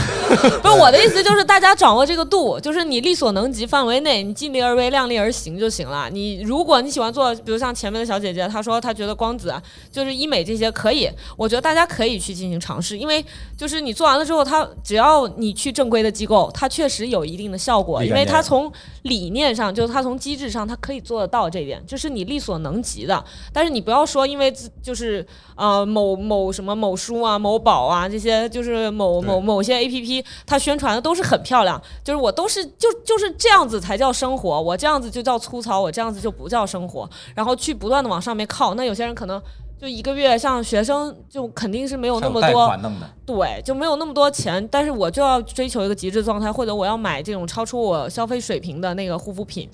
D: *laughs* 不是我的意思，就是大家掌握这个度，就是你力所能及范围内，你尽力而为，量力而行就行了。你如果你喜欢做，比如像前面的小姐姐，她说她觉得光子啊就是医美这些可以，我觉得大家可以去进行尝试，因为就是你做完了之后，它只要你去正规的机构，它确实有一定的效果，
N: 立竿
D: 因为
N: 见
D: 它
N: 影
D: 从理念上，就是它从机制上，它可以做得到这一点，这是你力所能及的。但是你不要说因为自就是呃某某什么某书啊、某宝啊这些，就是某某某些 A P P，它宣传的都是很漂亮，就是我都是就就是这样子才叫生活，我这样子就叫粗糙，我这样子就不叫生活，然后去不断的往上面靠。那有些人可能。就一个月，像学生就肯定是没有那么
C: 还有贷
D: 多
C: 款弄的，
D: 对，就没有那么多钱，但是我就要追求一个极致状态，或者我要买这种超出我消费水平的那个护肤品。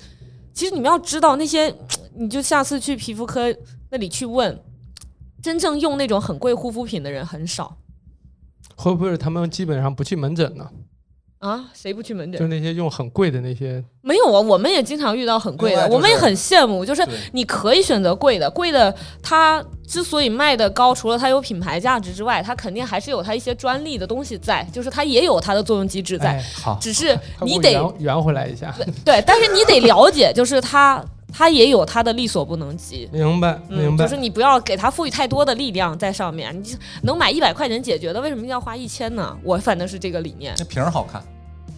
D: 其实你们要知道，那些你就下次去皮肤科那里去问，真正用那种很贵护肤品的人很少
A: 会不会是他们基本上不去门诊呢？
D: 啊，谁不去门
A: 就
D: 诊？
A: 那些用很贵的那些，
D: 没有啊，我们也经常遇到很贵的，
A: 另外就是
D: 我们也很羡慕。就是你可以选择贵的，贵的它之所以卖的高，除了它有品牌价值之外，它肯定还是有它一些专利的东西在，就是它也有它的作用机制在。
A: 哎好
D: 只是
A: 快给
D: 你
A: 我
D: 得
A: 圆圆回来一下。
D: 对，但是你得了解，就是它它也有它的力所不能及。
A: 明白，明
D: 嗯，
A: 白。
D: 就是你不要给它赋予太多的力量在上面，你就能买一百块钱解决的，为什么一定要花一千呢？我反正是这个理念
C: 那瓶儿好看，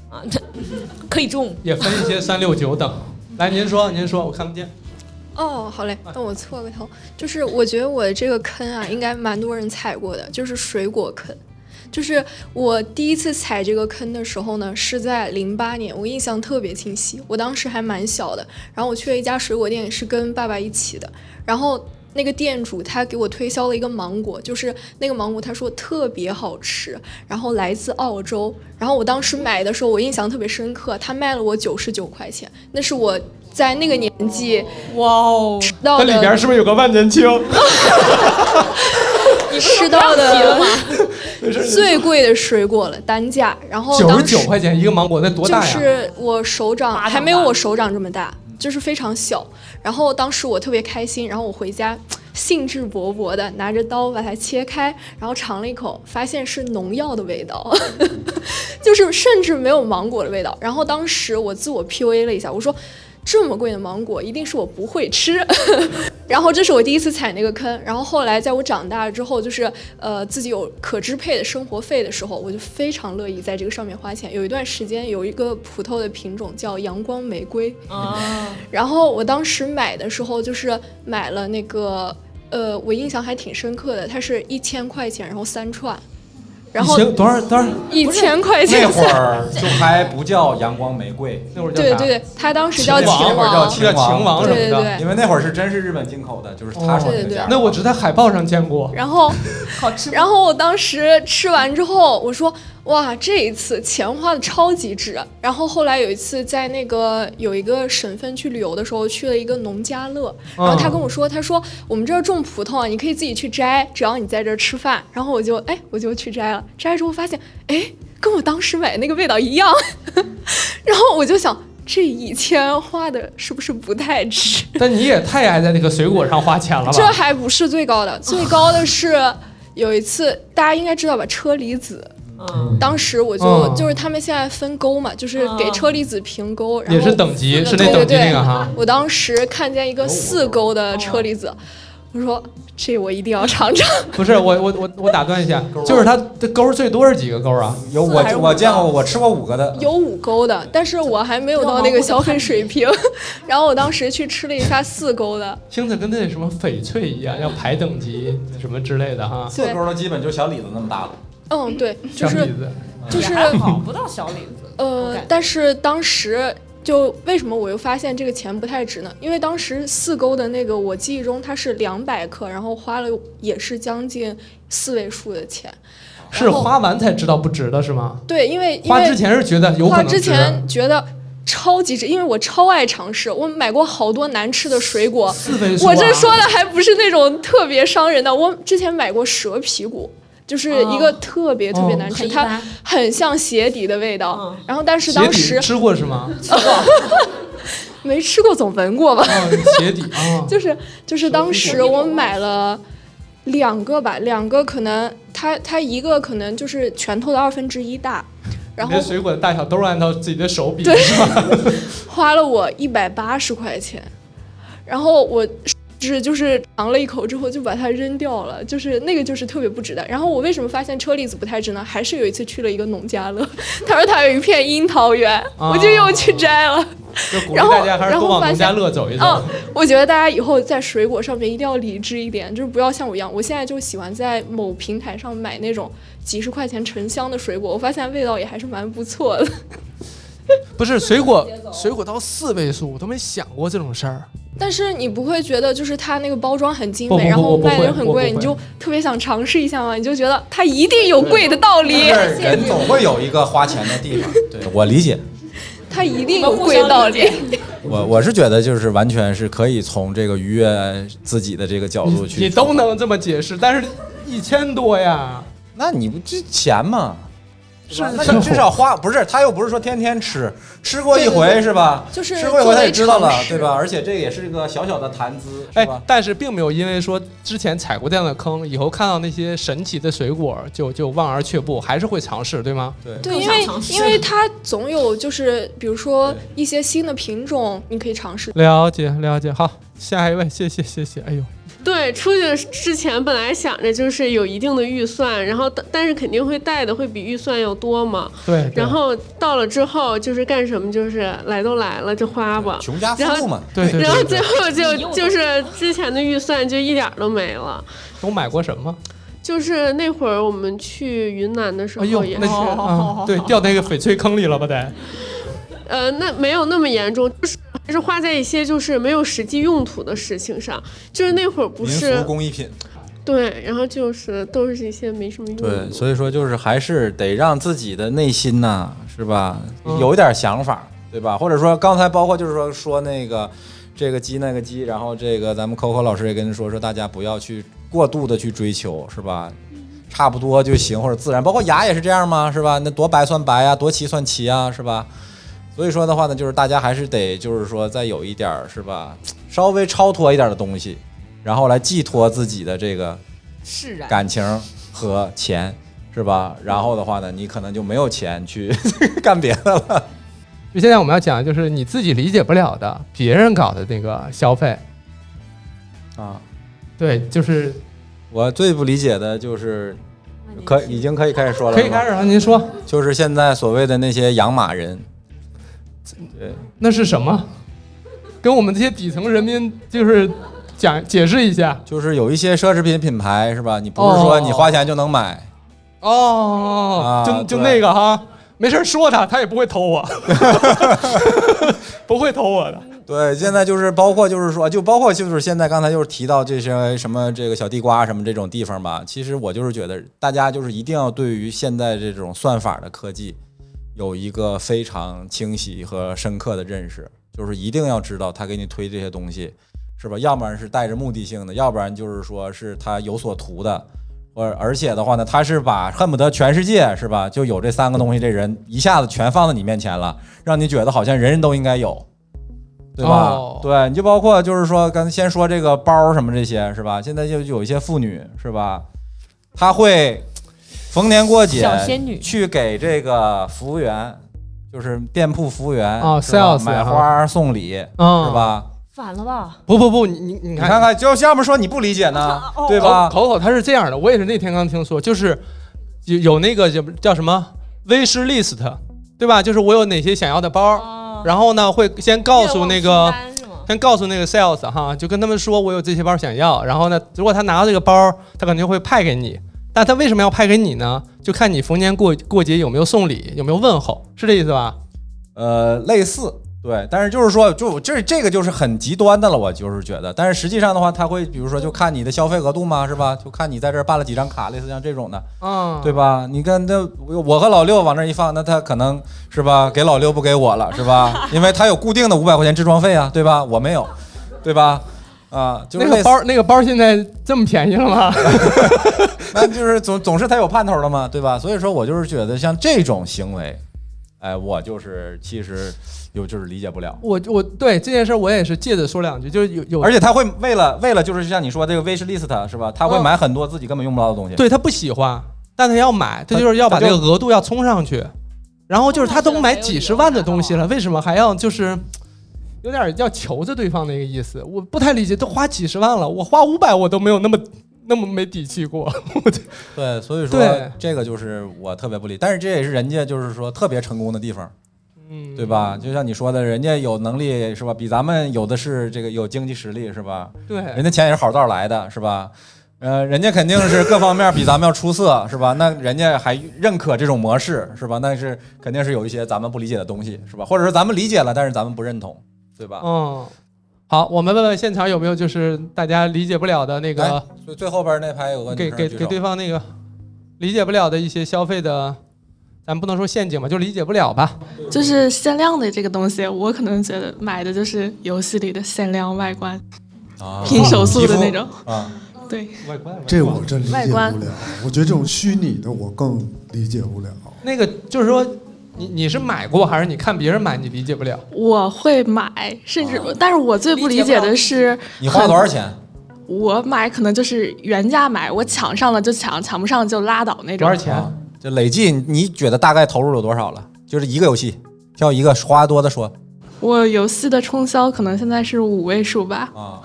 D: 啊， *laughs* 可以中。
A: 也分一些三六九等。来，您说，您说，我看不见。
N: 哦，好嘞，那我错个头。就是我觉得我这个坑啊，应该蛮多人踩过的，就是水果坑。就是我第一次踩这个坑的时候呢，是在零八年，我印象特别清晰。我当时还蛮小的，然后我去了一家水果店，是跟爸爸一起的。然后那个店主他给我推销了一个芒果，就是那个芒果他说特别好吃，然后来自澳洲。然后我当时买的时候，我印象特别深刻，他卖了我九十九块钱，那是我在那个年纪
D: 哇哦
N: 吃到的
A: 不是有个万年青？
N: 吃到
D: 你不
N: 的
D: 让提了吗
A: *laughs*
N: 最贵的水果了，单价。然后
A: 九
N: 当
A: 十
N: 时
A: 九块钱一个芒果，那多
N: 就
A: 大呀？
N: 是我手掌还没有我手掌这么大，就是非常小。然后当时我特别开心，然后我回家兴致勃勃的拿着刀把它切开，然后尝了一口，发现是农药的味道，就是甚至没有芒果的味道。然后当时我自我 PUA 了一下，我说。这么贵的芒果一定是我不会吃。 *laughs* 然后这是我第一次踩那个坑。然后后来在我长大了之后，就是呃自己有可支配的生活费的时候，我就非常乐意在这个上面花钱。有一段时间有一个葡萄的品种叫阳光玫瑰，
D: 啊，
N: 然后我当时买的时候就是买了那个呃我印象还挺深刻的，它是一千块钱，然后三串。然后
C: 一千
N: *laughs*
C: 多少多少
N: 一千块钱
C: 那会儿就还不叫阳光玫瑰，
A: *laughs* 那会儿
N: 对对对，他当时叫
C: 那会儿叫
N: 秦
C: 秦王
N: 对对对，
C: 因为那会儿是真是日本进口的，就是他说
N: 对对
C: 那个
N: 对
C: 价。
A: 那我只在海报上见过。
N: 然后 *laughs* 好吃。然后我当时吃完之后，我说哇，这一次钱花的超级值。然后后来有一次在那个有一个省份去旅游的时候，去了一个农家乐，然后
C: 嗯
N: 他跟我说，他说我们这儿种葡萄啊，你可以自己去摘，只要你在这儿吃饭。然后我就哎，我就去摘了，摘了之后发现哎，跟我当时买的那个味道一样， *laughs* 然后我就想。这一千花的是不是不太值？
A: 但你也太爱在那个水果上花钱了吧？
N: 这还不是最高
A: *laughs*
N: 的，最高的是有一次大家应该知道吧，车厘子。当时我就、
A: 嗯
N: 就是他们现在分沟嘛，就是给车厘子评沟，然后
A: 也是等级是那
N: 对对
A: 等级那个
N: 对
A: 哈
N: 我当时看见一个四沟的车厘子，我说这我一定要尝尝。 *laughs*
A: 不是我我我我打断一下，就是它这勾最多是几个勾啊？
C: 啊有
N: 我还是五个我见过
C: 我吃过五个的。
N: 有五沟的，但是我还没有到那个消费水平。 *laughs* 然后我当时去吃了一下四沟的，
A: 听着跟那什么翡翠一样，要排等级什么之类的哈。
N: 对四
C: 勾的基本就小李子那么大了。
N: 嗯，对，就
A: 小
N: 是
A: 李子
N: 就是
D: 也嗯还好，不到小李子。
N: 呃，但是当时就为什么我又发现这个钱不太值呢？因为当时四勾的那个，我记忆中它是两百克，然后花了也是将近四位数的钱。
A: 是花完才知道不值的是吗？
N: 对，因为因
A: 花
N: 为
A: 之前是觉得有可
N: 花
A: 能
N: 之
A: 值
N: 前觉得。超级值，因为我超爱尝试，我买过好多难吃的水果。
A: 位数啊
N: 我这说的还不是那种特别伤人的，我之前买过蛇皮骨，就是一个特别特别
A: 哦
N: 难吃，
D: 哦很一般嗯
N: 它很像鞋底的味道。然后，但是
A: 鞋
N: 当
A: 底
N: 时呃
A: 吃过是吗？
N: 没吃过总闻过吧？，
A: 鞋底啊
N: *laughs* 就是就是当时我买了两个吧，两个可能它它一个可能就是拳头的二分之一大，然
A: 你
N: 后
A: 这水果的大小都是按照自己的手比
N: 对
A: 是吧？
N: 花了我一百八十块钱，然后我是就是尝了一口之后就把它扔掉了，就是那个就是特别不值的。然后我为什么发现车厘子不太值呢？还是有一次去了一个农家乐， *laughs* 他说他有一片樱桃园，我就又去摘了。
A: 啊 *laughs* 就鼓励
N: 然后
A: 大家还是
N: 然后
A: 多往
N: 发
A: 农
N: 现
A: 家乐走一
N: 嗯
A: 走。，
N: 我觉得大家以后在水果上面一定要理智一点，就是不要像我一样，我现在就喜欢在某平台上买那种几十块钱成箱的水果，我发现味道也还是蛮不错的。
A: 不是水果，水果到四位数，我都没想过这种事儿。
N: 但是你不会觉得就是它那个包装很精
A: 不不
N: 美，
A: 不
N: 然
A: 我
N: 后
A: 不
N: 卖的
A: 会
N: 又很
A: 我不
N: 贵，
A: 会
N: 你就特别想尝试一下嘛，你就觉得它一定有贵的道理，
A: 嗯
C: 但是人总会有一个花钱的地方。对， *laughs* 我理解。
N: 它一定有贵的道理。
C: 我我是觉得就是完全是可以从这个愉悦自己的这个角度去。
A: 你都能这么解释，但是一千多呀，
C: 那你不这钱嘛？
A: 是
C: 那你至少花不是，他又不是说天天吃，吃过一
A: 对
C: 回
A: 对对
C: 是吧？
A: 就是
C: 吃过一回他也知道
A: 作
C: 了
A: 为尝，试
C: 对吧？而且这也是一个小小的谈资，是
A: 哎
C: 吧？，
A: 但是并没有因为说之前踩过这样的坑，以后看到那些神奇的水果就就望而却步，还是会尝试，对吗？
C: 对
N: 对，因为因为它总有就是比如说一些新的品种，你可以尝试。
A: 了解了解，好，下一位，谢谢谢谢，哎呦，
O: 对，出去之前本来想着就是有一定的预算，然后但但是肯定会带的会比预算要多嘛。
A: 对对
O: 然后到了之后就是干什么，就是来都来了就花吧。
C: 穷家
A: 富
O: 然后
A: 嘛对对对
O: 然后
A: 对
O: 最
A: 对
O: 后就就是之前的预算就一点儿都没了。
A: 都买过什么？
O: 就是那会儿我们去云南的时
A: 哎
O: 候
A: 呦，
O: 也哦
A: 那
O: 是，
A: 啊，对，掉那个翡翠坑里了吧得？
O: 呃，那没有那么严重，就是还是花在一些就是没有实际用途的事情上。就是那会儿不
C: 民
O: 是
C: 俗工艺品。
O: 对，然后就是都是一些没什么用途。
C: 对，所以说就是还是得让自己的内心呐、是吧，有一点想法，对吧？或者说刚才包括就是说说那个这个鸡那个鸡，然后这个咱们 Coco 老师也跟说说大家不要去过度的去追求，是吧？差不多就行，或者自然，包括牙也是这样嘛，是吧？那多白算白啊，多齐算齐啊，是吧？所以说的话呢，就是大家还是得就是说再有一点儿是吧，稍微超脱一点儿的东西，然后来寄托自己的这个
P: 释然
C: 感情和 *laughs* 钱，是吧？然后的话呢，你可能就没有钱去干别的了。
A: 就现在我们要讲的就是你自己理解不了的别人搞的那个消费，
C: 啊，
A: 对，就是
C: 我最不理解的就是，可已经可以开始说了，
A: 可以开始了。您说，
C: 就是现在所谓的那些养马人，对，
A: 那是什么？跟我们这些底层人民就是讲解释一下。
C: 就是有一些奢侈品品牌是吧？你不是说你花钱就能买，
A: 哦，
C: 啊
A: 就就
C: 对
A: 那个哈，没事儿说他，他也不会偷我， *laughs* 不会偷我的。
C: 对，现在就是包括就是说，就包括就是现在刚才就是提到这些什么这个小地瓜什么这种地方吧，其实我就是觉得大家就是一定要对于现在这种算法的科技有一个非常清晰和深刻的认识，就是一定要知道他给你推这些东西是吧？要不然是带着目的性的，要不然就是说是他有所图的。而而且的话呢，他是把恨不得全世界是吧，就有这三个东西，这人一下子全放在你面前了，让你觉得好像人人都应该有，对吧？
A: 哦
C: 对，你就包括就是说，刚才先说这个包什么这些是吧？现在就有一些妇女是吧，她会逢年过节
A: 小仙女
C: 去给这个服务员，就是店铺服务员
A: 哦
C: 是吧
A: sales
C: 买
A: 啊
C: 花送礼、
A: 嗯
C: 是吧？
D: 反了吧？
A: 不不不，你你你
C: 你
A: 看
C: 看看，就要么说你不理解呢，对吧？
A: 口口他是这样的，我也是那天刚听说，就是有有那个叫叫什么 wish list，对吧？就是我有哪些想要的包，然后呢会先告诉那个。先告诉那个 sales 哈，就跟他们说我有这些包想要，然后呢，如果他拿到这个包，他肯定会派给你。但他为什么要派给你呢？就看你逢年过过节有没有送礼，有没有问候，是这意思吧？
C: 呃，类似，对，但是就是说，就这这个就是很极端的了，我就是觉得。但是实际上的话，他会比如说就看你的消费额度嘛，是吧？就看你在这儿办了几张卡，类似像这种的，
A: 嗯，
C: 对吧？你看那我我和老六往那儿一放，那他可能是吧，给老六不给我了，
A: *laughs*
C: 是吧？因为他有固定的五百块钱置装费啊，对吧？我没有，对吧？啊，就是
A: 那
C: 类
A: 个
C: 似
A: 包，那个包现在这么便宜了
C: *laughs*
A: 吗？
C: 那就是总总是他有盼头了嘛，对吧？所以说我就是觉得像这种行为，哎，我就是其实有就是理解不了。
A: 我我对这件事我也是借着说两句，就是有有，
C: *laughs* 而且他会为了为了就是像你说这个 wish list 是吧？他会
A: 嗯
C: 买很多自己根本用不到的东西。
A: 对他不喜欢，但他要买，他就是要把
C: 他
A: 这
C: 就
A: 个额度要冲上去。然后就是他都买几十万的东西了，为什么还要就是有点要求着对方那个意思？我不太理解，都花几十万了，我花五百我都没有那么那么没底气过。 *laughs*
C: 对，所以说
A: 对
C: 这个就是我特别不理，但是这也是人家就是说特别成功的地方，
A: 嗯，
C: 对吧？就像你说的，人家有能力是吧？比咱们有的是这个有经济实力是吧？
A: 嗯对
C: 人家钱也是好道儿来的是吧？呃，人家肯定是各方面比咱们要出色，是吧？那人家还认可这种模式，是吧？那是肯定是有一些咱们不理解的东西，是吧？或者说咱们理解了，但是咱们不认同，对吧？
A: 嗯，好，我们问问现场有没有就是大家理解不了的那个
C: 哎，所以最后边那排有个
A: 给
C: 女生
A: 给
C: 举
A: 给
C: 手
A: 对方那个理解不了的一些消费的，咱不能说陷阱吧，就理解不了吧。
P: 就是限量的这个东西，我可能觉得买的就是游戏里的限量外观，
C: 啊
P: 拼手速的那种
C: 啊。
P: 对，
A: 外观
B: 这我真理解
P: 外
B: 不
P: 观
B: 了。我觉得这种虚拟的我更理解不了。
A: 那个就是说，你你是买过还是你看别人买你理解不了？
P: 我会买，甚至但是我最不理解的是，
C: 你花多少钱？
P: 我买可能就是原价买，我抢上了就抢，抢不上就拉倒那种。？
C: 啊就累计，你觉得大概投入有多少了？就是一个游戏，挑一个花多的说
P: 我游戏的冲销可能现在是五位数吧。
C: 啊，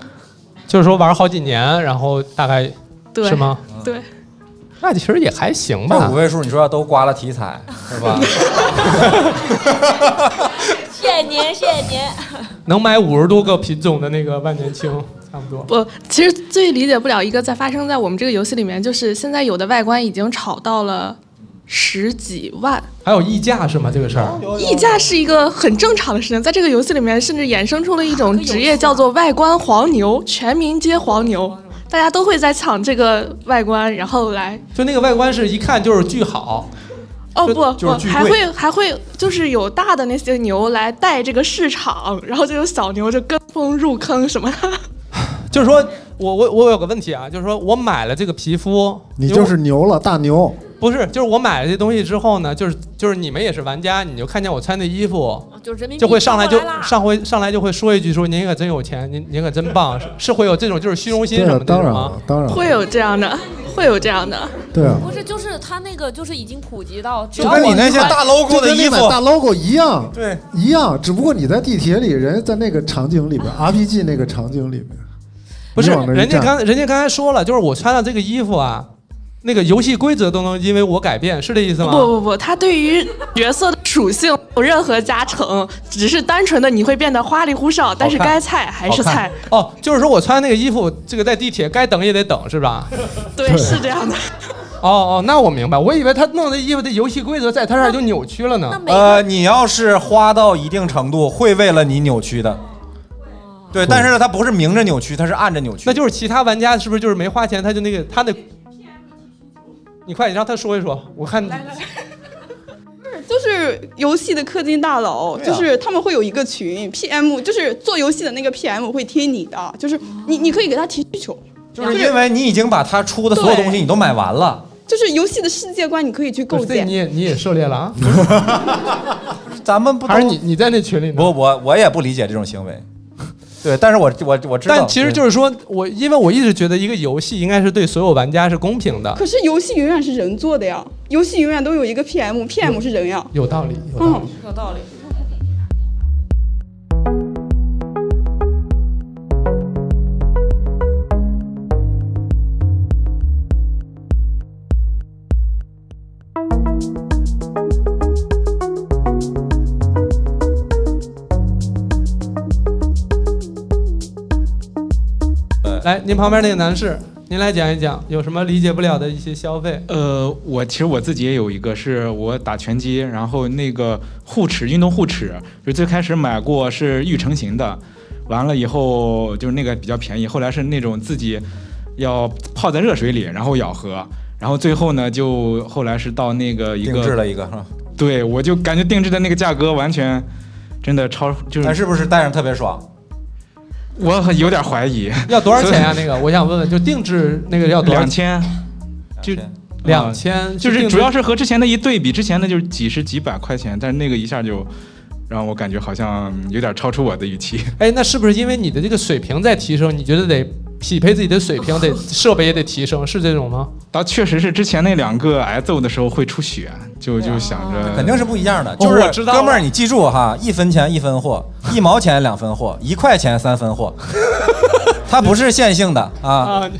A: 就是说玩好几年，然后大概
P: 对，
A: 是吗？
P: 对，
A: 那其实也还行
C: 这
A: 吧
C: 五。位数，你说要都刮了题材是
A: *laughs*
C: 吧？
D: 谢谢您，谢谢您。
A: 能买五十多个品种的那个万年青，差不多。
P: 不，其实最理解不了一个在发生在我们这个游戏里面，就是现在有的外观已经炒到了十几万，
A: 还有溢价是吗？这个事儿？
P: 溢价是一个很正常的事情，在这个游戏里面，甚至衍生出了一种职业叫做外观黄牛，全民皆黄牛，大家都会在抢这个外观，然后来
A: 就那个外观是一看就是巨好，
P: 哦不
A: 就
P: 不
A: 是，巨
P: 还
A: 贵
P: 会还会就是有大的那些牛来带这个市场，然后就有小牛就跟风入坑什么的。
A: 就是说我我我有个问题啊，就是说我买了这个皮肤，
B: 你就是牛了，大牛。
A: 不不是，就是我买了这东西之后呢，就是就是你们也是玩家，你就看见我穿的衣服，
D: 就是人民币
A: 就会上来就
D: 了
A: 上回上来就会说一句说您可真有钱，您您可真棒，是是会有这种就是虚荣心
B: 对
A: 什
B: 啊
A: 么的
B: 当然
A: 吗
B: 了？当然了
P: 会有这样的，会有这样的。
B: 对啊，
D: 不是，就是他那个就是已经普及到，只
B: 就
D: 要
B: 跟
D: 我
B: 你那些
D: 穿
B: 大
C: logo 的衣
B: 就跟
C: 服
B: 那买大 logo 一样，
C: 对，
B: 一样，只不过你在地铁里，人家在那个场景里边，RPG
C: *laughs*
B: 那个场景里面，
A: 不是
B: 你往那，儿一
A: 人家
B: 站
A: 刚人家刚才说了，就是我穿上这个衣服啊，那个游戏规则都能因为我改变，是这意思
P: 不
A: 吗？
P: 不不，它对于角色的属性没有任何加成，只是单纯的你会变得花里胡哨，但是
A: 好看
P: 该菜还是菜。
A: 哦，就是说我穿那个衣服，这个在地铁该等也得等，是吧？
P: 对，是这样的。
A: 哦哦，那我明白，我以为他弄的衣服的游戏规则在他这儿就扭曲
P: *laughs*
A: 了呢。
C: 呃，你要是花到一定程度，会为了你扭曲的。对，但是呢，它不是明着扭曲，它是暗着扭曲。
A: 那就是其他玩家是不是就是没花钱，他就那个他那， *laughs* 你快点让他说一说，我看
Q: 就是游戏的氪金大佬，
A: 对啊
Q: 就是他们会有一个群，PM 就是做游戏的那个 PM 会贴你的，就是
A: 哦
Q: 你你可以给他提需求，
C: 就是因为你已经把它出的所有东西你都买完了，
Q: 就是游戏的世界观你可以去构
A: 不是这
Q: 建
A: 你。也你也涉猎了啊？
C: 咱们不
A: 还是你你在那群里？
C: 我我我也不理解这种行为。对，但是我我我知道。
A: 但其实就是说我，因为我一直觉得一个游戏应该是对所有玩家是公平的
Q: 可，是游戏永远是人做的呀，游戏永远都有一个 PM，PM 是人呀。
A: 有道理。
Q: 嗯，
D: 有道理。
P: 嗯
A: 来，您旁边那个男士，您来讲一讲有什么理解不了的一些消费？
L: 呃，我其实我自己也有一个，是我打拳击，然后那个护齿运动护齿，就最开始买过是预成型的，完了以后就是那个比较便宜，后来是那种自己要泡在热水里，然后咬合，然后最后呢就后来是到那个一个
C: 定制了一个，是吧
L: 对我就感觉定制的那个价格完全真的超
A: 哎
L: 就是，
C: 但是不是戴上特别爽？
L: 我很有点怀疑，
A: *laughs*
L: 啊
A: 要多少钱呀、那个我想问问，就定制那个要多少？
L: 两千，就
A: 两千
L: 就是是
A: 定
L: 主
A: 制
L: 要是和之前的一对比，之前的就是几十几百块钱，但是那个一下就让我感觉好像有点超出我的预期。
A: 哎，那是不是因为你的这个水平在提升，你觉得得匹配自己的水
L: *laughs*
A: 平，得设备也得提升，是这种吗？
L: 倒确实是之前那两个挨揍的时候会出血，就就想
A: 啊
L: 着哦
C: 肯定是不一
A: 哦
C: 样的。就是、
L: 我知道了
C: 哥们儿，你记住哈，一分钱一分货，一毛钱两分货，一块钱三分货， *laughs* 它不是线性的啊。
A: 啊，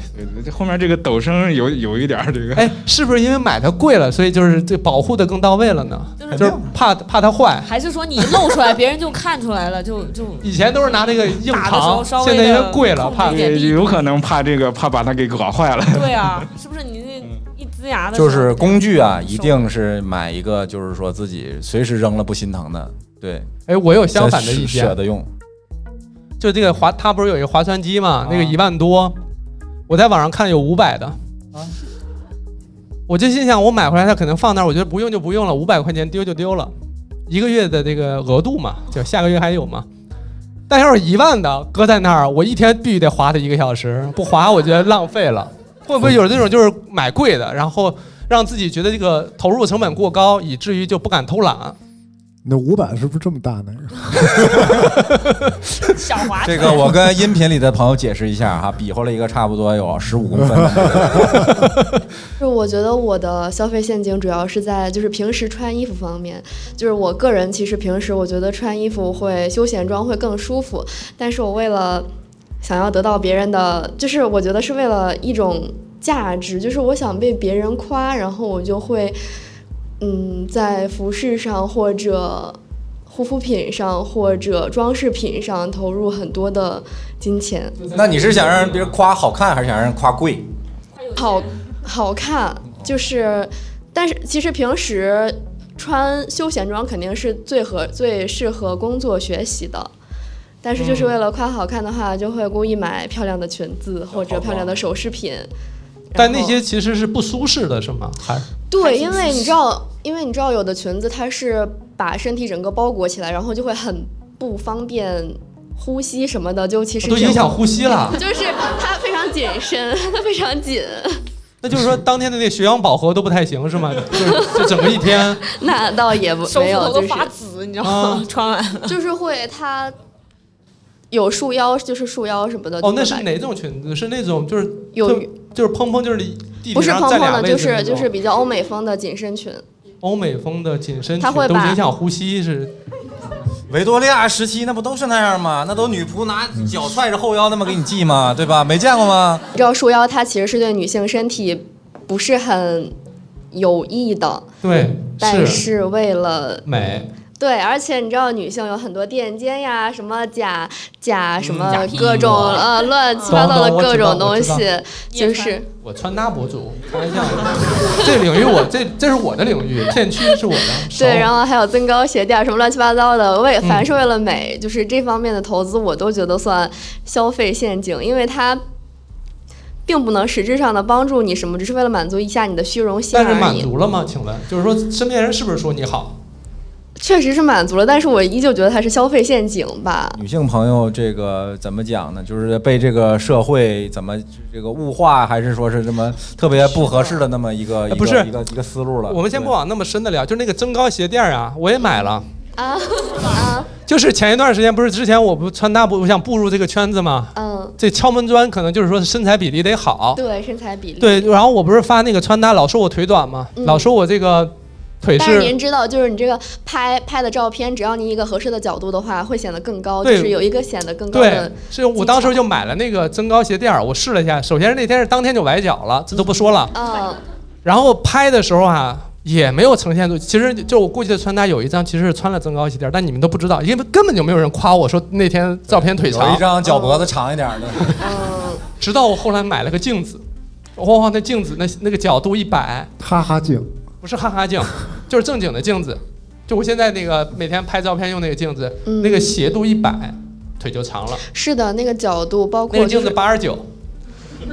L: 后面这个陡升有有一点儿这个。
A: 哎，是不是因为买它贵了，所以就是这保护的更到位了呢？就是怕怕它坏。
D: 还是说你露出来，别人就看出来了，就就
A: 以前都是拿那个硬
D: 打的时候
A: 糖，
D: 稍微
A: 现在因
D: 地
A: 为贵了，怕
L: 也有可能怕这个怕把它给搞坏了。
D: 对啊，是不是你那一呲牙的时
C: 就
D: 候
C: 是工具啊，一定是买一个，就是说自己随时扔了不心疼的。对，
A: 哎我有相反的意见
C: 舍得用。
A: 就这个划，它不是有一个划船机嘛？那个一万多，我在网上看有五百的，我就心想我买回来它可能放那儿，我觉得不用就不用了，五百块钱丢就丢了，一个月的这个额度嘛，就下个月还有嘛。但要是一万的搁在那儿，我一天必须得划它一个小时，不划我觉得浪费了。会不会有这种就是买贵的，然后让自己觉得这个投入成本过高，以至于就不敢偷懒？
B: 那五百是不是这么大那个？
D: 小滑
C: 这个我跟音频里的朋友解释一下哈，比划了一个差不多有十五公
A: *laughs*
C: 分的。
R: 就是我觉得我的消费陷阱主要是在就是平时穿衣服方面，就是我个人其实平时我觉得穿衣服会休闲装会更舒服，但是我为了想要得到别人的，就是我觉得是为了一种价值，就是我想被别人夸，然后我就会嗯在服饰上或者护肤品上或者装饰品上投入很多的金钱。
C: 那你是想让别人夸好看，还是想让人夸贵？
R: 好好看，就是，但是其实平时穿休闲装肯定是最合最适合工作学习的，但是就是为了夸好看的话，就会故意买漂亮的裙子或者漂亮的首饰品。
A: 嗯但那些其实是不舒适的，是吗？还
R: 对，因为你知道，因为你知道有的裙子它是把身体整个包裹起来，然后就会很不方便。呼吸什么
A: 哦
R: *laughs* 的，就其实
A: 都
R: 这种
A: 影响呼吸了
R: 就是它非常紧身，它非常紧。
A: 那就是说当天的那个血氧饱和都不太行是吗？就就整个一
R: *laughs*
A: 天，
R: 那倒也
D: *laughs*
R: 不
D: 手
R: 没
D: 指
R: 有，
D: 头都
R: 就是
D: 发紫，你知道吗？
R: 啊
D: *laughs* 穿完
R: 就是会它有束腰，就是束腰什么的。
A: 哦，
R: 就
A: 那
R: 会
A: 是
R: 把
A: 哪种裙子？是那种就是
R: 有
A: 特就是蓬蓬，就是地
R: 不是
A: 平上
R: 蓬
A: 站
R: 蓬
A: 俩
R: 的，
A: 位
R: 就
A: 置那
R: 是
A: 种
R: 就是比较欧美风的紧身裙。
A: 欧美风的紧身
R: 它
A: 裙，
R: 会
A: 都
R: 把
A: 影响呼吸是。
C: *laughs* 维多利亚时期那不都是那样吗？那都女仆拿
A: 嗯
C: 脚踹着后腰那么给你系吗？对吧？没见过吗？
R: 你知道束腰它其实是对女性身体不是很有益的，
A: 对，
R: 但是为了
A: 美，
R: 对，而且你知道女性有很多垫肩呀，什么假假什么
A: 嗯假屁
R: 各种
A: 股啊
R: 呃乱七八糟的
A: 懂懂
R: 各种东
A: 我知道我
R: 西
A: 知道，
R: 就是
A: 我穿搭博主，开玩笑，啊这领域我这这是我的领域，片区是我的。
R: 对，然后还有增高鞋垫儿什么乱七八糟的，为
A: 嗯
R: 凡是为了美，就是这方面的投资，我都觉得算消费陷阱，因为它。并不能实质上的帮助你什么，只是为了满足一下你的虚荣心而
A: 但
R: 已。
A: 是满足了吗？请问，就是说身边人是不是说你好？
R: 确实是满足了，但是我依旧觉得它是消费陷阱吧。
C: 女性朋友这个怎么讲呢？就是被这个社会怎么这个物化，还是说是这么特别不合适的那么一个一
A: 哎
C: 个
A: 不是
C: 一个一个思路了？
A: 我们先不往那么深的聊，就是那个增高鞋垫儿啊，我也买了。
R: 啊啊，
A: 就是前一段时间，不是之前我不穿搭不，我想步入这个圈子嘛，
R: 嗯，
A: 这敲门砖可能就是说身材比例得好。
R: 嗯对，身材比例。
A: 对，然后我不是发那个穿搭，老说我腿短嘛，
R: 嗯
A: 老说我这个腿
R: 但是
A: 是
R: 您知道，就是你这个拍拍的照片，只要你一个合适的角度的话，会显得更高，就
A: 对
R: 是有一个显得更高
A: 对
R: 的。，
A: 是我当时就买了那个增高鞋垫儿，我试了一下，首先是那天是当天就崴脚了，这都不说了。
R: 嗯，
A: 然后拍的时候啊，也没有呈现出，其实就我估计的穿搭有一张其实是穿了增高鞋垫儿，但你们都不知道，因为根本就没有人夸我说那天照片腿长。
C: 有一张脚脖子长一点的，
A: 直到我后来买了个镜子，哇、那镜子那那个角度一摆，
B: 哈哈镜，
A: 不是哈哈镜， *laughs* 就是正经的镜子，就我现在那个每天拍照片用那个镜子，
R: 嗯
A: 那个斜度一摆，腿就长了。
R: 是的，那个角度包
A: 那
R: 括
A: 个
R: 就
A: 镜子
R: 是
A: 八十九，
D: *laughs*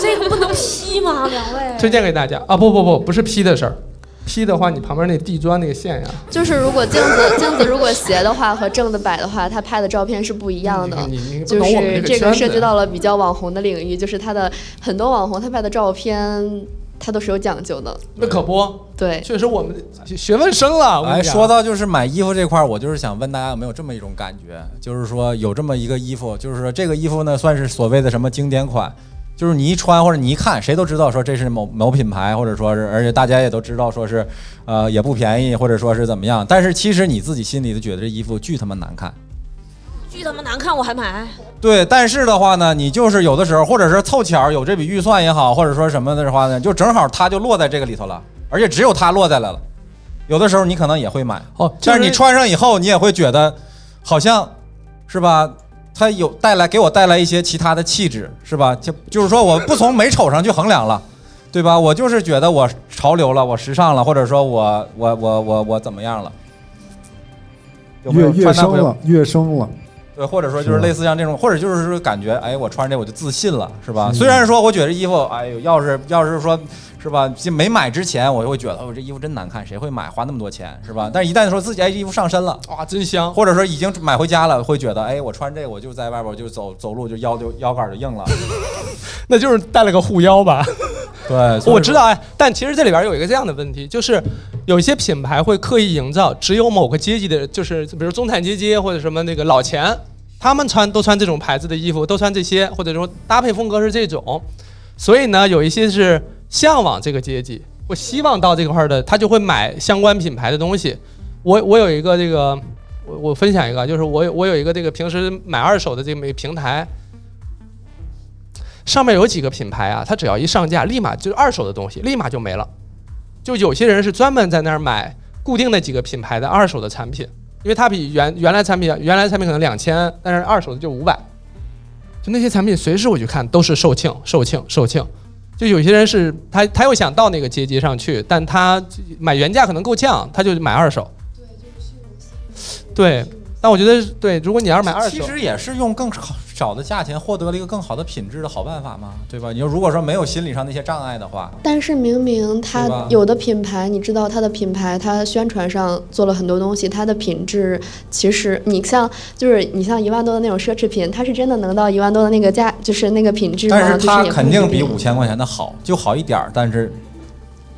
D: 这个不能 P 吗？两位，
A: 推荐给大家啊！不不不，不是 P 的事儿，P 的话你旁边那地砖那个线呀、
R: 就是如果镜子镜子如果斜的话和正的摆的话，它拍的照片是不一样的。
A: 你你不
R: 就
A: 懂我们
R: 是
A: 这
R: 这
A: 个圈
R: 个
A: 子
R: 涉及到了比较网红的领域，就是他的很多网红他拍的照片，他都是有讲究的。
A: 那可不，
R: 对，
A: 确实我们学问深了。我跟
C: 哎，
A: 你讲
C: 说到就是买衣服这块儿，我就是想问大家有没有这么一种感觉，就是说有这么一个衣服，就是说这个衣服呢算是所谓的什么经典款，就是你一穿或者你一看，谁都知道说这是某某品牌，或者说是而且大家也都知道说是，呃也不便宜，或者说是怎么样，但是其实你自己心里就觉得这衣服巨他妈难看。
D: 巨他妈难看，我还买。
C: 对，但是的话呢，你就是有的时候，或者是凑巧有这笔预算也好，或者说什么的话呢，就正好它就落在这个里头了，而且只有它落在了了。有的时候你可能也会买，
A: 哦，
C: 但是你穿上以后，你也会觉得好像是吧？它有带来给我带来一些其他的气质，是吧？就就是说，我不从美丑上去衡量了，对吧？我就是觉得我潮流了，我时尚了，或者说我我我我我怎么样了？有没
B: 越
C: 有
B: 越
C: 穿搭
B: 生
C: 不有
B: 了，越生了。
C: 对，或者说就是
B: 是吧
C: 类似像这种，或者就是说感觉，哎，我穿这我就自信了，是吧？
B: 嗯
C: 虽然说我觉得衣服，哎呦，要是要是说是吧，就没买之前我就会觉得，哦，这衣服真难看，谁会买，花那么多钱，是吧？但一旦说自己哎衣服上身了，
A: 哇，真香，
C: 或者说已经买回家了，会觉得，哎，我穿这我就在外边我就走走路就腰就腰杆就硬
A: *laughs*
C: 了，
A: 那就是带了个护腰吧。
C: 对
A: 我知道哎，但其实这里边有一个这样的问题，就是有一些品牌会刻意营造只有某个阶级的，就是比如中产阶级或者什么那个老钱，他们穿都穿这种牌子的衣服，都穿这些，或者说搭配风格是这种，所以呢，有一些是向往这个阶级，我希望到这块儿的，他就会买相关品牌的东西。我我有一个这个，我我分享一个，啊就是我有我有一个这个平时买二手的这么一个平台，上面有几个品牌啊，它只要一上架，立马就是二手的东西，立马就没了。就有些人是专门在那儿买固定的几个品牌的二手的产品，因为它比原原来产品原来产品可能两千，但是二手的就五百。就那些产品，随时我去看都是售罄、售罄、售罄。就有些人是他他又想到那个阶级上去，但他买原价可能够呛，他就买二手。对，但我觉得对，如果你要是买二手，
C: 其实也是用更少的价钱获得了一个更好的品质的好办法吗？对吧？你说如果说没有心理上那些障碍的话，
R: 但是明明
C: 对
R: 它
C: 吧
R: 有的品牌，你知道它的品牌，它宣传上做了很多东西，它的品质其实你像就是你像一万多的那种奢侈品，它是真的能到一万多的那个价，就是那个品质吗？
C: 但是它
R: 啊就是也不
C: 肯
R: 一
C: 定比五千块钱的好，就好一点儿。但是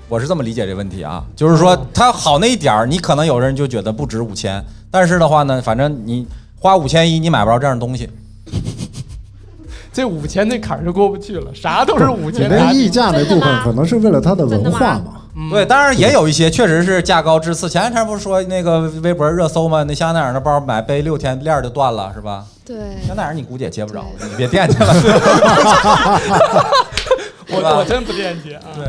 C: 我是这么理解这问题啊，就是说
R: 哦
C: 它好那一点儿，你可能有人就觉得不值五千，但是的话呢，反正你花五千一，你买不着这样的东西。
F: 这五千那坎儿就过不去了，啥都是五
B: 你
F: 千。
B: 那溢价那部分可能是为了它的文化嘛，
F: 嗯
C: 对，当然也有一些确实是价高质次。前两天不是说那个微博热搜吗？那香奈儿那包买背六天链儿就断了，是吧？
R: 对，
C: 香奈儿你估计也接不着，你别惦记了。对吧
F: *laughs* 我我真不惦记啊。
C: 对。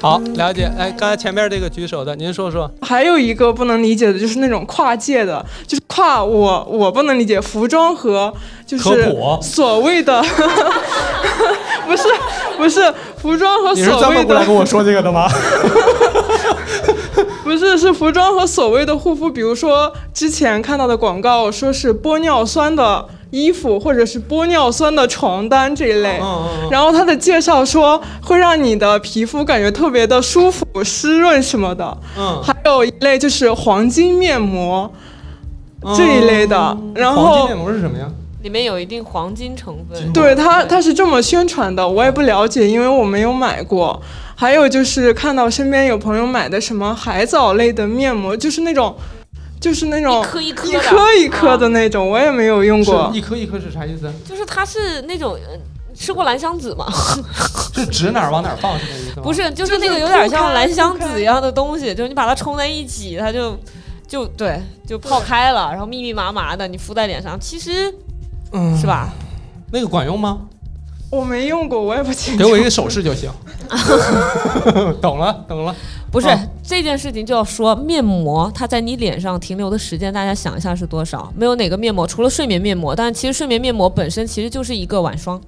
A: 好，了解。哎，刚才前面这个举手的，您说说。
S: 还有一个不能理解的就是那种跨界的，就是跨我我不能理解服装和就
A: 科
S: 是
A: 普
S: 所谓的， *laughs* 不是不是服装和
F: 你是
S: 所
F: 专
S: 谓
F: 门过来跟
S: 的
F: 我说这个的吗？
S: 不是是服装和所谓的护肤，比如说之前看到的广告说是玻尿酸的。衣服或者是玻尿酸的床单这一类，
A: 哦
S: 然后它的介绍说会让你的皮肤感觉特别的舒服、湿润什么的。
F: 嗯
S: 还有一类就是黄金面膜这一类的，然
A: 哦黄金
S: 后
A: 面膜是什么呀？
D: 里面有一定黄金成分。
S: 对它它是这么宣传的，我也不了解，因为我没有买过。还有就是看到身边有朋友买的什么海藻类的面膜，就是那种。就是那种
D: 一颗一颗的
S: 一颗一颗的那种，我也没有用过
A: 是。一颗一颗是啥意思？
D: 就是它是那种呃吃过兰香
A: *laughs*
D: 籽吗？
A: 是指
S: 嗯
A: 哪儿往哪儿放是这意思吗？
D: 不是，就是那个有点像兰香籽一样的东西，就是你把它冲在一起，它就就对就泡开了，然后密密麻麻的，你敷在脸上，其实
A: 嗯，
D: 是吧？
A: 那个管用吗？
S: 我没用过，我也不清楚。
A: 给我一个手势就行。 *laughs*
S: *laughs*
A: 懂了，懂了。啊
D: 不是、这件事情就要说面膜，它在你脸上停留的时间，大家想一下是多少？没有哪个面膜，除了睡眠面膜，但其实睡眠面膜本身其实就是一个晚霜。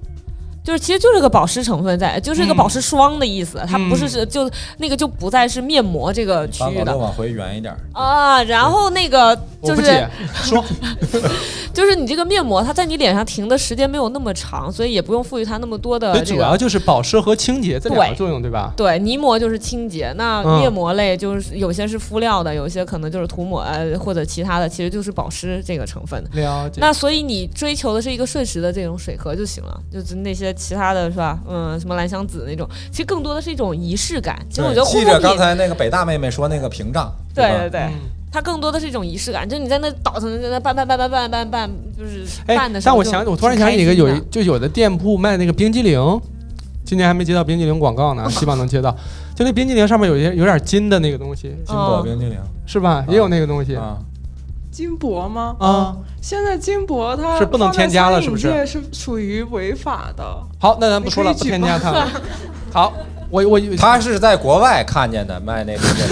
D: 就是其实就是个保湿成分在，就是一个保湿霜的意思，它不是是就那个就不再是面膜这个区
C: 把
D: 域
C: 脑袋
D: 的
C: 往回圆一点儿。
D: 啊。然后那个
C: 我
D: 就
C: 不
D: 是 *laughs*
C: 解，说 *laughs*
D: 就是你这个面膜，它在你脸上停的时间没有那么长，所以也不用赋予它那么多的
A: 所以
D: 这
A: 主
D: 个
A: 要就是保湿和清洁这两个
D: 对
A: 作用，对吧？
D: 对，泥膜就是清洁，那
A: 嗯
D: 面膜类就是有些是敷料的，有些可能就是涂抹呃或者其他的，其实就是保湿这个成分
Q: 嗯
D: 的。
A: 了解。
D: 那所以你追求的是一个瞬时的这种水合就行了，就是那些其他的是吧？嗯，什么兰香籽那种，其实更多的是一种仪式感。其实我
A: 哎
D: 觉得护肤
C: 记
D: 品
C: 着刚才那个北大妹妹说那个屏障，
D: 对
C: 吧
D: 对对，
A: 嗯
T: 嗯
D: 它更多的是一种仪式感，就是你在那倒腾，在那拌拌拌拌拌拌拌，就是
A: 哎
D: 拌的，时
A: 但
D: 候
A: 我
D: 就
A: 想，我突然
D: 挺
A: 想
D: 开
A: 起一个，
D: 心
A: 有
D: 的
A: 一就有的店铺卖那个冰激凌，今年还没接到冰激凌广告
D: *laughs*
A: 呢，希望能接到。就那冰激凌上面有一些有点筋的那个东西，
C: 金箔冰激凌。啊
A: 是吧？也有那个东西，
S: 金箔吗？
A: 啊，
S: 现在金箔它
A: 是不能添加了是
S: 是
A: 不是
S: 是属于违法的。
A: 好，那咱不说了，不添加
S: *laughs*
A: 它
T: *laughs*
A: 了。好，我我
C: 他是在国外看见的卖那个冰
T: *laughs*
C: 激凌，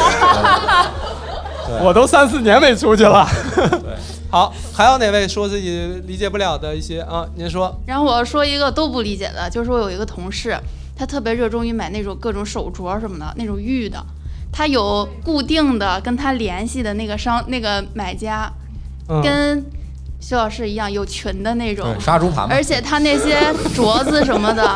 A: 我都三四年没出去了。 *laughs* 好，还有哪位说自己理解不了的一些啊？您说，
T: 然后我要说一个都不理解的，就是我有一个同事，他特别热衷于买那种各种手镯什么的，那种玉的，他有固定的跟他联系的那个商那个买家，
C: 嗯
T: 跟徐老师一样有群的那种
C: 对，嗯杀猪盘嘛
T: 而且他那些镯子什么的。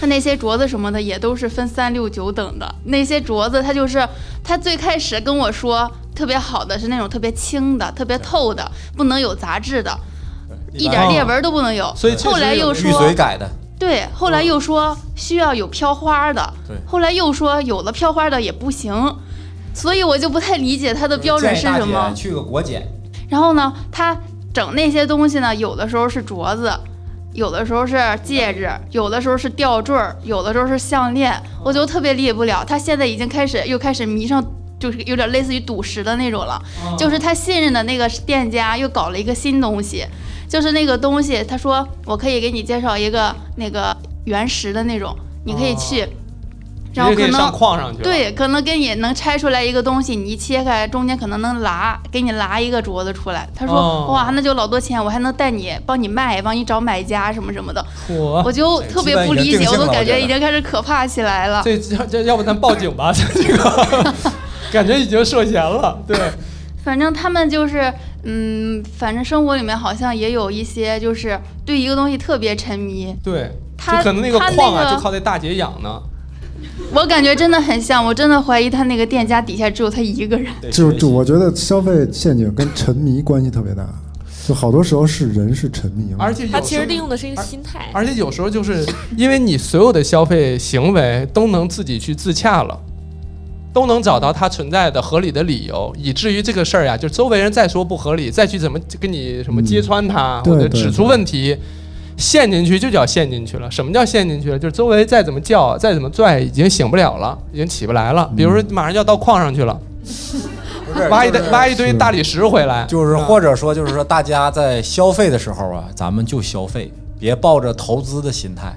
T: 他那些镯子什么的也都是分三六九等的，那些镯子他就是他最开始跟我说特别好的是那种特别轻的、特别透的，不能有杂质的，一点裂纹都不能有。
C: 所以确实
T: 哦后来又
C: 玉髓
T: 说，
C: 改的，
T: 对，后来又说需要有飘花的
C: 嗯对，
T: 后来又说有了飘花的也不行，所以我就不太理解它的标准是
C: 建议
T: 什
C: 大
T: 么
C: 姐。去个国检，
T: 然后呢，他整那些东西呢，有的时候是镯子，有的时候是戒指，有的时候是吊坠儿，有的时候是项链，我就特别理解不了。他现在已经开始又开始迷上。就是有点类似于赌石的那种了，就是他信任的那个店家又搞了一个新东西，就是那个东西，他说我可以给你介绍一个那个原石的那种，你可以去，然后
A: 你也
T: 可
A: 可以
T: 能
A: 上框上去了
T: 对，可能给你能拆出来一个东西，你一切开中间可能能拉，给你拉一个镯子出来。他说、
A: 哦
T: 哇，那就老多钱，我还能带你帮你卖，帮你找买家什么什么的。
A: 我
T: 我就特别不理解，我都感觉已经开始可怕起来了。
A: 这这这，要不咱报警吧？ *laughs* 这个
T: *laughs*
A: 感觉已经涉嫌了，对。
T: 反正他们就是，嗯，反正生活里面好像也有一些就是对一个东西特别沉迷。
A: 对，就
T: 他
A: 可能那个
T: 他
A: 矿
T: 那
A: 啊，
T: 个
A: 就靠那大姐养呢。
T: 我感觉真的很像，我真的怀疑他那个店家底下只有他一个人。
B: 就就我觉得消费陷阱跟沉迷关系特别大，就好多时候是人是沉迷了，
A: 而且有
D: 他其
A: 时
D: 实
A: 候
D: 利用的是一个心态，
A: 而且有时候就是因为你所有的消费行为都能自己去自洽了，都能找到它存在的合理的理由，以至于这个事儿呀，就周围人再说不合理，再去怎么跟你什么揭穿它，
B: 嗯对
A: 或者
B: 对
A: 指出问题。陷进去就叫陷进去了。什么叫陷进去了？就是周围再怎么叫，再怎么拽，已经醒不了了，已经起不来了。比
B: 嗯
A: 如说，马上就要到矿上去了，挖一堆挖一堆大理石回来，
C: 就是或者说就是说大家在消费的时候啊，咱们就消费，别抱着投资的心态。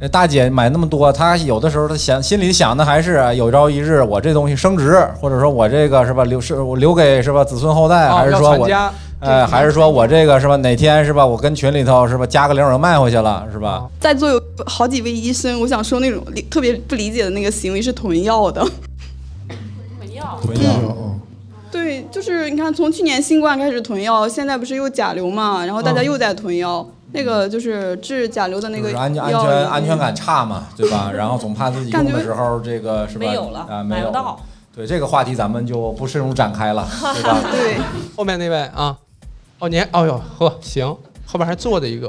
C: 那大姐买那么多，她有的时候她想心里想的还是啊有朝一日我这东西升值，或者说我这个是吧留是我留给是吧子孙后代，
A: 哦
C: 还是
A: 要
C: 说
A: 传
C: 我
A: 家
C: 呃还是说我这个是吧哪天是吧我跟群里头是吧加个零我卖回去了是吧？
Q: 在座有好几位医生，我想说那种理特别不理解的那个行为是囤药的。
A: 哦
C: 囤药
A: 嗯
Q: 对，就是你看，从去年新冠开始囤药，现在不是又甲流嘛，然后大家
C: 嗯
Q: 又在囤药，那个就是治甲流的那
C: 就
Q: 个
C: 是
Q: 药，
C: 安全安全安全感差嘛，对吧？然后总怕自己
Q: 感
C: 用
Q: 觉
C: 的时候这个是吧
Q: 没有了
C: 啊
Q: 买
C: 没
Q: 不
C: 有
Q: 到
C: 了对这个话题咱们就不深入
A: *laughs*
C: 展开了，对吧？
Q: 对，
A: 后面那位啊，哦，您，哦呦呵，行，后边还坐着一个，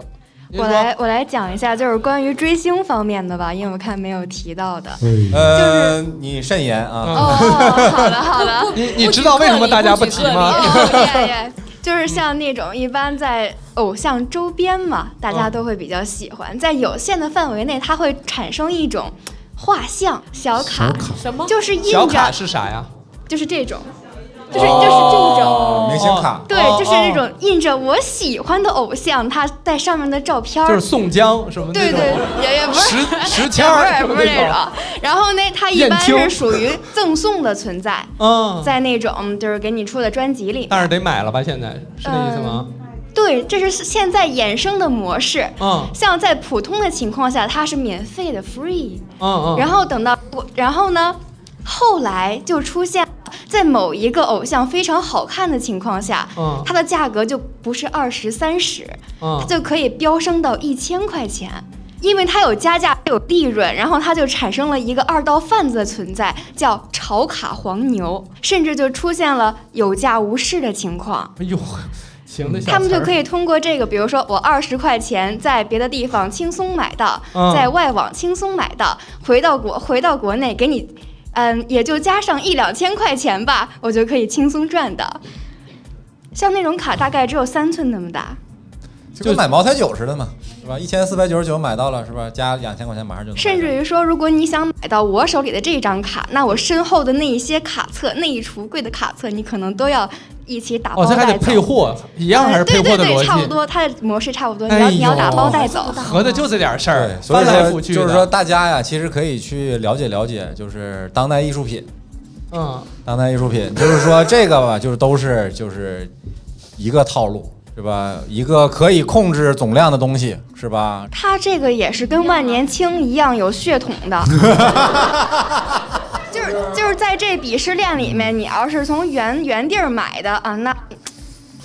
A: 您
U: 我
A: 说
U: 来，我来讲一下，就是关于追星方面的吧，因为我看没有提到的。
C: 呃，你慎言
A: *laughs*
C: 啊。
U: 哦好了好了，
A: 哦你你知道为什么大家不提吗？
U: 对对就是像那种一般在偶像周边嘛，大家都会比较喜欢，在有限的范围内，它会产生一种画像小卡，什么？就是印
A: 小卡
U: 着，
A: 是啥呀？哦
U: 就是这种，
A: 就是
U: 就是这
A: 种
C: 明星卡
U: 对，
A: 哦
U: 就是那种印着我喜欢的偶像他在上面的照片儿，
A: 哦就是宋江什么那
U: 对
A: 种
U: 对，也也不是 *laughs*
A: 石石签儿
U: 也
A: 什
U: 不
A: 么
U: 是也不是
A: 那
U: 那
A: 种
U: 种。然后呢，它一
A: 燕
U: 般
A: 青
U: 是属于赠送的存在，
A: 嗯啊
U: 在那种就是给你出的专辑里。
A: 但是得买了吧？现在是
U: 嗯
A: 那意思吗？
U: 对，这是现在衍生的模式。
A: 嗯
U: 像在普通的情况下，它是免费的 free，
A: 嗯嗯。
U: 然后等到我，然后呢，后来就出现了在某一个偶像非常好看的情况下，
A: 嗯
U: 它的价格就不是二十三十，
A: 嗯
U: 它就可以飙升到一千块钱。因为它有加价，它有利润，然后它就产生了一个二道贩子的存在，叫炒卡黄牛，甚至就出现了有价无市的情况。
A: 哎呦，行的小词儿，
U: 他们就可以通过这个，比如说我二十块钱在别的地方轻松买到，
A: 嗯
U: 在外网轻松买到，回到国回到国内给你，嗯，也就加上一两千块钱吧，我就可以轻松赚到。像那种卡大概只有三寸那么大，
C: 就跟买茅台酒似的嘛，是吧？一千四百九十九买到了，是吧？加两千块钱马
A: 嗯
C: 上就能。
U: 甚至于说，如果你想买到我手里的这张卡，那我身后的那一些卡册，那一橱柜的卡册，你可能都要一起打包
A: 哦，这还
U: 带
A: 得
U: 走。
A: 配货，一样还是配货的
U: 对对
A: 逻
U: 对，差不
A: 辑。
U: 多，它的模式差不多，你
A: 哎
U: 要、
A: 呦
U: 你要打包带走。
A: 合的就这点事儿，
C: 所以
A: 翻来覆
C: 说，
A: 去
C: 就是
A: 的
C: 说，大家呀，其实可以去了解了解，就是当代艺术品，
A: 嗯，
C: 当代艺术品，就是说这个吧，就是都是就是一个套路，是吧？一个可以控制总量的东西，是吧？
U: 它这个也是跟万年青一样有血统的，就是就是在这鄙视链里面，你要是从原原地儿买的啊，那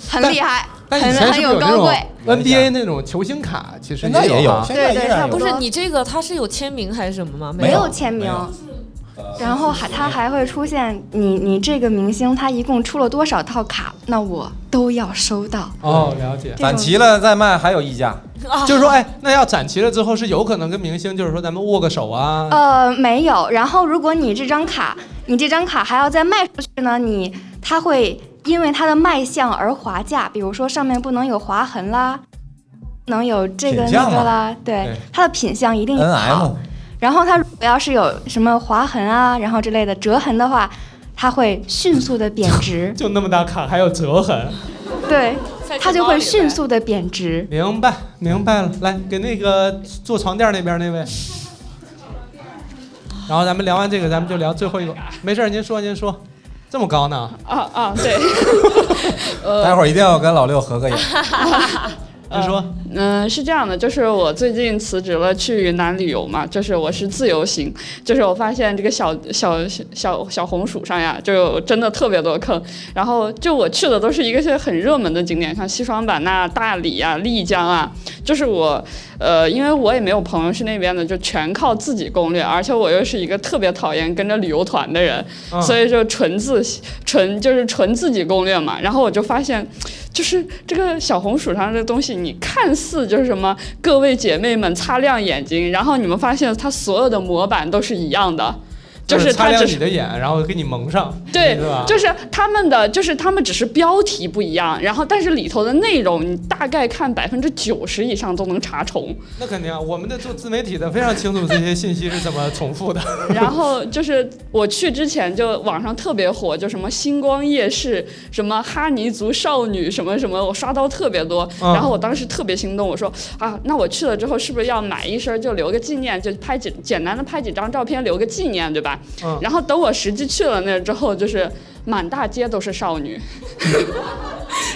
U: 很厉害，
A: 但
U: 很
A: 以前
U: 很
A: 是不是
U: 有
A: 有那
U: 高
A: 种
U: 贵。
A: NBA 那种球星卡？其实也啊
U: 对对，差
D: 不
U: 不
D: 是
U: 多。
D: 你这个它是有签名还是什么吗？
U: 没有签名，
A: 呃
U: 然后还它还会出现你你这个明星他一共出了多少套卡，那我都要收到。
A: 哦，了解。
C: 攒齐了再卖，还有溢价。
V: 哦
A: 就是说，哎，那要攒齐了之后，是有可能跟明星，就是说咱们握个手
V: 哦
A: 啊，，
U: 呃，没有。然后，如果你这张卡，你这张卡还要再卖出去呢，你它会因为它的卖相而划价，比如说上面不能有划痕啦，不能有这个那
C: 品相
U: 个
C: 嘛
U: 啦，对，
C: 对
U: 它的品相一定
C: N
U: 好。
F: 啊
C: M
U: 然后它如果要是有什么划痕啊，然后之类的折痕的话，它会迅速的贬值
A: 就那么大卡，还有折痕。
U: 对，它就会迅速的贬值。
A: 明白，明白了。来，给那个坐床垫那边那位，然后咱们聊完这个，咱们就聊最后一个。没事儿，您说您说，这么高呢？
V: 啊啊，
R: *laughs*
V: 对，
D: 呃
V: 呃
C: 待会儿一定要跟老六合个影。
A: 您说，
V: *laughs* 嗯、是这样的，就是我最近辞职了，去云南旅游嘛，就是我是自由行，就是我发现这个小小小小红薯上呀，就有真的特别多坑，然后就我去的都是一个些很热门的景点，像西双版纳、大理啊、丽江啊，就是我，呃，因为我也没有朋友是那边的，就全靠自己攻略，而且我又是一个特别讨厌跟着旅游团的人，
L: 嗯
V: 所以就纯自纯就是纯自己攻略嘛，然后我就发现。就是这个小红薯上这东西，你看似就是什么，各位姐妹们擦亮眼睛，然后你们发现它所有的模板都是一样的， *laughs* 就
A: 就是
V: 是
A: 擦
V: 它
A: 亮
V: 只
A: 你
V: 是
A: 的眼，然后给你蒙上，
V: 对
A: 是吧？，
V: 就是他们的，就是他们只是标题不一样，然后但是里头的内容，你大概看百分之九十以上都能查重。
A: 那肯定啊，我们的做自媒体的非常清楚这些信息是怎么重复的。
L: *laughs*
V: 然后就是我去之前就网上特别火，就什么星光夜市，什么哈尼族少女，什么什么，我刷到特别多。
L: 嗯
V: 然后我当时特别心动，我说啊，那我去了之后是不是要买一身就留个纪念，就拍几简单的拍几张照片留个纪念，对吧？
L: 嗯
V: 然后等我实际去了那儿之后，就是满大街都是少女。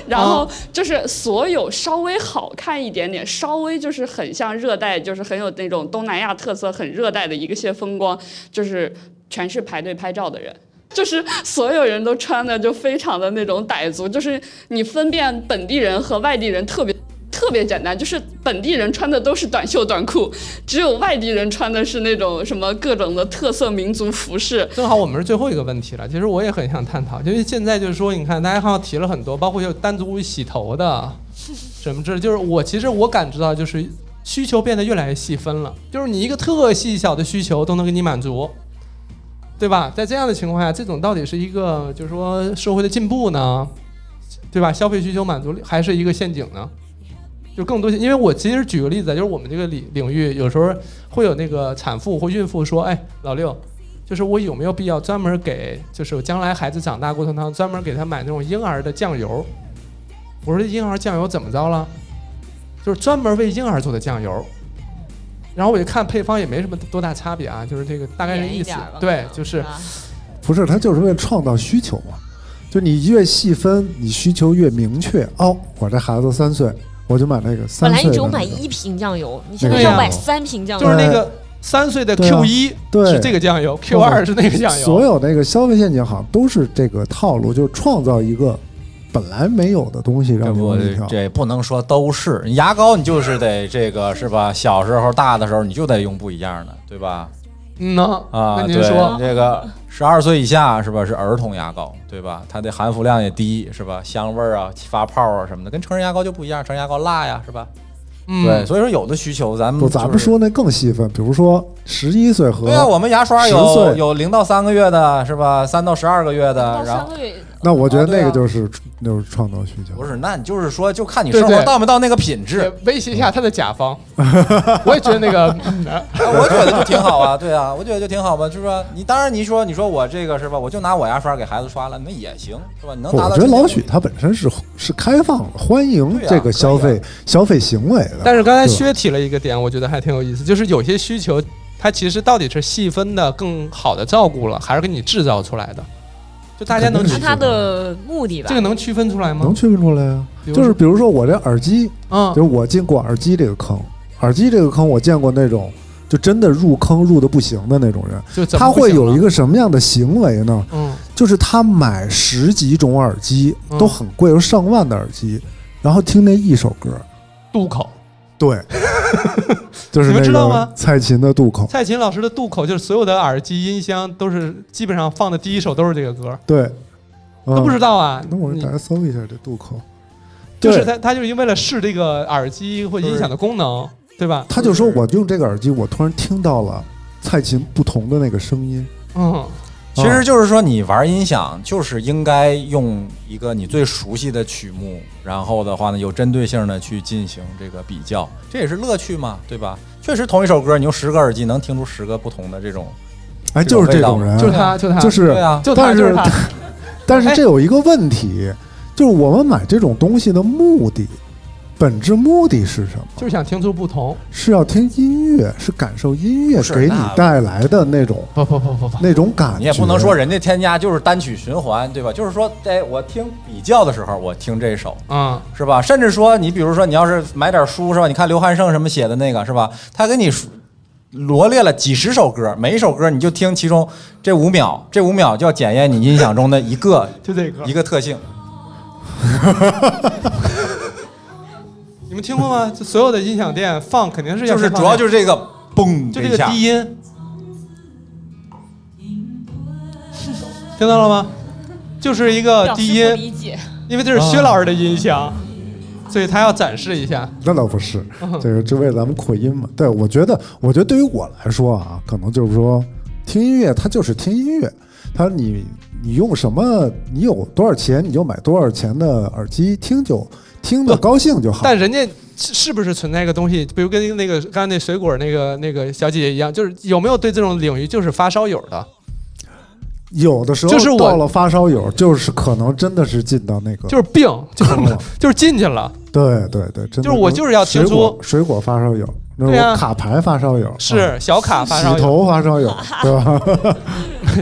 V: 然后就是所有稍微好看一点点，稍微就是很像热带，就是很有那种东南亚特色、很热带的一个些风光，就是全是排队拍照的人。就是所有人都穿的就非常的那种傣族，就是你分辨本地人和外地人特别特别简单，就是本地人穿的都是短袖短裤，只有外地人穿的是那种什么各种的特色民族服饰。
A: 正好我们是最后一个问题了，其实我也很想探讨，因为现在就是说，你看大家好像提了很多，包括有单独洗头的，什么之类，就是我其实我感知到就是需求变得越来越细分了，就是你一个特细小的需求都能给你满足，对吧？在这样的情况下，这种到底是一个就是说社会的进步呢，对吧？消费需求满足还是一个陷阱呢？就更多，因为我其实举个例子啊，就是我们这个领领域有时候会有那个产妇或孕妇说，哎，老六，就是我有没有必要专门给，就是将来孩子长大过程当中专门给他买那种婴儿的酱油？我说这婴儿酱油怎么着了？就是专门为婴儿做的酱油。然后我一看配方也没什么多大差别啊，就是这个大概这
L: 便宜
A: 意思
L: 点儿吧。
A: 对，就是
B: 不是，他就是为了创造需求嘛。就你越细分，你需求越明确。哦，我这孩子三岁，我就买那个
D: 本
B: 三
D: 来
B: 岁的那个。
D: 你只有买一瓶酱油，你现在
B: 对呀
D: 要买三瓶酱油，
A: 就是那个三岁的
B: 对啊
A: Q 一
B: 对
A: 是这个酱油，Q 二是那个酱
B: 所
A: 油。
B: 有那个消费陷阱好像都是这个套路，就是创造一个本来没有的东西让你
C: 我
B: 往里跳。
C: 这不能说都是，牙膏你就是得这个是吧？小时候大的时候你就得用不一样的，对吧？
A: 嗯呐，
C: 啊，
A: 那
C: 对，
A: 您说
C: 这个十二岁以下是吧？是儿童牙膏，对吧？它的含氟量也低，是吧？香味儿啊、发泡啊什么的，跟成人牙膏就不一样，成人牙膏辣呀，是吧？
A: 嗯
C: 对，所以说有的需求咱们
B: 不，咱们说那更细分，比如说十一岁和
C: 对啊，我们牙刷
B: 10
C: 有
B: 岁
C: 有零到三个月的是吧？三到十二个月的，然后
B: 那我觉
A: 哦
B: 得
C: 啊对啊
B: 那个就是、就是创造需求。
C: 不是，那你就是说就看你
A: 对
C: 生活
A: 对
C: 到没到那个品质。
A: 也威胁一下他的甲方， *laughs* 我也觉得
B: *laughs*
A: 那个，嗯啊
C: 我觉得就挺好啊，对啊，我觉得就挺好嘛，就是说你当然你说你说我这个是吧，我就拿我牙刷给孩子刷了，那也行是吧？你能
B: 不
C: 达
B: 我
C: 到
B: 觉
C: 这
B: 得
C: 个
B: 老许他本身是是开放的，欢迎这个消费、消费行为的。
A: 但是刚才
B: 对吧
A: 薛提了一个点，我觉得还挺有意思，就是有些需求，它其实到底是细分的更好的照顾了，还是给你制造出来的？就大家能
D: 看他的目的吧。
A: 这个能区分出来吗？
B: 能区分出来啊，
A: 比如
B: 就是比如说我这耳机，
A: 嗯
B: 就是我进过耳机这个坑，耳机这个坑我见过那种就真的入坑入的不行的那种人，
A: 就怎么
B: 他
A: 不
B: 会
A: 行
B: 有一个什么样的行为呢？
A: 嗯，
B: 就是他买十几种耳机
A: 嗯
B: 都很贵，有上万的耳机，然后听那一首歌，
A: 渡口， *laughs*
B: 对，就是那
A: 你们知道吗
B: 个蔡琴的《渡口》，
A: 蔡琴老师的渡口就是所有的耳机音箱都是基本上放的第一首都是这个歌，
B: 对，
A: 都
B: 嗯
A: 不知道啊。
B: 那我给大家搜一下这渡口，
A: 就是
B: 对
A: 他他就是因为了试这个耳机或音响的功能，对吧？
B: 他就说我用这个耳机，我突然听到了蔡琴不同的那个声音，啊
A: 嗯，
C: 其实就是说，你玩音响就是应该用一个你最熟悉的曲目，然后的话呢，有针对性的去进行这个比较，这也是乐趣嘛，对吧？确实，同一首歌，你用十个耳机能听出十个不同的这种，
B: 哎，就是
C: 这
B: 这种
C: 种味道
B: 人，
C: 就是他就他
B: 就是
C: 对啊就他
B: 但
C: 就是
B: 是
C: 他
A: 哎
B: 但是这有一个问题，就是我们买这种东西的目的本质目的是什么？
A: 就是想听出不同。
B: 是要听音乐，是感受音乐
C: 不是
B: 给你
C: 那
B: 带来的那种
A: 不不不不不
B: 那种感觉。
C: 你也不能说人家添加就是单曲循环，对吧？就是说，在我听比较的时候，我听这首，
A: 嗯，
C: 是吧？甚至说，你比如说，你要是买点书，是吧？你看刘汉胜什么写的那个，是吧？他给你数罗列了几十首歌，每一首歌你就听其中这五秒，这五秒就要检验你音响中的一个
L: 就这个
C: 一个特性。
A: 你们听过吗？就所有的音响店放肯定是要
C: 就是
A: 先放
C: 主要就是这个嘣，
A: 就这个
C: 一下
A: 低音，听到了吗？就是一个低
D: 老师不理
A: 音，
D: 解，
A: 因为这是薛老师的音箱，
C: 啊
A: 所以他要展示一下。
B: 那倒不是
A: 嗯，
B: 这个是为咱们扩音嘛。对，我觉得，我觉得对于我来说啊，可能就是说，听音乐它就是听音乐，它你你用什么，你有多少钱你就买多少钱的耳机听就听的高兴就好。
A: 但人家是是不是存在一个东西，比如跟那个刚才那水果那个那个小姐姐一样，就是有没有对这种领域就是发烧友的？
C: 嗯
B: 有的时候
A: 就是我
B: 到了发烧友，就是可能真的是进到那个，
A: 就是病，
C: *laughs*
A: 就是就是进去了。
B: 对对对，真的
A: 就是我就是要听
B: 水果
A: 出
B: 水果发烧友，那
A: 对啊
B: 我卡牌发烧友
A: 是
B: 啊
A: 小卡发烧友
B: 洗头发烧友，对吧？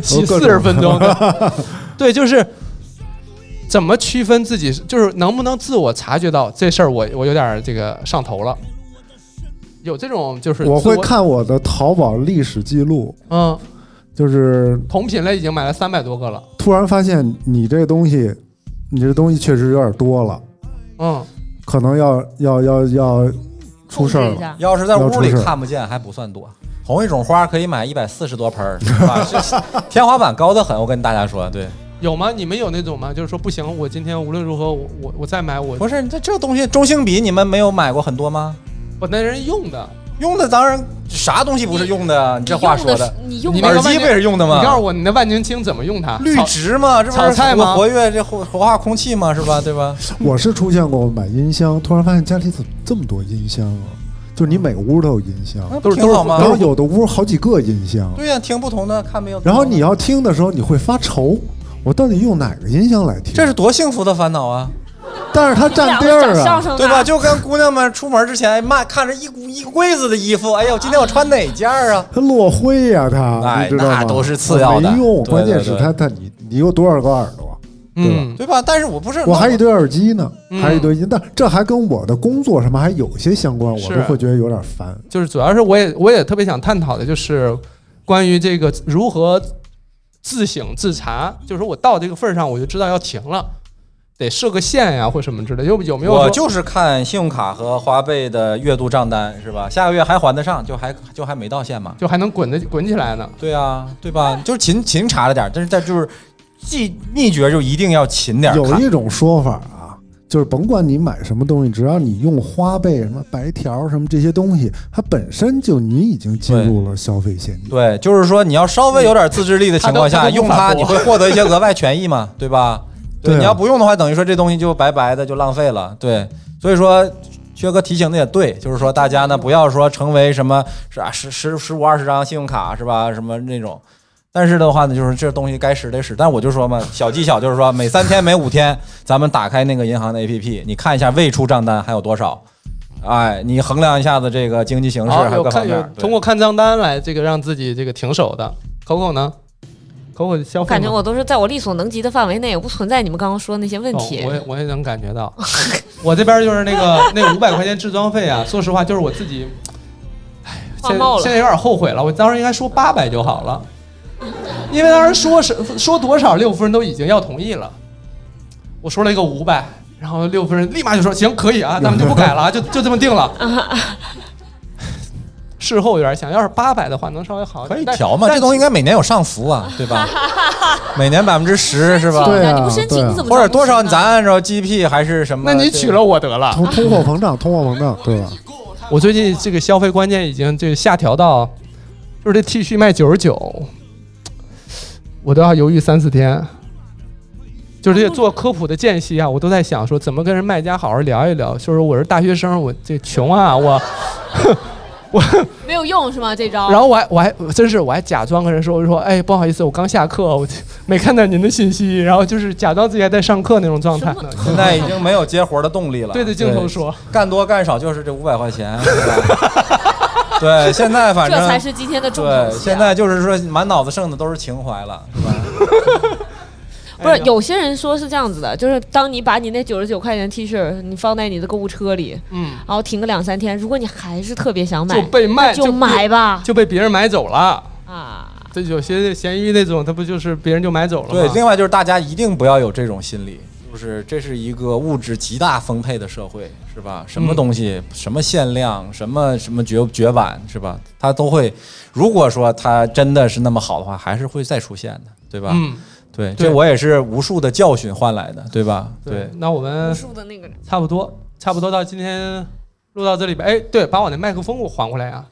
A: 洗
B: 各
A: 四
B: 种
A: 十分钟
C: *laughs*
A: 的，对，就是怎么区分自己，就是能不能自我察觉到这事儿，我我有点儿这个上头了。有这种 *laughs* 就是
B: 我
A: 自
B: 会看我的淘宝历史记录，
A: 嗯，
B: 就是
A: 同品类已经买了三百多个了，
B: 突然发现你这东西，你这东西确实有点多了，
A: 嗯，
B: 可能要要要要出事儿了。
C: 要是在屋里
B: 要出事儿
C: 看不见还不算多，同一种花可以买一百四十多盆儿，是吧？这天花板高得很，我跟大家说，对。
A: 有吗？你们有那种吗？就是说不行，我今天无论如何，我我我再买我
C: 不是，这这东西中性笔你们没有买过很多吗？
A: 我那人用的，
C: 用的当然啥东西不是用的啊？你这话说的，
A: 你用的
C: 耳机不也是用的吗？
A: 你告诉我你那万年青怎么用它？
C: 绿
A: 炒
C: 植嘛，这不
A: 炒
C: 是
A: 菜吗？
C: 活跃这活活化空气嘛，是吧？
A: *laughs*
C: 对吧？
B: 我是出现过买音箱，突然发现家里怎么这么多音箱啊？就是你每个屋都有音箱，
C: 那不挺好吗
B: 然后有的屋好几个音箱，
C: 对呀、听不同的，看没有。
B: 然后你要听的时候你会发愁，我到底用哪个音箱来听？
C: 这是多幸福的烦恼啊！
B: 但是它占地儿啊，
C: 对吧？就跟姑娘们出门之前，哎妈看着一股一柜子的衣服，哎呦，今天我穿哪件儿啊？
B: 它落灰呀、它
C: 哎
B: 你知道吗？
C: 那都是次要的
B: 没用，
C: 对
B: 关键
C: 对
B: 是
C: 对
B: 它它你你有多少个耳朵？啊
A: 嗯，
C: 对吧？但是我不是，
B: 我还一堆耳机呢，
A: 嗯
B: 还一堆音，但这还跟我的工作什么还有些相关，我
A: 是
B: 都会觉得有点烦。
A: 就是主要是我也我也特别想探讨的就是关于这个如何自省自查，就是我到这个份儿上我就知道要停了，得设个线呀、或什么之类的，有有没有说？
C: 我就是看信用卡和花呗的月度账单，是吧？下个月还还得上，就还就还没到线嘛。
A: 就还能滚的滚起来呢。
C: 对啊，对吧？就是勤勤查着点儿，但是但就是记秘诀就一定要勤点儿
B: 有
C: 看。
B: 一种说法啊，就是甭管你买什么东西，只要你用花呗、什么白条、什么这些东西，它本身就你已经进入了消费陷阱。
C: 对，就是说你要稍微有点自制力的情况
B: 他
C: 下，
B: 都他都
C: 用
B: 不反
C: 它
B: 驳
C: 你会获得一些额外权益嘛，对吧？
B: 对啊
C: 你要不用的话，等于说这东西就白白的就浪费了。对，所以说薛哥提醒的也对，就是说大家呢不要说成为什么是啊十十十五二十张信用卡是吧？什么那种。但是的话呢，就是这东西该使得使，但我就说嘛，小技巧就是说，每三天、每五天，咱们打开那个银行的 APP，你看一下未出账单还有多少，哎，你衡量一下子这个经济形势
A: 好
C: 还
A: 有
C: 各方
A: 看
C: 面
A: 有
C: 儿。对
A: 通过看账单来这个让自己这个停手的。Coco 呢？Coco 消
D: 我
A: 费
D: 感觉
A: 吗
D: 我都是在我力所能及的范围内，我不存在你们刚刚说的那些问
A: 哦
D: 题。
A: 我也我也能感觉到， *laughs* 我这边就是那个那五百块钱置装费啊，说实话就是我自己，哎，
D: 花
A: 现
D: 冒了
A: 现在有点后悔了，我当时应该说八百就好了，因为当时说是说多少，六夫人都已经要同意了，我说了一个五百，然后六夫人立马就说行可以啊，咱们就不改了啊，就就这么定
D: *laughs*
A: 了。事后有点想，要是八百的话能稍微好一点，可以
C: 调嘛，这东西
A: *laughs*
C: 应该每年有上浮啊，
B: *laughs*
C: 对吧？每年百分之十是吧？
B: 对啊你不申请对啊你怎么知道
C: 或者多少？咱按照 GDP 还是什么？
A: 那你娶了我得了。
B: 通通货膨胀，通货膨胀，对吧？
A: 我最近这个消费观念已经这个下调到，就是这 T 恤卖九十九，我都要犹豫三四天。就是这些做科普的间隙啊，我都在想说怎么跟人卖家好好聊一聊，就是我是大学生，我这穷啊，我
D: 没有用是吗？这招。
A: 然后我还我还真是我还假装跟人说，我就说哎不好意思，我刚下课，我没看到您的信息，然后就是假装自己还在上课那种状态呢。
C: *laughs* 现在已经没有接活儿的动力了。
A: 对着镜头说，
C: 干多干少就是这五百块
A: *laughs*
C: 钱。对吧对，现在反正
D: 这才是今天的重头
C: 对，
D: 戏啊
C: 现在就是说满脑子剩的都是情怀了，是吧？
D: 不是，有些人说是这样子的，就是当你把你那九十九块钱 T 恤你放在你的购物车里，
A: 嗯，
D: 然后停个两三天，如果你还是特别想买，
A: 就被卖
D: 那就
A: 就被
D: 买吧。
A: 就被别人买走了
D: 啊。
A: 这有些闲鱼那种，他不就是别人就买走了吗？
C: 对，另外就是大家一定不要有这种心理，就是这是一个物质极大丰沛的社会，是吧？什么东西，什么限量，什么什么绝绝版，是吧？它都会，如果说它真的是那么好的话，还是会再出现的，对吧？
A: 嗯，
C: 对，
A: 对
C: 这我也是无数的教训换来的，对吧？对
A: 对，，那我们差不多，差不多到今天录到这里吧。哎，对，把我那麦克风给我还过来
C: *laughs*
A: 啊！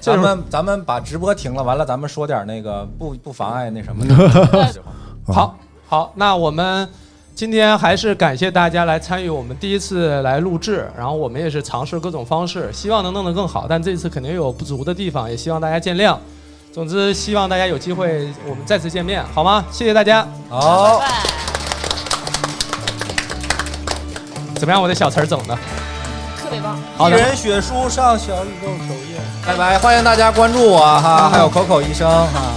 A: 这
C: 咱
A: 会儿
C: 们咱们把直播停了，完了咱们说点那个不不妨碍那
A: *laughs*
C: 什么
A: 对
C: 的。
A: 好，好，那我们今天还是感谢大家来参与我们第一次来录制，然后我们也是尝试各种方式，希望能弄得更好，但这次肯定有不足的地方，也希望大家见谅。总之，希望大家有机会我们再次见面，好吗？谢谢大家。
C: 好，
A: 怎么样？我的小词儿整的。
D: 特别棒。
C: 一人血书上小宇宙首页，拜拜！欢迎大家关注我哈，还有 Coco 医生哈。